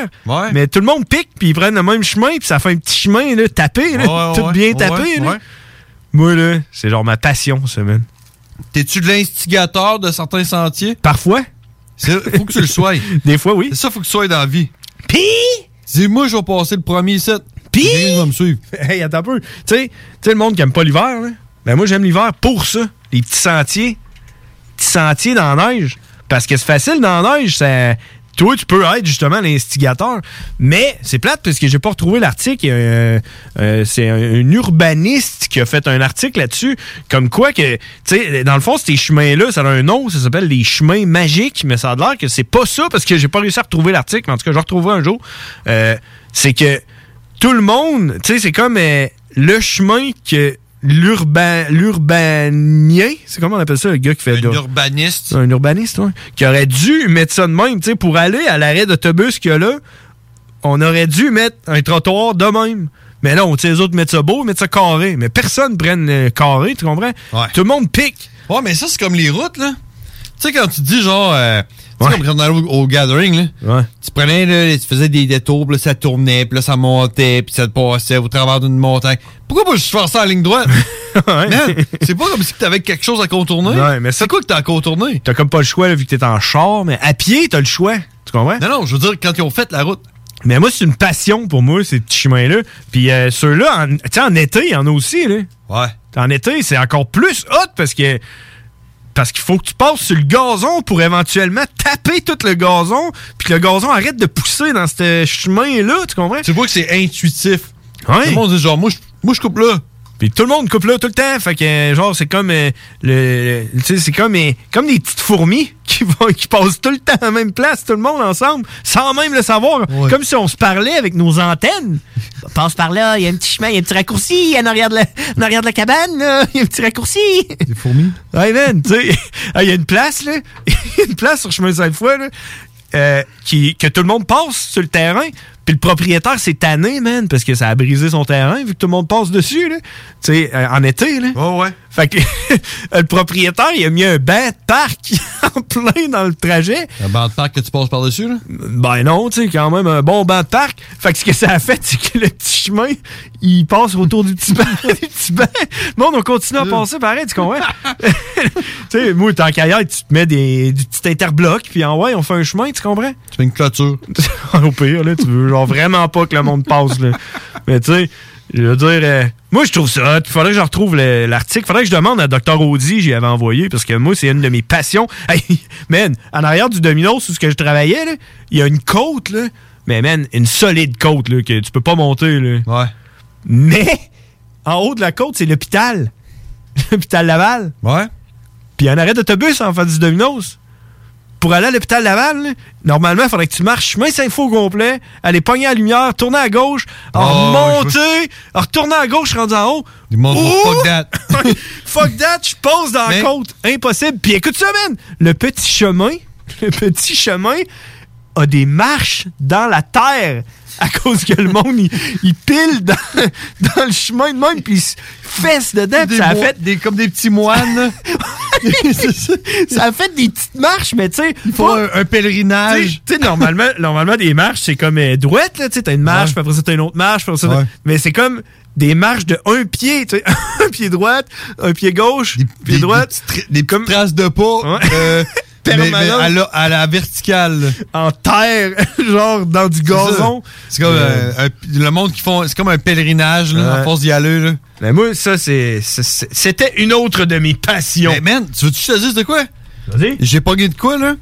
Speaker 5: mais tout le monde pique, puis ils prennent le même chemin, puis ça fait un petit chemin là, tapé, là,
Speaker 6: Ouais, ouais,
Speaker 5: tout
Speaker 6: ouais.
Speaker 5: bien tapé.
Speaker 6: Ouais,
Speaker 5: là.
Speaker 6: ouais.
Speaker 5: Moi, là, c'est genre ma passion, ça, man.
Speaker 6: T'es-tu de l'instigateur de certains sentiers?
Speaker 5: Parfois.
Speaker 6: Faut que tu le sois.
Speaker 5: Des fois, oui.
Speaker 6: C'est ça, faut que tu sois dans la vie.
Speaker 5: Pis!
Speaker 6: Dis-moi, je vais passer le premier set.
Speaker 5: Pis!
Speaker 6: Je vais me suivre.
Speaker 5: hey, attends un peu. Tu sais, tu sais, le monde qui aime pas l'hiver, là. Ben moi, j'aime l'hiver pour ça. Les petits sentiers. Petits sentiers dans la neige. Parce que c'est facile dans la neige, ça. Toi, tu peux être justement l'instigateur. Mais c'est plate parce que j'ai pas retrouvé l'article. Euh, euh, c'est un, un urbaniste qui a fait un article là-dessus. Comme quoi que, tu sais, dans le fond, ces chemins-là, ça a un nom, ça s'appelle les chemins magiques, mais ça a l'air que c'est pas ça parce que j'ai pas réussi à retrouver l'article, mais en tout cas, je le retrouverai un jour. Euh, c'est que tout le monde, tu sais, c'est comme euh, le chemin que l'urbain, l'urbanien, c'est comment on appelle ça, le gars qui fait de-
Speaker 6: Urbaniste.
Speaker 5: un urbaniste, ouais, qui aurait dû mettre ça de même, tu sais, pour aller à l'arrêt d'autobus qu'il y a là, on aurait dû mettre un trottoir de même. Mais non, tu sais, les autres mettent ça beau, mettent ça carré. Mais personne prenne le carré, tu comprends? Tout le monde pique.
Speaker 6: Ouais, mais ça, c'est comme les routes, là. Tu sais, quand tu dis genre. euh, tu sais, comme quand on allait au, au gathering,
Speaker 5: là.
Speaker 6: Tu prenais, là, tu faisais des détours, puis là, ça tournait, puis là, ça montait, puis ça te passait au travers d'une montagne. Pourquoi pas juste faire ça en ligne droite? Man, c'est pas comme si t'avais quelque chose à contourner.
Speaker 5: Ouais, mais c'est quoi
Speaker 6: que t'as contourné?
Speaker 5: T'as comme pas le choix, là, vu que t'es en char, mais à pied, t'as le choix. Tu comprends?
Speaker 6: Non, non, je veux dire, quand ils ont fait la route.
Speaker 5: Mais moi, c'est une passion pour moi, ces petits chemins-là. Puis euh, ceux-là, en, tu sais, en été, il y en a aussi, là.
Speaker 6: Ouais.
Speaker 5: En été, c'est encore plus hot parce que. Parce qu'il faut que tu passes sur le gazon pour éventuellement taper tout le gazon, puis que le gazon arrête de pousser dans ce chemin-là, tu comprends?
Speaker 6: Tu vois que c'est intuitif.
Speaker 5: Tout le
Speaker 6: monde dit genre, moi je, coupe là.
Speaker 5: Puis tout le monde coupe là tout le temps. Fait que, euh, genre, c'est comme. euh, le, le- tu sais, c'est comme, euh, comme des petites fourmis qui, vont, qui passent tout le temps à la même place, tout le monde ensemble, sans même le savoir. Comme si on se parlait avec nos antennes. Passe par là, il y a un petit chemin, il y a un petit raccourci en arrière de la, en arrière de la cabane, là. il y a un petit raccourci.
Speaker 6: Des fourmis?
Speaker 5: Ah, Hey man, tu sais, il y a une place, là. une place sur Chemin sainte fois là, euh, qui, que tout le monde passe sur le terrain. Puis le propriétaire s'est tanné, man, parce que ça a brisé son terrain, vu que tout le monde passe dessus, là. Tu sais, euh, en été, là. ouais. Fait que le propriétaire, il a mis un banc de parc en plein dans le trajet.
Speaker 6: Un banc de parc que tu passes par-dessus, là?
Speaker 5: Ben non, tu sais, quand même, un bon banc de parc. Fait que ce que ça a fait, c'est que le petit chemin, il passe autour du petit banc. du petit banc. Bon, on continue
Speaker 6: Mmh.
Speaker 5: à passer pareil, tu comprends? tu sais, moi, tant qu'ailleurs, tu te mets des, du petit interbloc, puis en ouais, on fait un chemin, tu comprends?
Speaker 6: Tu fais une clôture.
Speaker 5: Au pire, là, tu veux genre vraiment pas que le monde passe, là. Mais tu sais, je veux dire, euh, moi, je trouve ça. Il faudrait que je retrouve le- l'article. faudrait que je demande à Dr. Audi, j'y avais envoyé, parce que moi, c'est une de mes passions. Hey, man, en arrière du domino, sous ce que je travaillais, là, il y a une côte, là. Mais, man, une solide côte, là, que tu peux pas monter, là. Ouais. Mais, en haut de la côte, c'est l'hôpital. L'hôpital Laval. Ouais. Puis, il y a un arrêt d'autobus en face du Domino's pour aller à l'hôpital Laval, là, normalement, il faudrait que tu marches chemin Saint-Faux au complet, aller pogner à la lumière, tourner à gauche,
Speaker 6: Oh,
Speaker 5: en remonter, en retourner à gauche, rendu en haut. Ouh!
Speaker 6: fuck that.
Speaker 5: fuck that, je pose dans la côte. Impossible. Puis écoute ça, man, le petit chemin, le petit chemin a des marches dans la terre à cause que le monde, il, il pile dans, dans le chemin de même, puis il se fesse dedans. puis
Speaker 6: Des
Speaker 5: ça a
Speaker 6: mois-
Speaker 5: fait des, comme des petits moines. ça a fait des petites marches, mais tu sais. Il faut un,
Speaker 6: Ah,
Speaker 5: pèlerinage. Tu sais, normalement, normalement, des marches, c'est comme euh, droite, là. Tu sais, t'as une marche, puis après ça, t'as une autre marche, puis après ça, t'as- Mais c'est comme des marches de un pied, tu sais. un pied droite, un pied gauche, pied droite. Des, traces de pas.
Speaker 6: euh, mais- mais à la-
Speaker 5: verticale. En terre, genre dans du gazon.
Speaker 6: C'est comme euh, un- le monde qui font. C'est comme un pèlerinage, là,
Speaker 5: Ouais.
Speaker 6: à force d'y aller, là.
Speaker 5: Mais moi, ça, c'est. C'était une autre de mes passions.
Speaker 6: Mais man, tu veux-tu que je te dise de quoi?
Speaker 5: Vas-y.
Speaker 6: J'ai pogné de quoi, là?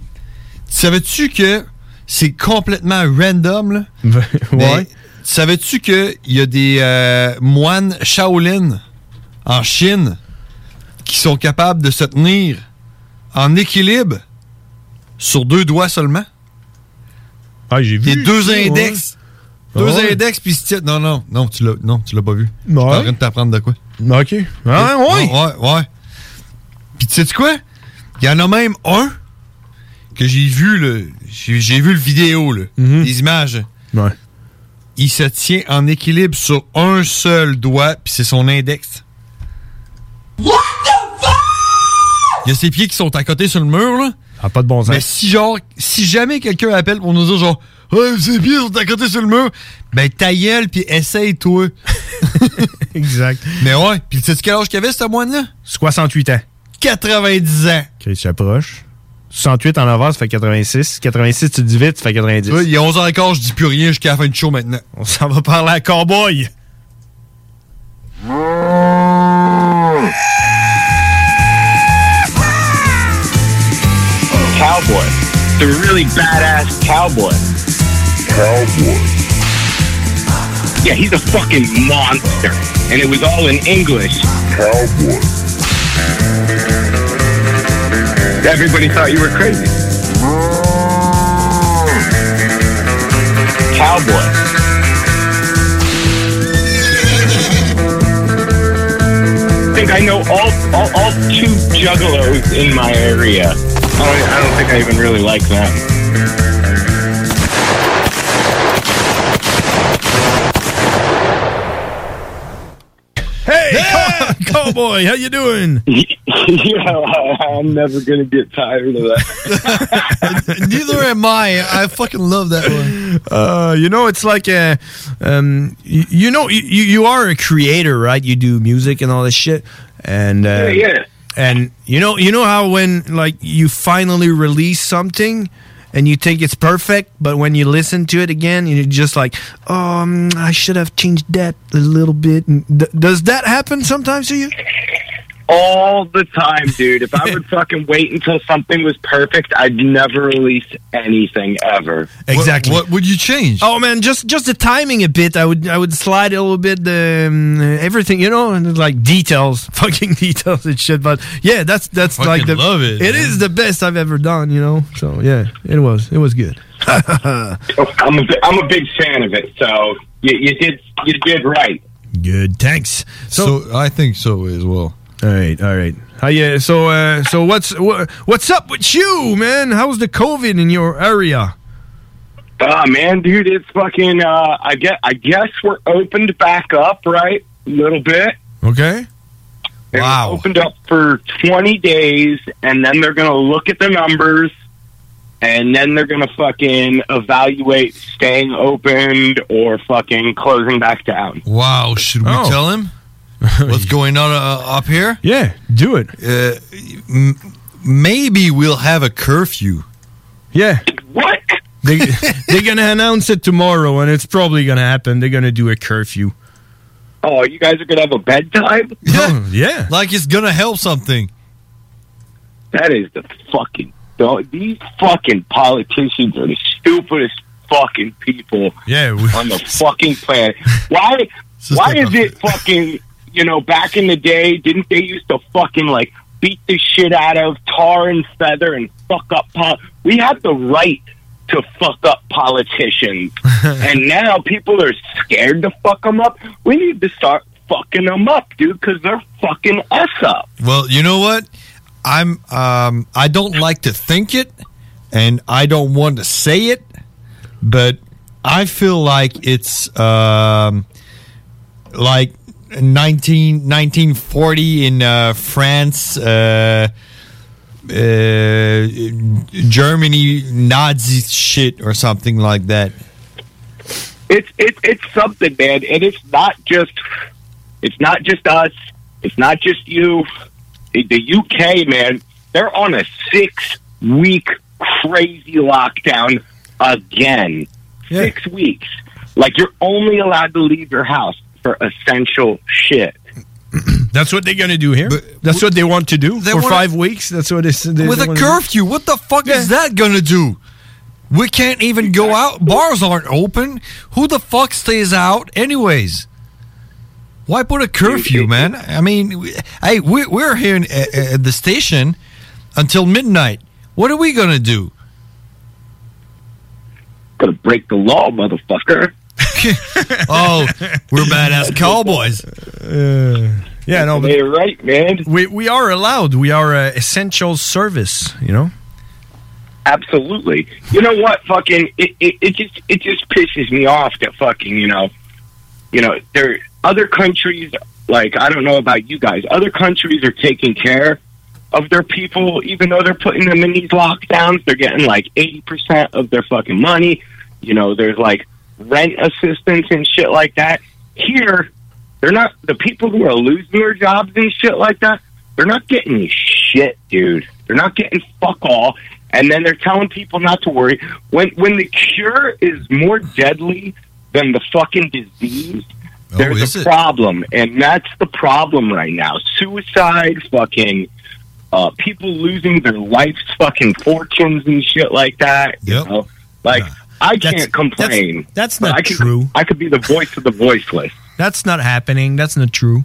Speaker 6: Tu savais-tu que c'est complètement random, là? Mais tu Ben, savais-tu qu'il y a des euh, moines Shaolin en Chine qui sont capables de se tenir en équilibre sur deux doigts seulement?
Speaker 5: Ah, j'ai vu.
Speaker 6: Il y a deux
Speaker 5: ça, ouais.
Speaker 6: index. Deux
Speaker 5: Ah ouais.
Speaker 6: index, puis ils se tiennent- Non, non, non, tu l'as, non, tu l'as pas vu. Je suis
Speaker 5: Ouais.
Speaker 6: en train de t'apprendre de quoi.
Speaker 5: OK. Ah, ouais.
Speaker 6: ouais, ouais. Puis tu sais quoi? Il y en a même un que j'ai vu, le, j'ai, j'ai vu le vidéo, là, les images.
Speaker 5: Ouais.
Speaker 6: Il se tient en équilibre sur un seul doigt, puis c'est son index. Il y a ses pieds qui sont à côté sur le mur, là.
Speaker 5: pas de bon
Speaker 6: Mais si, genre, si jamais quelqu'un appelle pour nous dire, genre, hey, ses pieds sont à côté sur le mur, ben, ta gueule, puis essaye-toi.
Speaker 5: exact.
Speaker 6: Mais ouais, puis tu sais quel âge qu'il avait, ce moine-là?
Speaker 5: 68 ans.
Speaker 6: 90 ans.
Speaker 5: Ok, j'approche. 68 en avance, ça fait 86. 86, tu dis vite, ça fait 90.
Speaker 6: Tu vois, il est 11 ans encore, je dis plus rien jusqu'à la fin du show maintenant.
Speaker 5: On s'en va parler à Cowboy.
Speaker 9: Cowboy. The really badass cowboy. Cowboy. Yeah, he's a fucking monster. And it was all in English. Cowboy. Everybody thought you were crazy. Cowboy. I think I know all, all, all two juggalos in my area. I don't, I don't think I even really like them.
Speaker 5: Hey, cow- Cowboy, how you doing?
Speaker 9: yeah, I, I'm never gonna get tired of that.
Speaker 6: Neither am I. I fucking love that one.
Speaker 5: Uh, you know, it's like a, um, you, you know, you, you you are a creator, right? You do music and all this shit, and uh,
Speaker 9: Yeah, yeah.
Speaker 5: and you know, you know how when like you finally release something. And you think it's perfect, but when you listen to it again, you're just like, um, I should have changed that a little bit. And Th- does that happen sometimes to you?
Speaker 9: All the time, dude. If I would fucking wait until something was perfect, I'd never release anything ever.
Speaker 5: Exactly. What,
Speaker 6: would you change?
Speaker 5: Oh man, just just the timing a bit. I would I would slide a little bit the um, everything, you know, and like details, fucking details and shit. But yeah, that's that's
Speaker 6: Fucking
Speaker 5: like the
Speaker 6: love it,
Speaker 5: It is
Speaker 6: man.
Speaker 5: the best I've ever done, you know. So yeah, it was it was good.
Speaker 9: I'm a, bi- I'm a big fan of it, so you, you did you did right.
Speaker 5: Good, thanks.
Speaker 6: So, I think so as well.
Speaker 5: All right, all right. How you, so, uh, so what's wha- what's up with you, man? How's the COVID in your area?
Speaker 30: Ah, man, dude, it's fucking. Uh, I guess I guess we're opened back up, right? A little bit.
Speaker 5: Okay.
Speaker 30: Wow. opened up for 20 days, and then they're going to look at the numbers, and then they're going to fucking evaluate staying opened or fucking closing back down.
Speaker 6: Wow, should we
Speaker 30: Oh.
Speaker 6: tell him what's going on uh, up here?
Speaker 5: Yeah, do it.
Speaker 6: Uh, m- maybe we'll have a curfew.
Speaker 5: Yeah.
Speaker 30: What?
Speaker 5: They, they're going to announce it tomorrow, and it's probably going to happen. They're going to do a curfew.
Speaker 30: Oh, you guys are going to have a bedtime?
Speaker 5: Yeah. yeah.
Speaker 6: Like it's going to help something.
Speaker 30: That is the fucking. dog- These fucking politicians are the stupidest fucking people
Speaker 5: Yeah,
Speaker 30: on the fucking planet. Why? Why is it fucking? You know, back in the day, didn't they used to fucking like beat the shit out of tar and feather and fuck up? Pol- we have the right to fuck up politicians, and now people are scared to fuck them up. We need to start fucking them up, dude, because they're fucking us up.
Speaker 6: Well, you know what? I'm um I don't like to think it and I don't want to say it, but I feel like it's um like 19, 1940 in uh, France uh, uh, Germany Nazi shit or something like that.
Speaker 30: it's it's it's something, man, and it's not just it's not just us, it's not just you. The- The UK, man, they're on a six week crazy lockdown again. Six weeks, like you're only allowed to leave your house for essential shit.
Speaker 5: That's what they're going to do here. That's what they want to do for
Speaker 6: wanna-
Speaker 5: five weeks. That's what it's they-
Speaker 6: With
Speaker 5: they
Speaker 6: a
Speaker 5: wanna do.
Speaker 6: curfew, what the fuck is that gonna do? We can't even go out. Bars aren't open. Who the fuck stays out, anyways? Why put a curfew, man? I mean, we- hey, we- we're here in, uh, uh, at the station until midnight. What are we gonna do?
Speaker 30: Gonna break the law, motherfucker.
Speaker 6: oh, we're badass cowboys.
Speaker 5: yeah, no, but
Speaker 30: you're right, man.
Speaker 5: We we are allowed. We are uh, essential service. You know.
Speaker 30: Absolutely. You know what? Fucking it, it, it just it just pisses me off that fucking you know, you know there other countries like I don't know about you guys. Other countries are taking care of their people, even though they're putting them in these lockdowns. They're getting like eighty percent of their fucking money. You know, there's like rent assistance and shit like that. Here, they're not the people who are losing their jobs and shit like that. They're not getting shit, dude. They're not getting fuck all, and then they're telling people not to worry. When when the cure is more deadly than the fucking disease,
Speaker 5: Oh,
Speaker 30: there's a problem, and that's the problem right now. Suicide, fucking uh, people losing their life's fucking fortunes and shit like that. You know, like I can't complain.
Speaker 5: that's
Speaker 30: but
Speaker 5: not
Speaker 30: I could-
Speaker 5: true.
Speaker 30: I could be the voice of the voiceless.
Speaker 5: That's not happening. That's not true.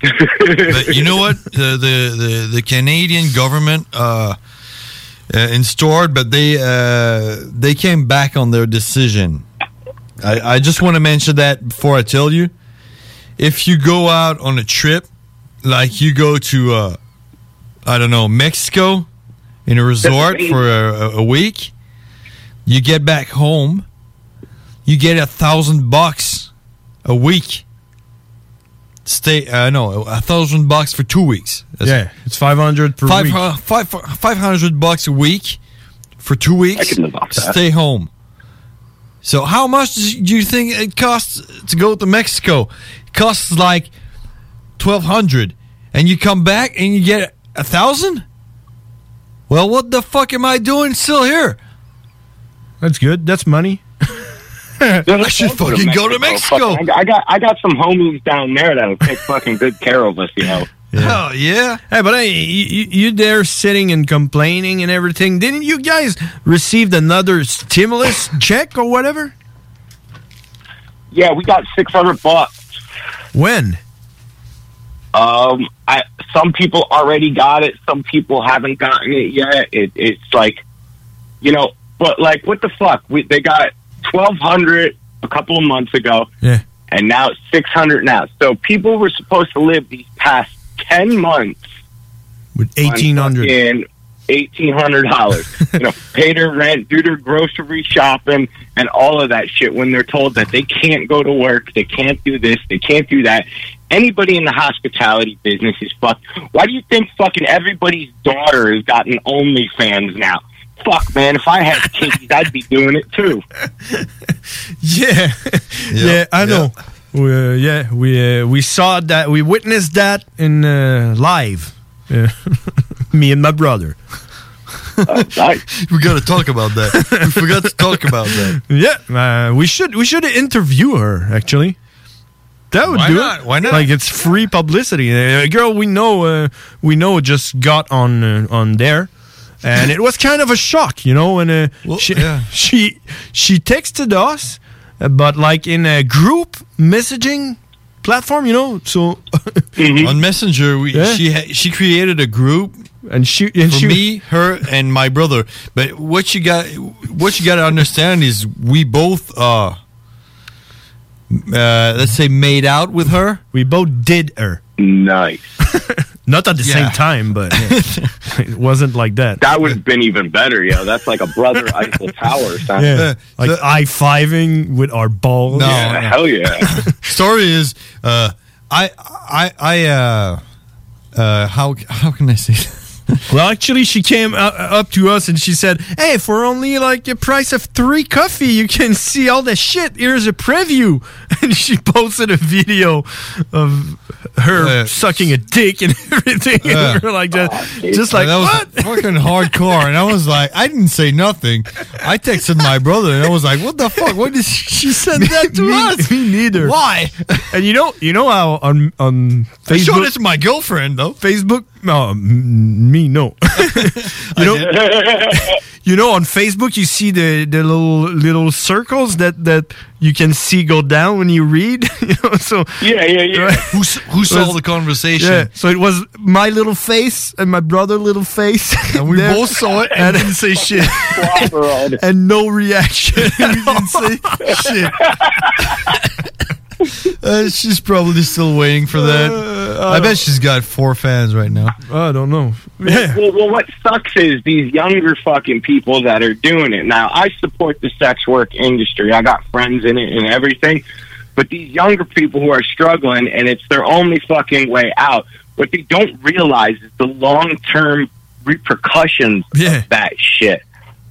Speaker 6: but you know what? The the, the, the Canadian government uh, uh, instaured, but they uh, they came back on their decision. I, I just want to mention that before I tell you. If you go out on a trip, like you go to, uh, I don't know, Mexico in a resort for a, a week, you get back home, you get a thousand bucks a week stay uh, no a thousand bucks for two weeks
Speaker 5: yeah, it's five hundred per
Speaker 6: Five
Speaker 5: week.
Speaker 6: hu- five uh, five hundred bucks a week for two weeks
Speaker 5: that.
Speaker 6: stay home so how much does- do you think it costs to go to mexico it costs like 1200 and you come back and you get a thousand well what the fuck am i doing still here
Speaker 5: That's good. That's money.
Speaker 6: I should fucking go to Mexico.
Speaker 30: Fucking- I got I got some homies down there that'll take fucking good care of us, you know.
Speaker 6: Oh yeah.
Speaker 5: Hey, but hey, you, you there sitting and complaining and everything? Didn't you guys receive another stimulus check or whatever?
Speaker 30: Yeah, we got six hundred bucks.
Speaker 5: When?
Speaker 30: Um, I some people already got it, some people haven't gotten it yet. It, it's like, you know, but like, what the fuck? We, they got twelve hundred a couple of months ago,
Speaker 5: Yeah.
Speaker 30: and now it's six hundred now. So people were supposed to live these past ten months
Speaker 8: with eighteen hundred.
Speaker 30: in eighteen hundred dollars. you know, pay their rent, do their grocery shopping, and all of that shit. When they're told that they can't go to work, they can't do this, they can't do that. Anybody in the hospitality business is fucked. Why do you think fucking everybody's daughter has gotten OnlyFans now? Fuck, man. If I had kids, I'd be doing it too.
Speaker 5: Yeah. yeah, I know. We, uh, yeah, we uh, we saw that, we witnessed that in uh, live. Yeah. Me and my brother.
Speaker 2: we got to talk about that. We forgot to talk about that.
Speaker 5: Yeah, uh, we should we should interview her actually. That would
Speaker 2: Why
Speaker 5: do
Speaker 2: not?
Speaker 5: it.
Speaker 2: Why not?
Speaker 5: Like it's free publicity. A girl we know uh, we know just got on uh, on there. And it was kind of a shock, you know, and uh, she, she she texted us uh, but like in a group messaging platform, you know, so
Speaker 2: Mm-hmm.
Speaker 6: on Messenger, we, she ha- she created a group
Speaker 5: and she and
Speaker 6: for
Speaker 5: she-
Speaker 6: me, her, and my brother. But what you got, what you got to understand is we both uh, uh, let's say made out with her.
Speaker 5: We both did her.
Speaker 30: Nice.
Speaker 5: Not at the
Speaker 30: Yeah.
Speaker 5: same time, but yeah. it wasn't like that.
Speaker 30: That would have been even better, yo. That's like a brother Eiffel Tower or something.
Speaker 5: Yeah.
Speaker 2: Uh,
Speaker 5: Like I fiving with our balls.
Speaker 6: No,
Speaker 30: Yeah, hell yeah.
Speaker 6: Story is, uh, I I I uh, uh, how how can I say?
Speaker 5: Well, actually, she came u- uh, up to us and she said, "Hey, for only like a price of three coffee, you can see all the shit. Here's a preview." And she posted a video of her sucking a dick and everything,
Speaker 6: Yeah.
Speaker 5: and we were like that, just like
Speaker 6: that was
Speaker 5: what?
Speaker 6: fucking hardcore. And I was like, I didn't say nothing. I texted my brother and I was like, what the fuck? What did she send that to
Speaker 5: me,
Speaker 6: us?
Speaker 5: Me neither.
Speaker 6: Why?
Speaker 5: And you know, you know how on on
Speaker 6: I
Speaker 5: Facebook.
Speaker 6: showed it to my girlfriend though.
Speaker 5: Facebook. No, m- me no. you know, you know, on Facebook you see the the little little circles that that you can see go down when you read. You know, so
Speaker 30: yeah, yeah, yeah.
Speaker 6: Who s- who saw the conversation?
Speaker 5: Yeah, so it was my little face and my brother little face, and
Speaker 6: we both saw it and didn't say shit.
Speaker 5: and no reaction. we didn't say shit.
Speaker 6: Uh, she's probably still waiting for that. I, bet she's got four fans right now.
Speaker 5: Uh, I don't know.
Speaker 30: Well, well, what sucks is these younger fucking people that are doing it. Now, I support the sex work industry. I got friends in it and everything. But these younger people who are struggling and it's their only fucking way out, what they don't realize is the long term repercussions of that shit.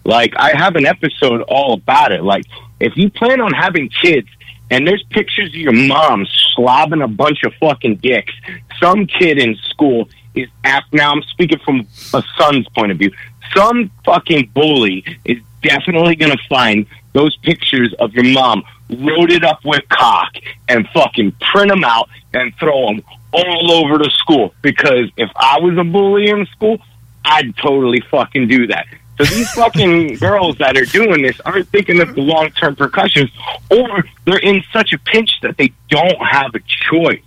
Speaker 30: Like, I have an episode all about it. Like, if you plan on having kids, and there's pictures of your mom slobbing a bunch of fucking dicks. Some kid in school is af- now I'm speaking from a son's point of view. Some fucking bully is definitely gonna find those pictures of your mom loaded up with cock and fucking print them out and throw them all over the school. Because if I was a bully in school, I'd totally fucking do that. So these fucking girls that are doing this aren't thinking of the long term repercussions, or they're in such a pinch that they don't have a choice.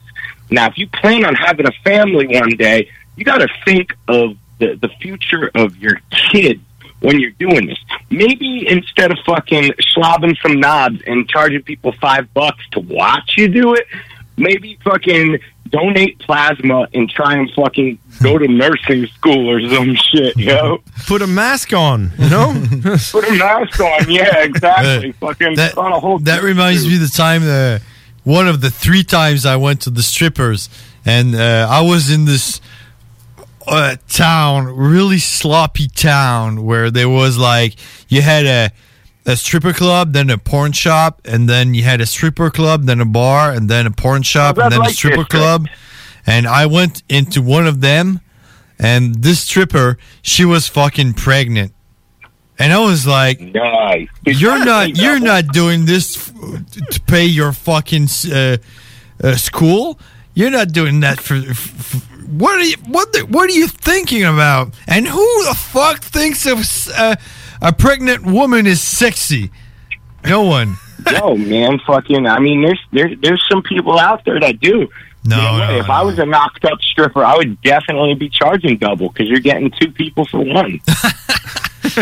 Speaker 30: Now, if you plan on having a family one day, you got to think of the, the future of your kids when you're doing this. Maybe instead of fucking slobbing some knobs and charging people five bucks to watch you do it, maybe fucking donate plasma and try and fucking go to nursing school or some shit, yo.
Speaker 5: Put a mask on. You know,
Speaker 30: Put a mask on, yeah, exactly. fucking
Speaker 6: that-
Speaker 30: on a whole
Speaker 6: That reminds me of the time, uh, one of the three times I went to the strippers, and uh, I was in this uh, town, really sloppy town, where there was like you had a a stripper club, then a porn shop, and then you had a stripper club, then a bar, and then a porn shop,
Speaker 2: that's
Speaker 6: and then a
Speaker 2: like
Speaker 6: stripper
Speaker 2: district.
Speaker 6: club. And I went into one of them, and this stripper, she was fucking pregnant. And I was like, "You're not, you're not doing this f- to pay your fucking uh, uh, school. You're not doing that for, f f- what are you, what, the, what are you thinking about? And who the fuck thinks of s- uh, a pregnant woman is sexy? No one.
Speaker 30: no man, fucking. I mean, there's there's there's some people out there that do. No, if I was a knocked up stripper, I would definitely be charging double because you're getting two people for one.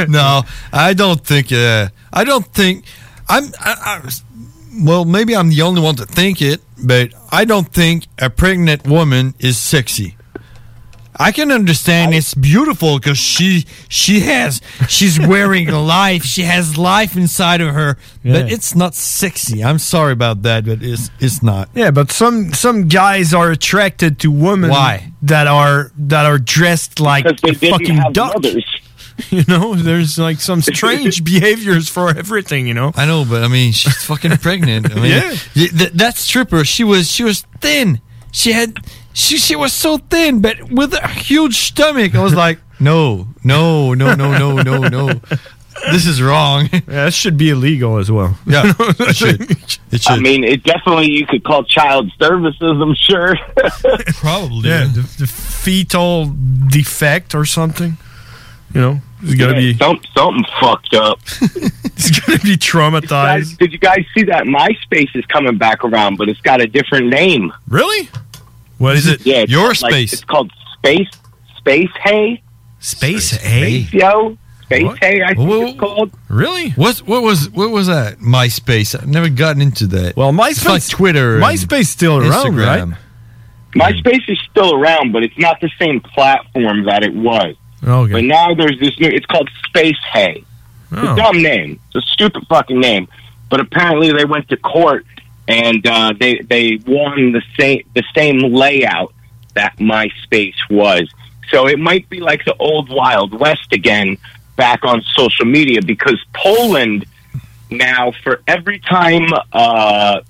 Speaker 6: no, I don't think. Uh, I don't think. I'm. I, I, well, maybe I'm the only one to think it, but I don't think a pregnant woman is sexy. I can understand it's beautiful because she she has she's wearing life. She has life inside of her, but
Speaker 5: Yeah.
Speaker 6: it's not sexy. I'm sorry about that, but it's it's not.
Speaker 5: Yeah, but some some guys are attracted to women
Speaker 6: Why?
Speaker 5: that are that are dressed like
Speaker 31: they didn't
Speaker 5: fucking
Speaker 31: have
Speaker 5: ducks. You know, there's like some strange behaviors for everything. You know.
Speaker 6: I know, but I mean, she's fucking pregnant. I mean,
Speaker 5: Yeah.
Speaker 6: y- th- that stripper, she was she was thin. She had she she was so thin, but with a huge stomach. I was like, no, no, no, no, no, no, no. This is wrong. Yeah,
Speaker 5: that should be illegal as well.
Speaker 6: Yeah, it should. It
Speaker 30: I
Speaker 6: should.
Speaker 30: mean, it definitely you could call child services. I'm sure.
Speaker 6: Probably.
Speaker 5: Yeah, the, the fetal defect or something. You know, it's gonna
Speaker 30: Yeah,
Speaker 5: be
Speaker 30: some- something fucked up.
Speaker 5: it's gonna be traumatized.
Speaker 30: Did you guys see that MySpace is coming back around, but it's got a different name?
Speaker 5: Really? What is it?
Speaker 30: Yeah, it's
Speaker 5: Your
Speaker 30: called, like,
Speaker 5: Space.
Speaker 30: it's called Space Space Hay.
Speaker 6: Space Hay.
Speaker 30: Yo, Space Hay. I think it's called.
Speaker 5: Really?
Speaker 6: What what was what was that? MySpace. I've never gotten into that.
Speaker 5: Well,
Speaker 6: It's like Twitter, and Instagram.
Speaker 30: MySpace is still around, but it's not the same platform that it was.
Speaker 5: Okay.
Speaker 30: But now there's this new. It's called Space Hay. It's
Speaker 5: Oh.
Speaker 30: a dumb name. It's a stupid fucking name. But apparently they went to court and uh, they they won the same the same layout that MySpace was. So it might be like the old Wild West again, back on social media because Poland now for every time uh,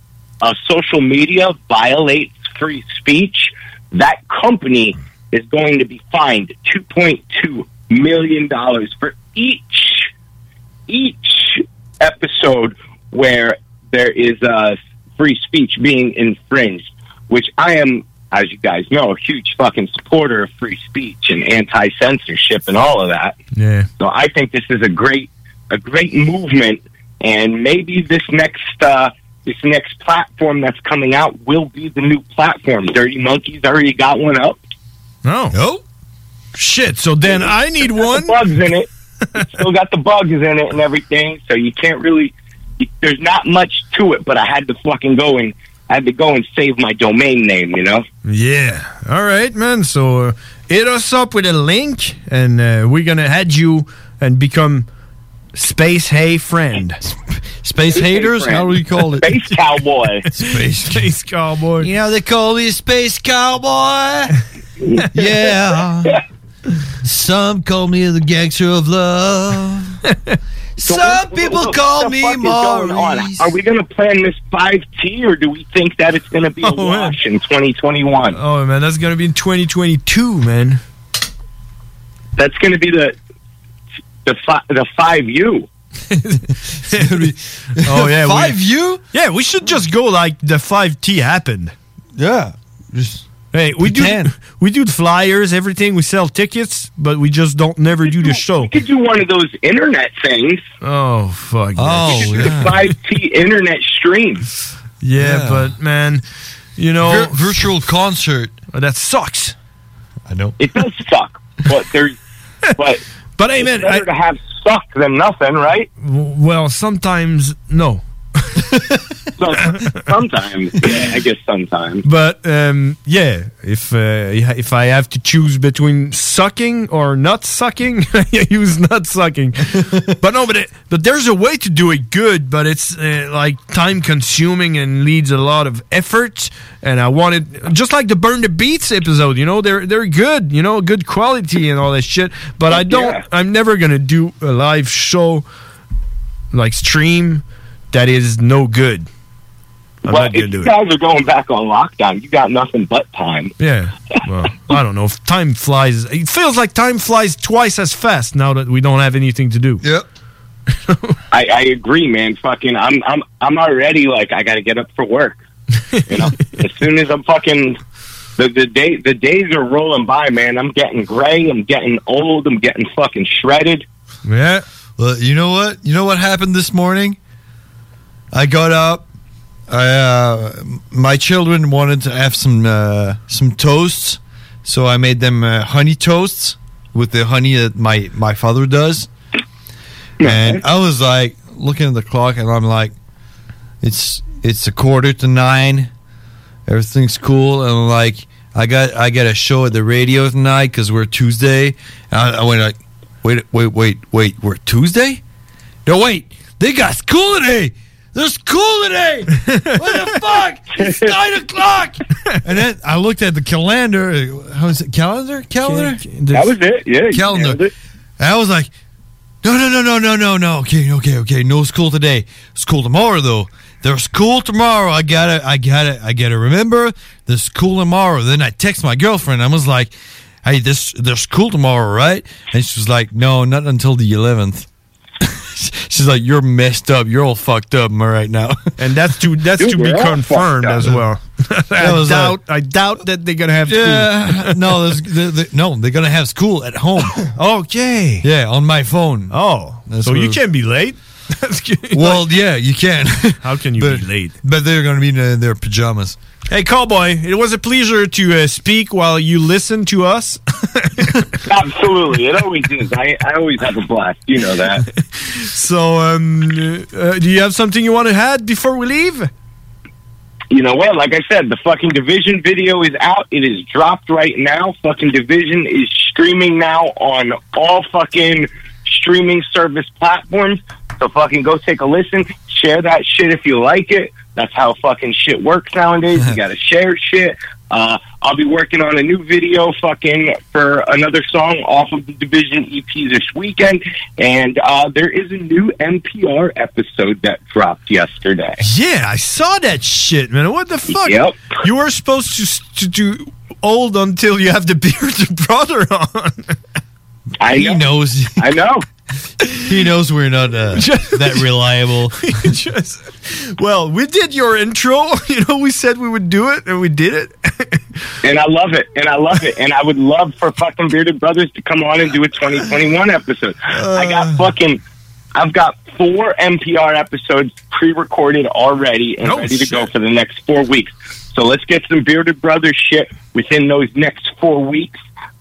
Speaker 30: a social media violates free speech, that company is going to be fined two point two million dollars for each each episode where there is uh, free speech being infringed, which I am, as you guys know, a huge fucking supporter of free speech and anti censorship and all of that.
Speaker 5: Yeah.
Speaker 30: So I think this is a great a great movement, and maybe this next uh, this next platform that's coming out will be the new platform. Dirty Monkeys already got one up.
Speaker 5: No.
Speaker 6: No.
Speaker 5: Shit. So then I need one.
Speaker 30: bugs in it. It's still got the bugs in it and everything, so you can't really. You, there's not much to it, but I had to fucking go and I had to go and save my domain name. You know.
Speaker 5: Yeah. All right, man. So uh, hit us up with a link, and uh, we're gonna head you and become space hay friend.
Speaker 6: Space haters? How do you call it?
Speaker 30: Space cowboy.
Speaker 6: Space,
Speaker 5: space cowboy.
Speaker 6: You know they call you space cowboy. yeah. Some call me the gangster of love. Some people call
Speaker 30: What the
Speaker 6: me
Speaker 30: fuck is going on?
Speaker 6: Maurice.
Speaker 30: Are we going to plan this 5T or do we think that it's going to be a wash in 2021?
Speaker 5: Oh man, that's gonna be in 2022, man.
Speaker 30: That's going to be the the fi- the 5U.
Speaker 5: Oh yeah,
Speaker 30: Five
Speaker 6: you?
Speaker 5: Yeah, we should just go like the five T happened.
Speaker 6: Yeah,
Speaker 5: hey, we do we do the flyers, everything. We sell tickets, but we just don't never do the show.
Speaker 30: could do one of those internet things.
Speaker 5: Oh fuck!
Speaker 30: Oh,
Speaker 5: yes.
Speaker 30: the 5T internet stream.
Speaker 5: Yeah,
Speaker 30: Yeah.
Speaker 5: but man, you know,
Speaker 30: Vir-
Speaker 6: virtual concert
Speaker 5: that sucks.
Speaker 6: I know
Speaker 30: it does suck, but there's but
Speaker 5: but hey,
Speaker 30: man, better to have suck than nothing, right?
Speaker 5: W- Well, sometimes no,
Speaker 30: So, sometimes, yeah, I guess sometimes.
Speaker 5: but um, yeah, if uh, yeah, if I have to choose between sucking or not sucking, I use not sucking. but no, but it, but there's a way to do it good, but it's uh, like time consuming and needs a lot of effort. And I wanted just like the burn the beats episode, you know, they're they're good, you know, good quality and all that shit. But I don't, I'm never gonna do a live show like stream that is no good. I'm
Speaker 30: well,
Speaker 5: not gonna
Speaker 30: if
Speaker 5: do
Speaker 30: you
Speaker 5: it.
Speaker 30: guys are going back on lockdown, you got nothing but time.
Speaker 5: Yeah. Well, I don't know. If Time flies. It feels like time flies twice as fast now that we don't have anything to do.
Speaker 6: Yep.
Speaker 30: I, I agree, man. Fucking, I'm I'm I'm already like I got to get up for work. You know, as soon as I'm fucking the the day the days are rolling by, man. I'm getting gray. I'm getting old. I'm getting fucking shredded.
Speaker 5: Yeah.
Speaker 6: Well, you know what? You know what happened this morning? I got up. I, uh, my children wanted to have some uh, some toasts, so I made them uh, honey toasts with the honey that my my father does. And I was like looking at the clock, and I'm like, it's it's a quarter to nine. Everything's cool, and like I got I got a show at the radio tonight because we're Tuesday. And I, I went like, wait, wait, wait, wait, we're Tuesday? No, wait, they got school today. There's school today. what the fuck? It's nine o'clock. And then I looked at the calendar. How is it? Calendar? Calendar?
Speaker 30: That was it. Yeah, you nailed
Speaker 6: calendar.
Speaker 30: it.
Speaker 6: And I was like, no, no, no, no, no, no, no. Okay, okay, okay. No school today. School tomorrow though. There's school tomorrow. I gotta, I gotta, I gotta remember. There's school tomorrow. Then I text my girlfriend. I was like, hey, this there's school tomorrow, right? And she was like, no, not until the 11th. She's like, you're messed up. You're all fucked up right now.
Speaker 5: And that's to that's
Speaker 6: Dude,
Speaker 5: to be
Speaker 6: we're all
Speaker 5: confirmed as
Speaker 6: fucked up.
Speaker 5: well.
Speaker 6: That
Speaker 5: I
Speaker 6: was uh,
Speaker 5: doubt I doubt that they're gonna have
Speaker 6: Yeah,
Speaker 5: school.
Speaker 6: no, there's, the, the, no, they're gonna have school at home.
Speaker 5: okay.
Speaker 6: Yeah, on my phone.
Speaker 5: Oh, so you can't be late.
Speaker 6: well, yeah, you can. How
Speaker 5: can you
Speaker 6: be late? But they're gonna be in uh, their pajamas.
Speaker 5: Hey, Cowboy, it was a pleasure to uh, speak while you listen to us.
Speaker 30: Absolutely, it always is. I, I always have a blast. You know that.
Speaker 5: So, um, uh, do you have something you want to add before we leave?
Speaker 30: You know what? Like I said, the fucking Division video is out. It is dropped right now. Fucking Division is streaming now on all fucking streaming service platforms. So fucking go take a listen. Share that shit if you like it. That's how fucking shit works nowadays. You gotta share shit. Uh, I'll be working on a new video fucking for another song off of the Division EP this weekend. And uh, there is a new NPR episode that dropped yesterday.
Speaker 5: Yeah, I saw that shit, man. What the fuck?
Speaker 30: Yep.
Speaker 5: You were supposed to s- to do old until you have the bearded brother on.
Speaker 30: I
Speaker 6: he knows.
Speaker 30: I know.
Speaker 6: he knows we're not uh, that reliable.
Speaker 5: Just, well, we did your intro. You know, we said we would do it, and we did it.
Speaker 30: And I love it. And I love it. And I would love for fucking Bearded Brothers to come on and do a 2021 episode. I got fucking, I've got four NPR episodes pre recorded already and
Speaker 5: Oh,
Speaker 30: ready to go for the next four weeks. So let's get some Bearded Brothers shit within those next four weeks.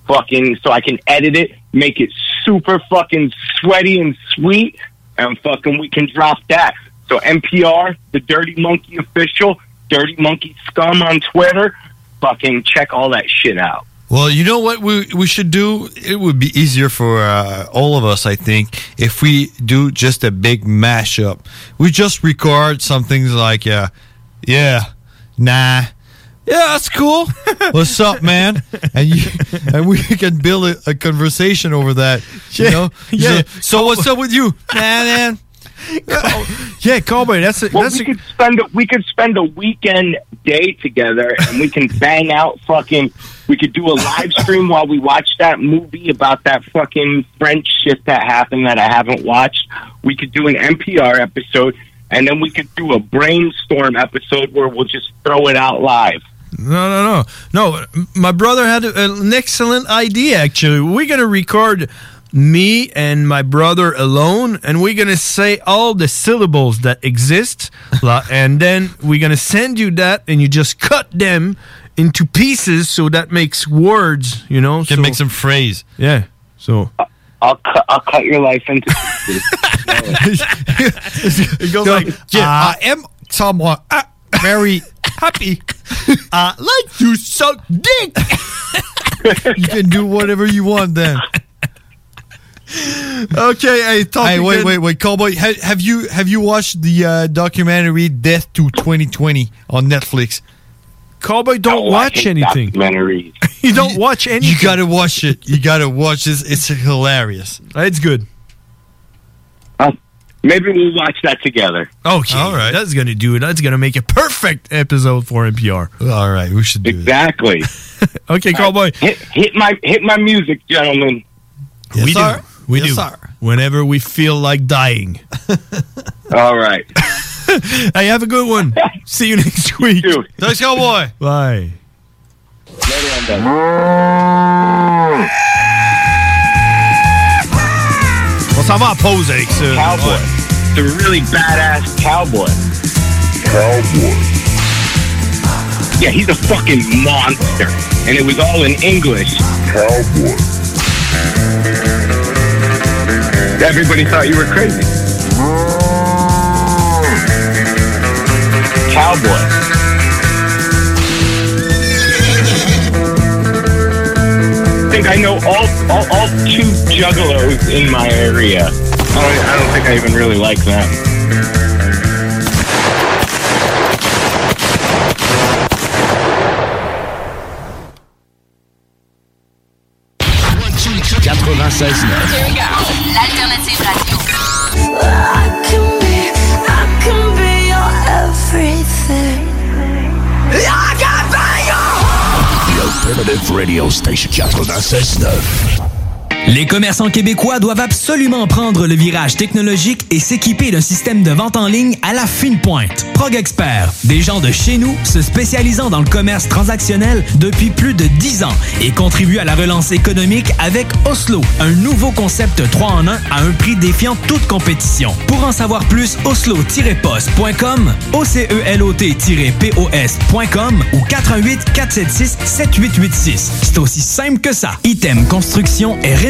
Speaker 30: Fucking, so I can edit it, make it super fucking sweaty and sweet, and fucking we can drop that. So NPR, the Dirty Monkey official, Dirty Monkey Scum on Twitter, fucking check all that shit out.
Speaker 6: Well, you know what we we should do. It would be easier for uh, all of us, I think, if we do just a big mashup. We just record some things like, uh, yeah, nah, yeah, that's cool. What's up, man? And you, and we can build a, a conversation over that.
Speaker 5: Yeah,
Speaker 6: You know,
Speaker 5: yeah.
Speaker 6: So, so what's up with you, nah, man?
Speaker 5: yeah, Cowboy, that's it.
Speaker 30: Well, we could spend a, we could spend a weekend day together, and we can bang out fucking. We could do a live stream while we watch that movie about that fucking French shit that happened that I haven't watched. We could do an NPR episode, and then we could do a brainstorm episode where we'll just throw it out live.
Speaker 5: No, no, no, no. m- My brother had a- an excellent idea. Actually, we're gonna record me and my brother alone, and we're gonna say all the syllables that exist, la- and then we're gonna send you that, and you just cut them into pieces, so that makes words. You know,
Speaker 6: Can
Speaker 5: so,
Speaker 6: make some phrase.
Speaker 5: Yeah. So
Speaker 30: I'll cut I'll cut your life into. pieces.
Speaker 5: it goes like,
Speaker 6: yeah, uh, I am someone uh, very happy. I like to suck dick. you can do whatever you want then.
Speaker 5: Okay, hey, talk
Speaker 6: hey, wait,
Speaker 5: again.
Speaker 6: wait, wait, cowboy. Have, have you have you watched the uh, documentary Death to 2020 on Netflix?
Speaker 5: Cowboy, don't
Speaker 30: Oh, I hate Documentaries.
Speaker 5: You don't watch anything.
Speaker 6: You gotta watch it. You gotta watch this. It's hilarious.
Speaker 5: It's good.
Speaker 30: Maybe we'll watch that together.
Speaker 5: Okay, all right. That's gonna do it. That's gonna make a perfect episode for NPR.
Speaker 6: All right, we should do
Speaker 30: Exactly.
Speaker 5: okay, Cowboy.
Speaker 30: Hit, hit my hit my music, gentlemen.
Speaker 5: we
Speaker 30: sir.
Speaker 5: do. We
Speaker 30: Yes,
Speaker 5: do.
Speaker 30: sir.
Speaker 5: Whenever we feel like dying.
Speaker 30: All right.
Speaker 5: hey, have a good one. See you next week.
Speaker 6: Thanks, Cowboy.
Speaker 5: Bye. On s'en va en pause avec ça.
Speaker 30: Cowboy. The really badass cowboy. Cowboy. Yeah, he's a fucking monster. And it was all in English. Cowboy. Everybody thought you were crazy. Cowboy. think I know all, all, all two juggalos in my area. I don't, I don't think I even really like them.
Speaker 12: Here we go. L'alternative radio.
Speaker 1: Alternative Radio Station 969.
Speaker 14: Les commerçants québécois doivent absolument prendre le virage technologique et s'équiper d'un système de vente en ligne à la fine pointe. Prog Expert, des gens de chez nous se spécialisant dans le commerce transactionnel depuis plus de 10 ans et contribuent à la relance économique avec Oslo, un nouveau concept 3 en 1 à un prix défiant toute compétition. Pour en savoir plus, oslo-post.com, E ocelot-pos.com ou 88 476 7886. C'est aussi simple que ça. Item Construction et Rénovation.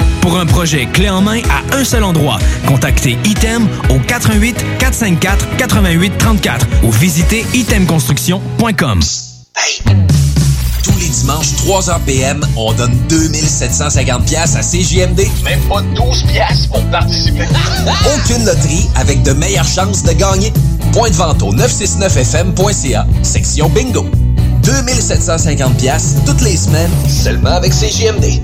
Speaker 14: Pour un projet clé en main à un seul endroit, contactez Item au 88 454 88 34 ou visitez itemconstruction.com.
Speaker 22: Tous les dimanches, 3h PM, on donne 2750 pièces à CJMD. Même pas 12 pièces pour participer. Aucune loterie avec de meilleures chances de gagner. Point de vente au 969fm.ca, section bingo. 2750 pièces toutes les semaines, seulement avec CJMD.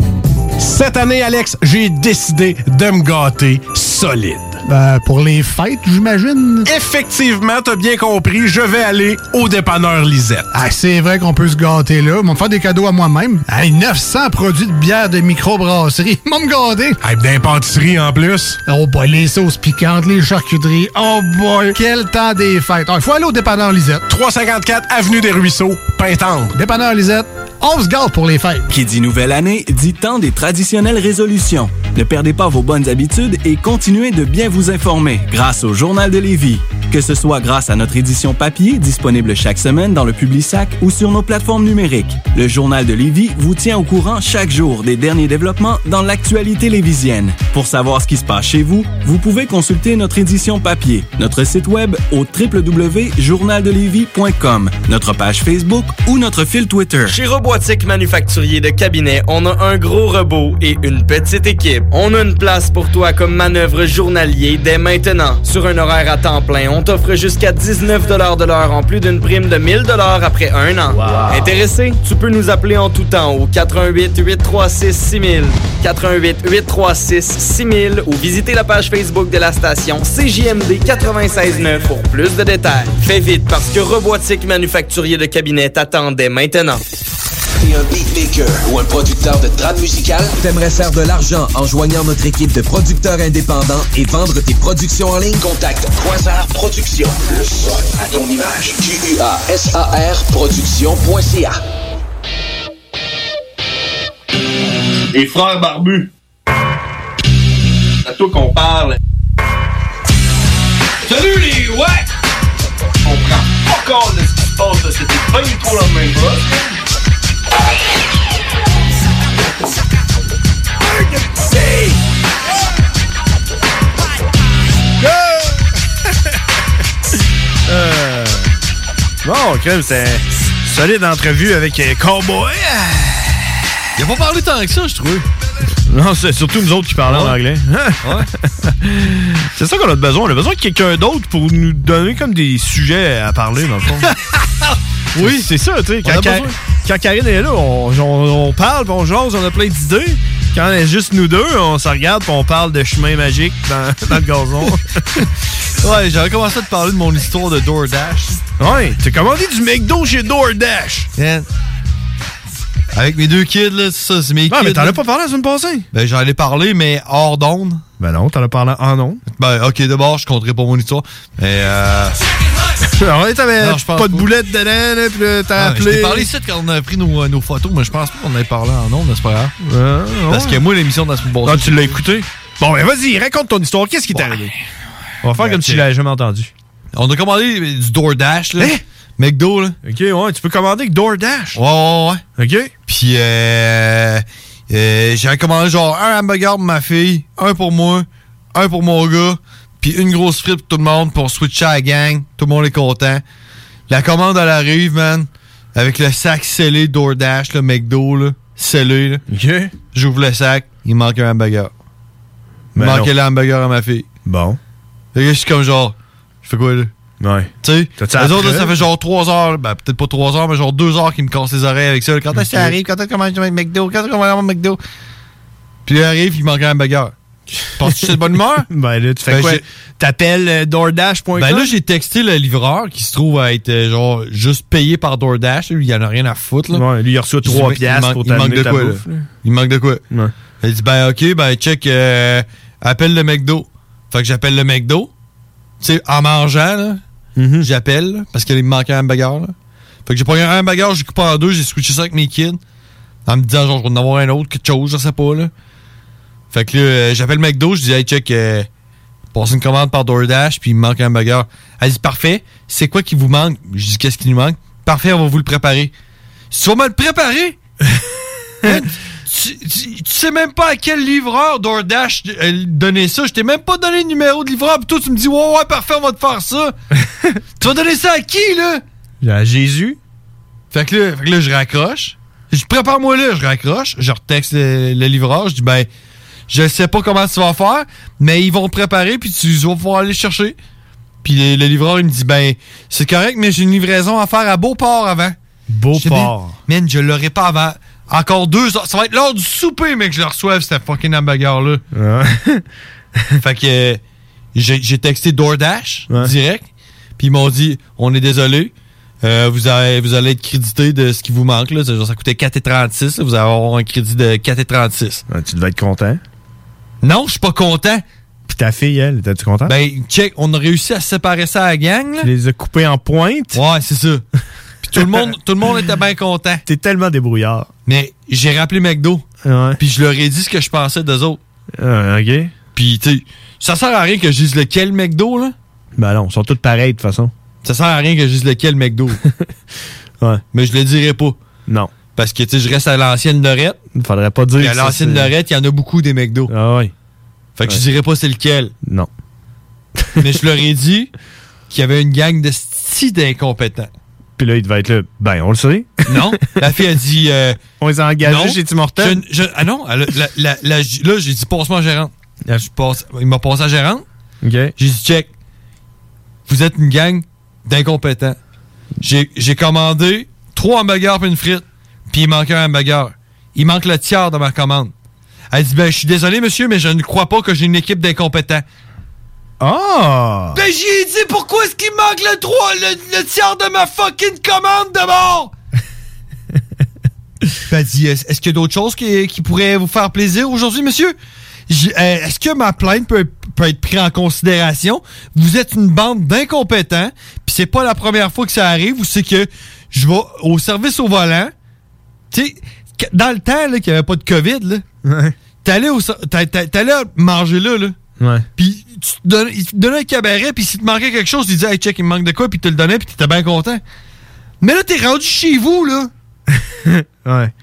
Speaker 15: Cette année, Alex, j'ai décidé de me gâter solide.
Speaker 16: Ben, pour les fêtes, j'imagine.
Speaker 15: Effectivement, t'as bien compris, je vais aller au dépanneur Lisette.
Speaker 16: Ah, c'est vrai qu'on peut se gâter là. Ils vont me faire des cadeaux à moi-même. Hey, 900 produits de bière de microbrasserie. Ils vont me garder.
Speaker 15: Hey, d'impantisserie en plus.
Speaker 16: Oh boy, les sauces piquantes, les charcuteries. Oh boy, quel temps des fêtes. Il faut aller au dépanneur Lisette.
Speaker 15: 354 Avenue des Ruisseaux, Pintendre.
Speaker 16: Dépanneur Lisette, on se gâte pour les fêtes.
Speaker 7: Qui dit nouvelle année dit temps des traditionnelles résolutions. Ne perdez pas vos bonnes habitudes et continuez de bien vous informer grâce au Journal de Lévis. Que ce soit grâce à notre édition papier disponible chaque semaine dans le Publisac ou sur nos plateformes numériques, le Journal de Lévis vous tient au courant chaque jour des derniers développements dans l'actualité lévisienne. Pour savoir ce qui se passe chez vous, vous pouvez consulter notre édition papier, notre site web au www.journaldelévis.com, notre page Facebook ou notre fil Twitter.
Speaker 17: Chez Robotique Manufacturier de Cabinet, on a un gros robot et une petite équipe. On a une place pour toi comme manœuvre journalier dès maintenant. Sur un horaire à temps plein, on t'offre jusqu'à 19 de l'heure en plus d'une prime de 1000 après un an. Intéressé? Tu peux nous appeler en tout temps au 88 836 6000, 88 836 6000 ou visiter la page Facebook de la station CJMD 969 pour plus de détails. Fais vite parce que Robotique Manufacturier de Cabinet t'attend dès maintenant.
Speaker 22: T'es un beatmaker ou un producteur de trame musicale? T'aimerais faire de l'argent en joignant notre équipe de producteurs indépendants et vendre tes productions en ligne? Contacte Quasar Productions. Le son à ton image. Q-U-A-S-A-R Productions.ca
Speaker 30: Les frères barbus. C'est à toi qu'on parle. Salut les ouais! On prend pas compte de ce qui se passe, là. c'était pas du tout la même chose.
Speaker 5: Euh, Bon, crème, c'est une solide entrevue avec euh, Cowboy.
Speaker 6: Il a pas parlé tant que ça, je trouve.
Speaker 5: Non, c'est surtout nous autres qui parlons
Speaker 6: Ouais.
Speaker 5: en anglais. c'est ça qu'on a besoin. On a besoin de quelqu'un d'autre pour nous donner comme des sujets à parler, dans le fond. oui, c'est ça, tu sais.
Speaker 6: On a
Speaker 5: Quand, Ka-
Speaker 6: besoin.
Speaker 5: quand Karine est là, on, on- on parle, puis on jase, on a plein d'idées. Quand elle est juste nous deux, on se regarde puis on parle de chemin magique dans, dans le gazon. ouais, j'avais commencé à te parler de mon histoire de DoorDash. Ouais, t'as commandé du McDo chez DoorDash.
Speaker 6: Hein? Avec mes deux kids, là, c'est ça, c'est mes
Speaker 5: Non,
Speaker 6: kids.
Speaker 5: mais t'en
Speaker 6: là.
Speaker 5: as pas parlé la semaine passée.
Speaker 6: Ben, j'en ai parlé, mais hors d'onde.
Speaker 5: Ben non, t'en as parlé en onde.
Speaker 6: Ben, ok, d'abord, je compterai pas mon histoire. Mais, euh.
Speaker 5: Alors, là, Ah t'avais
Speaker 6: Non, je pense
Speaker 5: pas de
Speaker 6: pas.
Speaker 5: boulettes dedans, là, puis là, t'as
Speaker 6: Ah, Je
Speaker 5: appelé.
Speaker 6: t'ai parlé ici quand on a pris nos, euh, nos photos, mais je pense pas qu'on ait parlé en ondes, mais c'est pas grave. Parce
Speaker 5: ouais.
Speaker 6: que moi, l'émission de la semaine
Speaker 5: Ah,
Speaker 6: passée.
Speaker 5: tu l'as écouté? Bon, ben vas-y, raconte ton histoire. Qu'est-ce qui t'est arrivé? On va faire comme si tu l'avais jamais entendu. Hein?
Speaker 6: On a commandé euh, du DoorDash, là. McDo, là.
Speaker 5: Ok, ouais, tu peux commander avec DoorDash.
Speaker 6: Ouais, ouais,
Speaker 5: ouais. OK.
Speaker 6: Puis, euh, euh, j'avais commandé genre un hamburger pour ma fille, un pour moi, un pour mon gars, puis une grosse frite pour tout le monde pour switcher à la gang. Tout le monde est content. La commande, elle arrive, man, avec le sac scellé DoorDash, le McDo, là, scellé, là. J'ouvre le sac, il manque un hamburger. Il
Speaker 5: Ben
Speaker 6: manquait
Speaker 5: non.
Speaker 6: le hamburger à ma fille.
Speaker 5: Bon.
Speaker 6: Fait que je suis comme genre, je fais quoi, là?
Speaker 5: Ouais.
Speaker 6: Tu sais,
Speaker 5: T'as-tu
Speaker 6: les autres,
Speaker 5: appris?
Speaker 6: là, ça fait genre 3 heures, ben peut-être pas 3 heures, mais genre 2 heures qu'ils me cassent les oreilles avec ça. Quand est-ce que ça arrive? Quand est-ce qu'on mange du McDo? Quand est-ce qu'on mange du McDo? Puis il arrive, il manque un hamburger. Penses-tu que c'est de bonne humeur?
Speaker 5: ben là, tu fais
Speaker 6: Ben,
Speaker 5: quoi?
Speaker 6: j'ai-
Speaker 5: T'appelles euh, DoorDash.com?
Speaker 6: Ben là, j'ai texté le livreur qui se trouve à être euh, genre juste payé par DoorDash. Lui, il en a rien à foutre. Là.
Speaker 5: Ouais, lui, il reçoit
Speaker 6: Il
Speaker 5: trois
Speaker 6: dit,
Speaker 5: piastres
Speaker 6: il manque-
Speaker 5: pour
Speaker 6: il manque
Speaker 5: t'amener
Speaker 6: de
Speaker 5: ta
Speaker 6: quoi,
Speaker 5: bouffe,
Speaker 6: là?
Speaker 5: là.
Speaker 6: Il manque de quoi? Il dit, ben ok, ben check, euh, appelle le McDo. Fait que j'appelle le McDo. Tu sais, en mangeant, là,
Speaker 5: Mm-hmm.
Speaker 6: j'appelle, là, parce qu'il me manquait un bagarre. Là. Fait que j'ai pris un bagarre, j'ai coupé en deux, j'ai switché ça avec mes kids. En me disant, genre, je vais en avoir un autre, quelque chose, je sais pas, là. Fait que là, euh, j'appelle McDo, je dis, hey, check, euh, passe une commande par DoorDash, puis il me manque un burger. Elle dit, parfait, c'est quoi qui vous manque? Je dis, qu'est-ce qui nous manque? Parfait, on va vous le préparer. Tu vas me le préparer? Hein? tu, tu- tu sais même pas à quel livreur DoorDash euh, donner ça. Je t'ai même pas donné le numéro de livreur, puis toi, tu me dis, ouais, ouais, parfait, on va te faire ça. tu vas donner ça à qui, là?
Speaker 5: À Jésus.
Speaker 6: Fait que là, fait que là, je raccroche. Je prépare-moi là, je raccroche. Je retexte le, le livreur. Je dis, ben, je sais pas comment tu vas faire, mais ils vont préparer, puis tu vas pouvoir aller le chercher. Puis le, le livreur, il me dit, ben, c'est correct, mais j'ai une livraison à faire à Beauport avant.
Speaker 5: Beauport.
Speaker 6: Je dis, Man, je l'aurai pas avant. Encore deux heures. Ça va être l'heure du souper, mais que je le reçoive, cette fucking hamburger-là. fait que euh, j'ai j'ai texté DoorDash direct. Puis ils m'ont dit on est désolé. euh, vous, avez- vous allez être crédité de ce qui vous manque. Là. C'est genre, ça coûtait 4,36. là, Vous allez avoir un crédit de 4,36.
Speaker 5: tu devais être content.
Speaker 6: Non, je suis pas content.
Speaker 5: Puis ta fille, elle, étais-tu contente?
Speaker 6: Ben, check, on a réussi à séparer ça à la gang. là.
Speaker 5: tu les as coupés en pointe.
Speaker 6: Ouais, c'est ça. Puis tout le monde, tout le monde était bien content.
Speaker 5: T'es tellement débrouillard.
Speaker 6: Mais j'ai rappelé McDo.
Speaker 5: Ouais.
Speaker 6: Puis je leur ai dit ce que je pensais d'eux autres.
Speaker 5: ok.
Speaker 6: Puis, tu sais, ça sert à rien que je dise lequel McDo, là.
Speaker 5: Ben non, ils sont tous pareils, de toute façon.
Speaker 6: Ça sert à rien que je dise lequel McDo.
Speaker 5: ouais.
Speaker 6: Mais je le dirai pas.
Speaker 5: Non.
Speaker 6: Parce que, tu sais, je reste à l'ancienne Lorette.
Speaker 5: Faudrait pas dire.
Speaker 6: Puis à
Speaker 5: que ça,
Speaker 6: l'ancienne
Speaker 5: c'est-
Speaker 6: Lorette, il y en a beaucoup des McDo.
Speaker 5: Ah oui.
Speaker 6: Fait que
Speaker 5: Ouais.
Speaker 6: je dirais pas c'est lequel.
Speaker 5: Non.
Speaker 6: Mais je leur ai dit qu'il y avait une gang de si d'incompétents.
Speaker 5: Puis là, il devait être là. Ben, on le sait.
Speaker 6: Non. La fille a dit. euh,
Speaker 5: On les a engagés
Speaker 6: non,
Speaker 5: chez Tim Hortons.
Speaker 6: je- je- ah non, elle a- la- la- la- j- là, j'ai dit passe-moi en gérante. Là, je passe- il m'a passé à gérante. J'ai dit check. Vous êtes une gang d'incompétents. J'ai j'ai commandé trois hamburgers puis une frite. Puis il manquait un hamburger. Il manque le tiers de ma commande. Elle dit ben je suis désolé monsieur mais je ne crois pas que j'ai une équipe d'incompétents.
Speaker 5: Ah!
Speaker 6: Ben j'ai dit pourquoi est-ce qu'il manque le 3, le, le tiers de ma fucking commande de mort? ben dis, est- est-ce qu'il y a d'autres choses qui, qui pourraient vous faire plaisir aujourd'hui, monsieur? J'ai- euh, est-ce que ma plainte peut, peut être prise en considération? Vous êtes une bande d'incompétents, puis c'est pas la première fois que ça arrive, ou c'est que je vais au service au volant, tu sais, que- dans le temps là, qu'il n'y avait pas de COVID, là, t'allais, au, ser- t'a- t'a- t'allais manger là, là.
Speaker 5: Ouais.
Speaker 6: Puis tu te donnais, il te donnait un cabaret, puis s'il te manquait quelque chose, il disait Hey, check, il me manque de quoi, puis tu te le donnais, puis t'étais bien content. Mais là, t'es rendu chez vous, là.
Speaker 5: Ouais.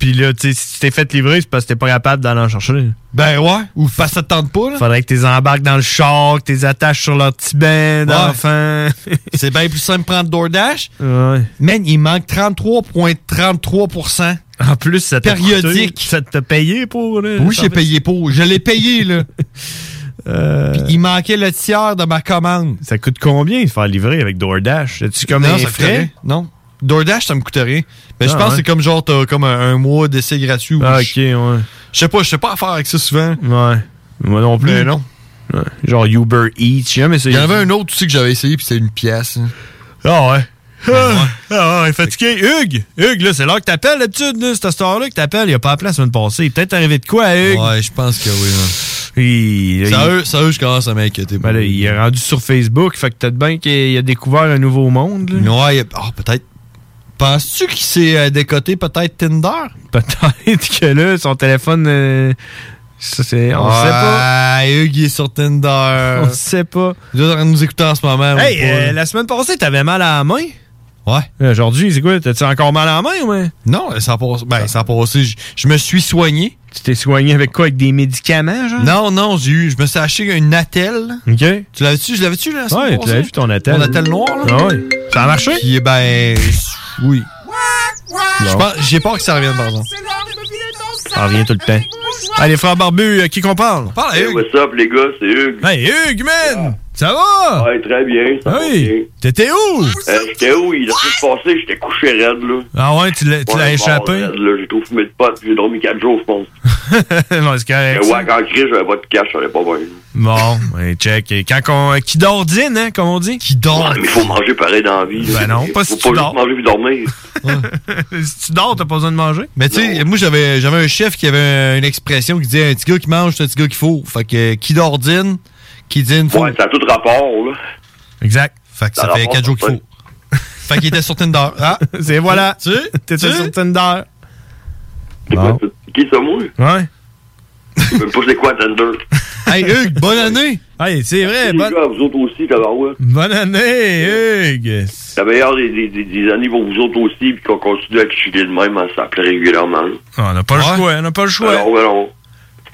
Speaker 5: Puis là, tu sais, si tu t'es fait livrer, c'est parce que t'es pas capable d'aller en chercher.
Speaker 6: Ben ouais, ou parce que ça te tente pas, là.
Speaker 5: Faudrait que t'es embarques dans le char, que t'es attaches sur leur petit bain d'enfant.
Speaker 6: C'est bien plus simple de prendre DoorDash.
Speaker 5: Ouais.
Speaker 6: Man, il manque 33,33%.
Speaker 5: En plus, ça t'a coûté.
Speaker 6: Périodique.
Speaker 5: Ça t'a payé pour, là,
Speaker 6: Oui,
Speaker 5: ça
Speaker 6: j'ai
Speaker 5: fait- Euh.
Speaker 6: payé pour. Je l'ai payé, là. Puis Il manquait le tiers de ma commande.
Speaker 5: Ça coûte combien de faire livrer avec DoorDash? As-tu comme un
Speaker 6: ça coûte rien.
Speaker 5: frais?
Speaker 6: Non. DoorDash, ça me coûtait rien. Mais Ben, je
Speaker 5: Ah,
Speaker 6: pense
Speaker 5: ouais.
Speaker 6: que c'est comme genre, t'as comme un, un mois d'essai gratuit. ou
Speaker 5: Ah, ok,
Speaker 6: je-
Speaker 5: ouais.
Speaker 6: Je sais pas, je sais pas affaire avec ça souvent.
Speaker 5: Ouais. Moi non plus.
Speaker 6: Mais non.
Speaker 5: Ouais. Genre Uber Eats, j'ai jamais essayé.
Speaker 6: Il y en avait un autre aussi que j'avais essayé, puis c'était une pièce. hein.
Speaker 5: Ah ouais. Ah, ah, il est fatigué. Hugues, Hugues, là, c'est l'heure que t'appelles d'habitude, là, cette heure-là que t'appelles. Il a pas appelé la semaine passée. Peut-être arrivé de quoi, à Hugues?
Speaker 6: Ouais, je pense que oui. hein.
Speaker 5: Il,
Speaker 6: Ça,
Speaker 5: il-
Speaker 6: eux, ça, eux, je commence à m'inquiéter.
Speaker 5: Ben là, il est rendu sur Facebook, fait que peut-être bien qu'il a découvert un nouveau monde.
Speaker 6: Ouais, ah, peut-être. Penses-tu qu'il s'est euh, décoté peut-être Tinder?
Speaker 5: Peut-être que là, son téléphone. euh, ça, c'est, on sait pas.
Speaker 6: Hugues, il est sur Tinder.
Speaker 5: On sait pas.
Speaker 6: Il doit nous écouter en ce moment.
Speaker 5: Hey,
Speaker 6: ou pas,
Speaker 5: euh,
Speaker 6: là.
Speaker 5: la semaine passée, t'avais mal à la main? Euh,
Speaker 6: Ouais.
Speaker 5: Aujourd'hui, c'est quoi? T'as-tu encore mal à la main ou
Speaker 6: Non, ça a passé. Ben, ça a passé. Je, je me suis soigné.
Speaker 5: Tu t'es soigné avec quoi? Avec des médicaments, genre?
Speaker 6: Non, non, j'ai eu. Je me suis acheté une attelle.
Speaker 5: OK.
Speaker 6: Tu l'avais-tu? Je l'avais-tu, là? la semaine
Speaker 5: Ouais, tu
Speaker 6: passée?
Speaker 5: l'avais vu ton attel.
Speaker 6: Mon attel noir, là?
Speaker 5: Ah Ouais. Ça a marché?
Speaker 6: Puis, ben, oui. Je pense- J'ai peur que ça revienne, par exemple.
Speaker 5: Ça revient tout le temps. Allez, frère Barbu, à qui qu'on parle?
Speaker 6: Parle
Speaker 23: Hey, what's up, les gars, c'est Hugues. Ah.
Speaker 5: Hey, Hugues, man! Ça va? Ah
Speaker 23: Ouais, très bien. ça va bien.
Speaker 5: Hey! T'étais où?
Speaker 23: Euh, j'étais où? La semaine passée, j'étais couché raide, là.
Speaker 5: Ah ouais, tu l'as, tu
Speaker 23: Ouais,
Speaker 5: l'as
Speaker 23: mort
Speaker 5: échappé?
Speaker 23: raide, là, j'ai trop fumé de potes, j'ai dormi 4 jours, je pense.
Speaker 5: non, c'est correct.
Speaker 23: Mais
Speaker 5: ça.
Speaker 23: ouais, quand crise, j'avais pas de cash, j'allais pas bien.
Speaker 5: Bon, ben, check. Et Quand on, qui dort dîne, hein, comme on dit? Qui
Speaker 23: Ouais, mais faut manger pareil dans la vie.
Speaker 5: Ben non, pas
Speaker 23: faut
Speaker 5: si tu
Speaker 23: juste
Speaker 5: dors.
Speaker 23: manger puis dormir.
Speaker 5: si tu dors, t'as pas besoin de manger.
Speaker 6: Mais tu sais, moi j'avais j'avais un chef qui avait une expression qui disait un petit gars qui mange, c'est un petit gars qui faut. Fait que euh, qui dort dîne, qui dîne faut.
Speaker 23: Ouais, ça a tout rapport, là.
Speaker 5: Exact.
Speaker 6: Fait que ça,
Speaker 23: Ça
Speaker 6: fait
Speaker 23: rapporte,
Speaker 6: 4 jours qu'il
Speaker 23: ouais.
Speaker 6: faut. fait qu'il était sur Tinder. Ah,
Speaker 5: c'est voilà.
Speaker 6: Tu
Speaker 5: T'étais
Speaker 6: tu-
Speaker 5: sur Tinder.
Speaker 23: Qui, ça, moi?
Speaker 5: Ouais.
Speaker 23: Je sais pas c'est quoi, Tender.
Speaker 6: Hey, Hugues, bonne année!
Speaker 5: Hey, c'est vrai,
Speaker 23: Les gars, vous autres aussi, tabarouette.
Speaker 5: Bonne année, Hugues!
Speaker 23: La meilleure des, des, des- des années pour vous autres aussi, puis qu'on continue à chiller de même, à s'appeler régulièrement. là.
Speaker 5: Ah, on n'a pas le choix, on n'a pas le choix.
Speaker 23: Alors, ouais, non.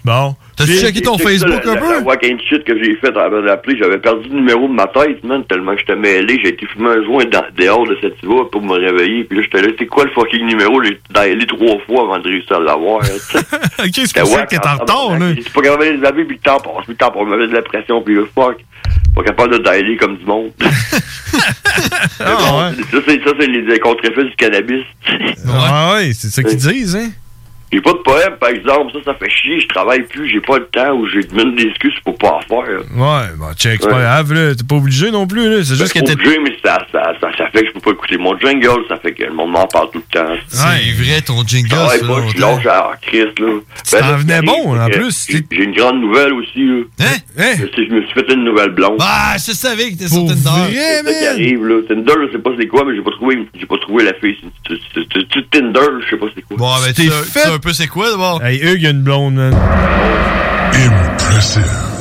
Speaker 5: Bon. T'as-tu checké ton
Speaker 23: check ça,
Speaker 5: Facebook
Speaker 23: la-
Speaker 5: un
Speaker 23: la-
Speaker 5: peu?
Speaker 23: La walking shit que j'ai faite avant d'appeler, j'avais perdu le numéro de ma tête, man, tellement que j'étais mêlé. J'ai été fumer un joint dans- dehors de cette iva pour me réveiller. Puis là, j'étais là, c'est quoi le fucking numéro? J'ai dialé trois fois avant de réussir à l'avoir. hein,
Speaker 5: ok, c'est
Speaker 23: pour
Speaker 5: ça que t'es en retard, là.
Speaker 23: J'étais pas capable de les appeler, puis le temps passe, puis le temps passe. Je m'avais de la pression, puis le fuck. Pas capable de dialer comme du monde. Mais
Speaker 6: Ah,
Speaker 23: bon, Ça, c'est ça, c'est les, les contre-effets du cannabis.
Speaker 5: Ouais, ouais, c'est ça qu'ils disent, hein?
Speaker 23: J'ai pas de poème, par exemple. Ça, ça fait chier. Je travaille plus. J'ai pas le temps ou j'ai même des excuses pour pas en faire.
Speaker 5: Ouais, bon, check, c'est
Speaker 23: Ouais.
Speaker 5: pas
Speaker 23: Ben,
Speaker 5: grave, là. T'es pas obligé non plus, là. C'est juste que
Speaker 23: Faut
Speaker 5: t'es.
Speaker 23: bouger, mais ça, ça, ça, ça fait que je peux pas écouter mon jingle. Ça fait que le monde m'en parle tout le temps.
Speaker 6: C'est vrai ton jingle.
Speaker 23: Ah ouais,
Speaker 6: ça,
Speaker 23: moi, je
Speaker 6: longtemps.
Speaker 23: lâche à Christ, là. Ben,
Speaker 6: Tu t'en venais bon, en plus.
Speaker 23: J'ai j'ai une grande nouvelle aussi, là.
Speaker 6: Hein?
Speaker 23: Je, sais, je me suis fait une nouvelle blonde.
Speaker 6: Ah, je savais que t'étais sur Tinder.
Speaker 23: C'est ça qui arrive, là. Tinder, je sais pas c'est quoi, mais j'ai pas trouvé, j'ai pas trouvé la fille. C'est- c'est- c'est- c'est Tinder, je sais pas c'est quoi.
Speaker 5: Ah,
Speaker 6: Bon, ben, tu sais- tu sais un peu c'est quoi d'abord?
Speaker 5: Hey, Hugues, il y a une blonde, man.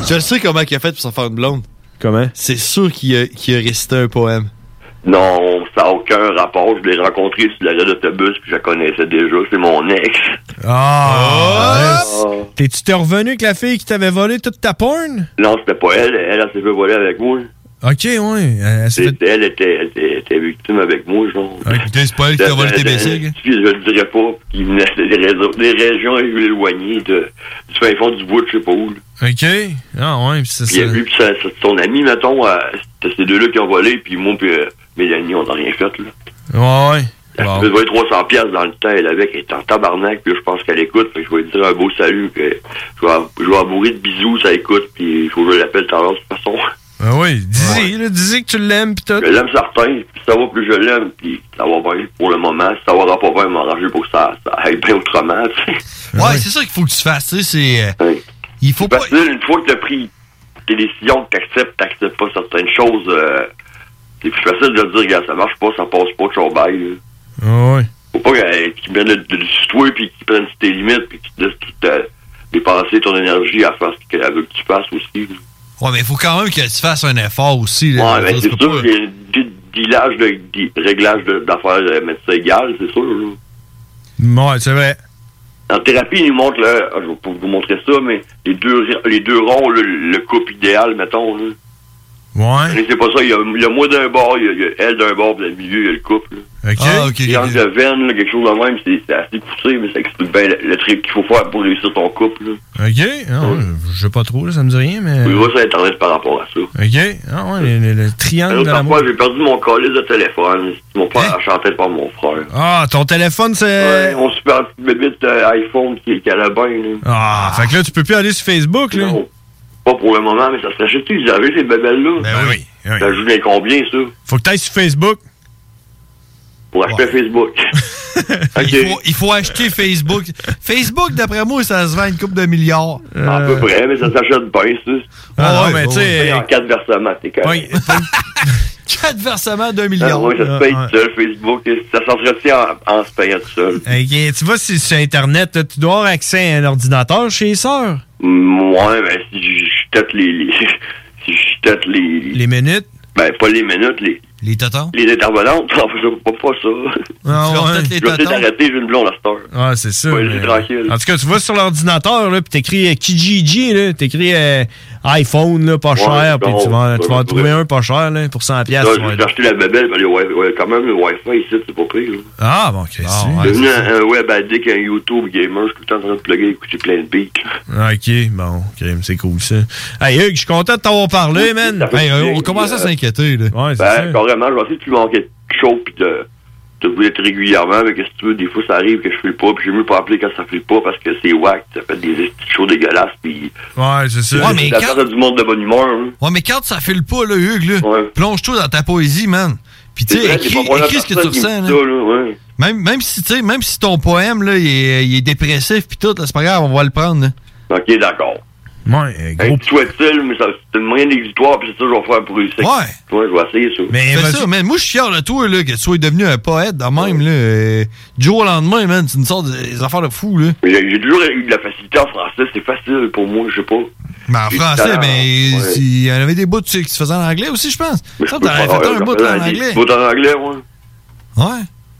Speaker 6: Je sais comment il a fait pour s'en faire une blonde.
Speaker 5: Comment?
Speaker 6: C'est sûr qu'il a, qu'il a récité un poème.
Speaker 23: Non, ça n'a aucun rapport. Je l'ai rencontrée sur l'arrêt d'autobus, puis je la connaissais déjà. C'est mon ex.
Speaker 5: Ah! T'es-tu t'es revenu avec la fille qui t'avait volé toute ta porn?
Speaker 23: Non, c'était pas elle. Elle, elle s'est fait voler avec moi.
Speaker 5: Ok, ouais. Euh, Elle s'est fait-
Speaker 23: C'était elle, était, elle était, elle était victime avec moi, genre.
Speaker 6: Écoutez, c'est pas elle qui t'a volé tes bicycles. hein?
Speaker 23: Je le dirais pas, puis il venait des, réseaux- des régions et je voulais l'éloigner de, du fin fond du bois, de je sais pas où. là.
Speaker 5: Ok. Ah, ouais, pis c'est
Speaker 23: Puis il
Speaker 5: ça.
Speaker 23: a vu, puis ça- ça- son ami, mettons, euh, c'était ces deux-là qui ont volé, puis moi, puis euh, Mélanie, on n'a rien fait, là.
Speaker 5: Ouais, ouais.
Speaker 23: Elle
Speaker 5: Bon.
Speaker 23: me volé 300 pièces dans le temps, elle avec, elle est en tabarnak, puis je pense qu'elle écoute, fait que je vais lui dire un beau salut, puis je vais, je vais bourrer de bisous, ça écoute, puis il faut que je l'appelle tout à l'heure, de toute façon.
Speaker 5: Ah, oui, dis-y, là, dis-y que tu l'aimes, pis tout.
Speaker 23: Je l'aime certain, puis ça va plus je l'aime, puis ça va bien pour le moment, si ça va pas bien, m'arranger pour que ça, ça aille bien autrement, tu sais.
Speaker 6: Ouais, c'est ça qu'il faut que tu fasses, tu sais, c'est. euh, Il faut pas.
Speaker 23: Parce que là, une fois que t'as pris tes décisions, que t'acceptes, t'acceptes pas certaines choses, euh, c'est plus facile de dire, gars, ça marche pas, ça passe pas, tu bail, là.
Speaker 5: Ah, ouais.
Speaker 23: Faut pas qu'elle- qu'ils prennent le le dessus de toi puis qu'ils prennent tes limites puis qu'ils te laissent tout euh, dépenser ton énergie à faire ce qu'elle veut que tu fasses aussi.
Speaker 6: Ouais, mais il faut quand même que tu fasses un effort aussi. Là,
Speaker 5: Ah,
Speaker 23: Ouais, mais c'est sûr qu'il y a des dealage de des réglages de- d'affaires euh, médecin égal, c'est sûr. là.
Speaker 5: Ouais, c'est vrai.
Speaker 23: En thérapie, ils nous montrent, là, ah, je vais pas vous montrer ça, mais les deux ri- les deux ronds, le, le couple idéal, mettons. Là.
Speaker 5: Ouais.
Speaker 23: Mais C'est pas ça, il y a, il y a moi d'un bord, il y a, il y a elle d'un bord, puis le milieu, il y a le couple. là.
Speaker 5: Ah, Ok.
Speaker 23: Triangle de veine, là, quelque chose de même, c'est c'est assez poussé, mais ça explique bien le, le truc qu'il faut faire pour réussir ton couple. là.
Speaker 5: Ok. Ah, ouais, Je sais pas trop, là, ça me dit rien, mais.
Speaker 23: Oui, moi, sur Internet par rapport à ça.
Speaker 5: Euh, Ok. Ah, ouais, le, le- le triangle
Speaker 23: L'autre
Speaker 5: de l'amour.
Speaker 23: fois, j'ai perdu mon colis de téléphone. Mon père chantait par mon frère.
Speaker 5: Ah, ton téléphone, c'est.
Speaker 23: Ouais, on se perd une bébite euh, iPhone qui est calabin. Là.
Speaker 5: Ah, fait que là, tu peux plus aller sur Facebook, là.
Speaker 23: Pas pour le moment, mais ça serait juste usagé, ces bébelles-là. Ben
Speaker 5: oui, oui.
Speaker 23: Ça joue bien combien, ça?
Speaker 5: Faut que t'ailles sur Facebook.
Speaker 23: pour acheter Facebook.
Speaker 6: il, faut, il faut acheter Facebook. Facebook, d'après moi, ça se vend une coupe de milliards.
Speaker 23: À peu près, mais ça s'achète bien, ça.
Speaker 6: Ah ouais, mais tu sais-
Speaker 23: En quatre versements, t'es correct.
Speaker 6: Quatre versements d'un
Speaker 23: Ah
Speaker 6: milliard.
Speaker 23: ouais, ça se paye tout seul, Facebook. Ça s'entretient en, en se payant tout seul.
Speaker 5: Ok, tu vois, si sur Internet, là, tu dois avoir accès à un ordinateur chez les sœurs.
Speaker 23: Moi, ben, si je je tâte les, les- Si je tâte les,
Speaker 5: Les minutes?
Speaker 23: Ben, pas les minutes, les.
Speaker 6: Les tontons?
Speaker 23: Les intervenantes, non, je veux pas, pas ça.
Speaker 5: Ah, Tu leur ouais.
Speaker 23: Je
Speaker 5: tâtes les
Speaker 23: vais peut-être
Speaker 5: tontons?
Speaker 23: arrêter, j'ai une blonde à cette heure.
Speaker 5: Ah, c'est sûr.
Speaker 23: Ouais,
Speaker 5: mais-
Speaker 23: c'est tranquille.
Speaker 5: En tout cas, tu vois sur l'ordinateur, là, puis t'écris euh, Kijiji, là, t'écris euh, iPhone, là, pas
Speaker 23: Ouais,
Speaker 5: cher, puis
Speaker 23: non,
Speaker 5: tu vas,
Speaker 23: ça
Speaker 5: tu vas en
Speaker 23: va
Speaker 5: trouver un pas cher, là, pour 100$.
Speaker 23: Là,
Speaker 5: piastres,
Speaker 23: je
Speaker 5: ouais.
Speaker 23: vais acheter la babelle, mais le wi- ouais, quand même, le Wi-Fi ici, c'est pas pire. là.
Speaker 5: Ah, bon, ok.
Speaker 23: Je suis devenu un, un web addict, un YouTube gamer, je suis tout le temps en train de plugger, écouter plein de beats.
Speaker 5: Ok, bon, crime, c'est cool ça. Hey Hugues, je suis content de t'avoir parlé, man.
Speaker 23: Ça fait
Speaker 5: Hey,
Speaker 23: plaisir,
Speaker 5: on commence à
Speaker 23: euh,
Speaker 5: s'inquiéter, là. Ouais, c'est
Speaker 23: Ben,
Speaker 5: ça.
Speaker 23: carrément, je vais essayer de plus manquer de chaud pis de, de vous être régulièrement, mais qu'est-ce que tu veux, des fois ça arrive que je file pas, puis j'ai mieux pas appeler quand ça file pas parce que c'est whack, ça fait des petits shows dégueulasses pis.
Speaker 5: Ouais, c'est
Speaker 6: ça. Ouais, mais
Speaker 23: la
Speaker 6: quand-
Speaker 23: perte du monde de bonne humeur, hein.
Speaker 6: Ouais, mais quand ça file pas, là, Hugues, là, plonge-toi dans ta poésie, man. Puis, tu
Speaker 23: C'est
Speaker 6: sais,
Speaker 23: vrai, c'est
Speaker 6: écris,
Speaker 23: pas pour la
Speaker 6: écris ce que tu
Speaker 23: personne qui me
Speaker 6: ressens,
Speaker 23: dit
Speaker 6: là.
Speaker 23: ça, là, ouais.
Speaker 6: Même, même si, tu sais, même si ton poème, là, il est, il est dépressif, puis tout, là, c'est pas grave, on va le prendre, là.
Speaker 23: Ok, d'accord.
Speaker 6: Eh,
Speaker 5: Ouais,
Speaker 23: Un petit soit-il, mais ça- c'est une moyen d'exutoire, puis c'est ça que je vais faire pour réussir. Ouais. je vais essayer ça.
Speaker 6: Mais Fais ça, man. Moi, je suis fier de toi, là, que tu sois devenu un poète, de même, là. Euh, Du jour au lendemain, man, tu nous sors des, des affaires de fou, là.
Speaker 23: Mais J'ai j'ai toujours eu de la facilité en français, c'est facile pour moi, je sais pas.
Speaker 6: Mais en
Speaker 23: J'ai du
Speaker 6: français,
Speaker 23: talent,
Speaker 6: mais
Speaker 23: ouais.
Speaker 6: il y en avait des bouts tu sais, qui se faisaient en anglais aussi, je pense.
Speaker 23: Mais
Speaker 6: Ça,
Speaker 23: je peux
Speaker 6: t'aurais
Speaker 23: pas-
Speaker 6: fait
Speaker 23: ouais,
Speaker 6: un bout
Speaker 23: j'en
Speaker 6: en
Speaker 23: fais des
Speaker 6: anglais.
Speaker 23: bouts en anglais, ouais.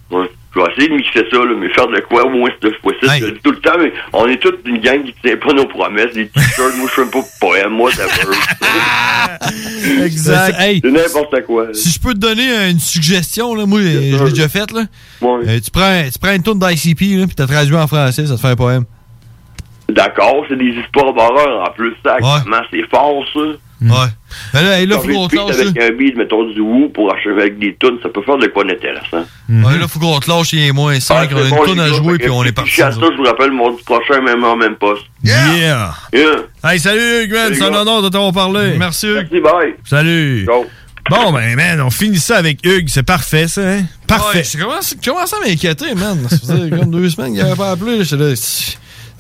Speaker 6: Ouais.
Speaker 23: Ouais. Je vais essayer de mixer ça, là, mais faire de quoi au moins cette fois-ci. Je le dis tout le temps, mais on est toute une gang qui tient pas nos promesses. Les t-shirts, moi, je suis même pas poème, moi, ça veut.
Speaker 6: Exact. Hey.
Speaker 23: C'est n'importe quoi. là.
Speaker 6: Si je peux te donner euh, une suggestion, là, moi, euh, je l'ai déjà faite, là. Euh, tu, prends, tu prends une tourne d'ICP, là, puis t'as traduit en français, ça te fait un poème.
Speaker 23: D'accord, c'est des histoires d'horreur en plus, ça. Comment c'est fort, ça.
Speaker 6: Ouais. Mais Ben là, hey, là, faut
Speaker 23: Changer
Speaker 6: qu'on
Speaker 23: de beat
Speaker 6: te lâche,
Speaker 23: avec un beat, mettons du woo pour achever avec des tunes, ça peut faire de quoi d'intéressant.
Speaker 6: là. Ouais, là, faut qu'on te lâche, il est moins 5,
Speaker 23: Ah,
Speaker 6: on a une tourne à jouer, puis on est parti.
Speaker 23: Puis à ça, je vous rappelle, mon prochain, même en même poste.
Speaker 5: Yeah!
Speaker 23: Yeah.
Speaker 5: Hey, salut Hugues, man.
Speaker 23: Salut,
Speaker 5: C'est un
Speaker 23: gars.
Speaker 5: honneur de t'avoir parlé. Merci Hugues.
Speaker 23: Merci, bye.
Speaker 5: Salut. Bon, ben, man, on finit ça avec Hugues. C'est parfait, ça, hein? Parfait.
Speaker 6: Ouais, je commence, je commence à m'inquiéter, man. Ça faisait comme deux semaines qu'il n'y avait pas appelé. là, J'étais là.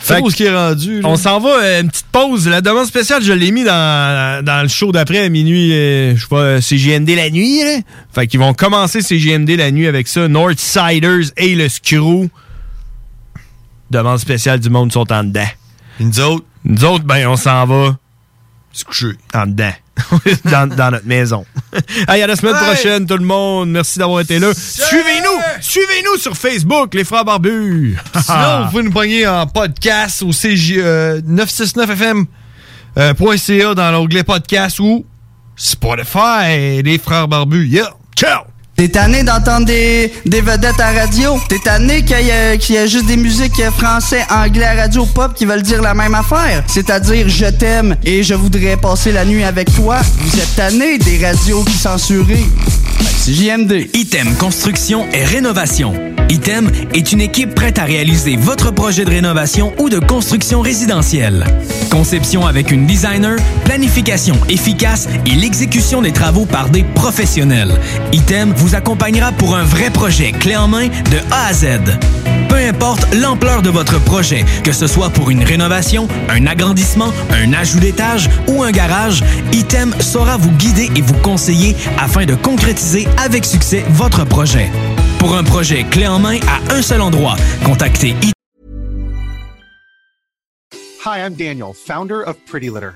Speaker 6: Fait
Speaker 5: Fait
Speaker 6: ce qui est rendu. là.
Speaker 5: On s'en va, euh, une petite pause. La demande spéciale, je l'ai mis dans, dans le show d'après, à minuit, euh, je sais pas, euh, CGMD la nuit. Là. Fait qu'ils vont commencer CGMD la nuit avec ça. Northsiders et le Screw. Demande spéciale du monde sont en dedans.
Speaker 6: Nous autres?
Speaker 5: Nous autres, ben, on s'en va se coucher. En dedans. dans, dans notre maison. Allez, à la semaine prochaine, tout le monde. Merci d'avoir été là. Suivez-nous! Suivez-nous sur Facebook, les Frères Barbus!
Speaker 6: Sinon, vous pouvez nous pogner en podcast au CJ, euh, 969fm.ca dans l'onglet podcast ou Spotify, les frères barbus. Yeah! Ciao!
Speaker 32: T'es tanné d'entendre des, des vedettes à radio? T'es tanné qu'il y, a- qu'il y a juste des musiques français, anglais, à radio, pop qui veulent dire la même affaire? C'est-à-dire je t'aime et je voudrais passer la nuit avec toi? Vous êtes tanné des radios qui censurées? C'est JMD.
Speaker 14: Item Construction et Rénovation. Item est une équipe prête à réaliser votre projet de rénovation ou de construction résidentielle. Conception avec une designer, planification efficace et l'exécution des travaux par des professionnels. Item vous accompagnera pour un vrai projet clé en main de A à Z. Peu importe l'ampleur de votre projet, que ce soit pour une rénovation, un agrandissement, un ajout d'étage ou un garage, Item saura vous guider et vous conseiller afin de concrétiser avec succès votre projet. Pour un projet clé en main à un seul endroit, contactez Item.
Speaker 24: Hi, I'm Daniel, founder of Pretty Litter.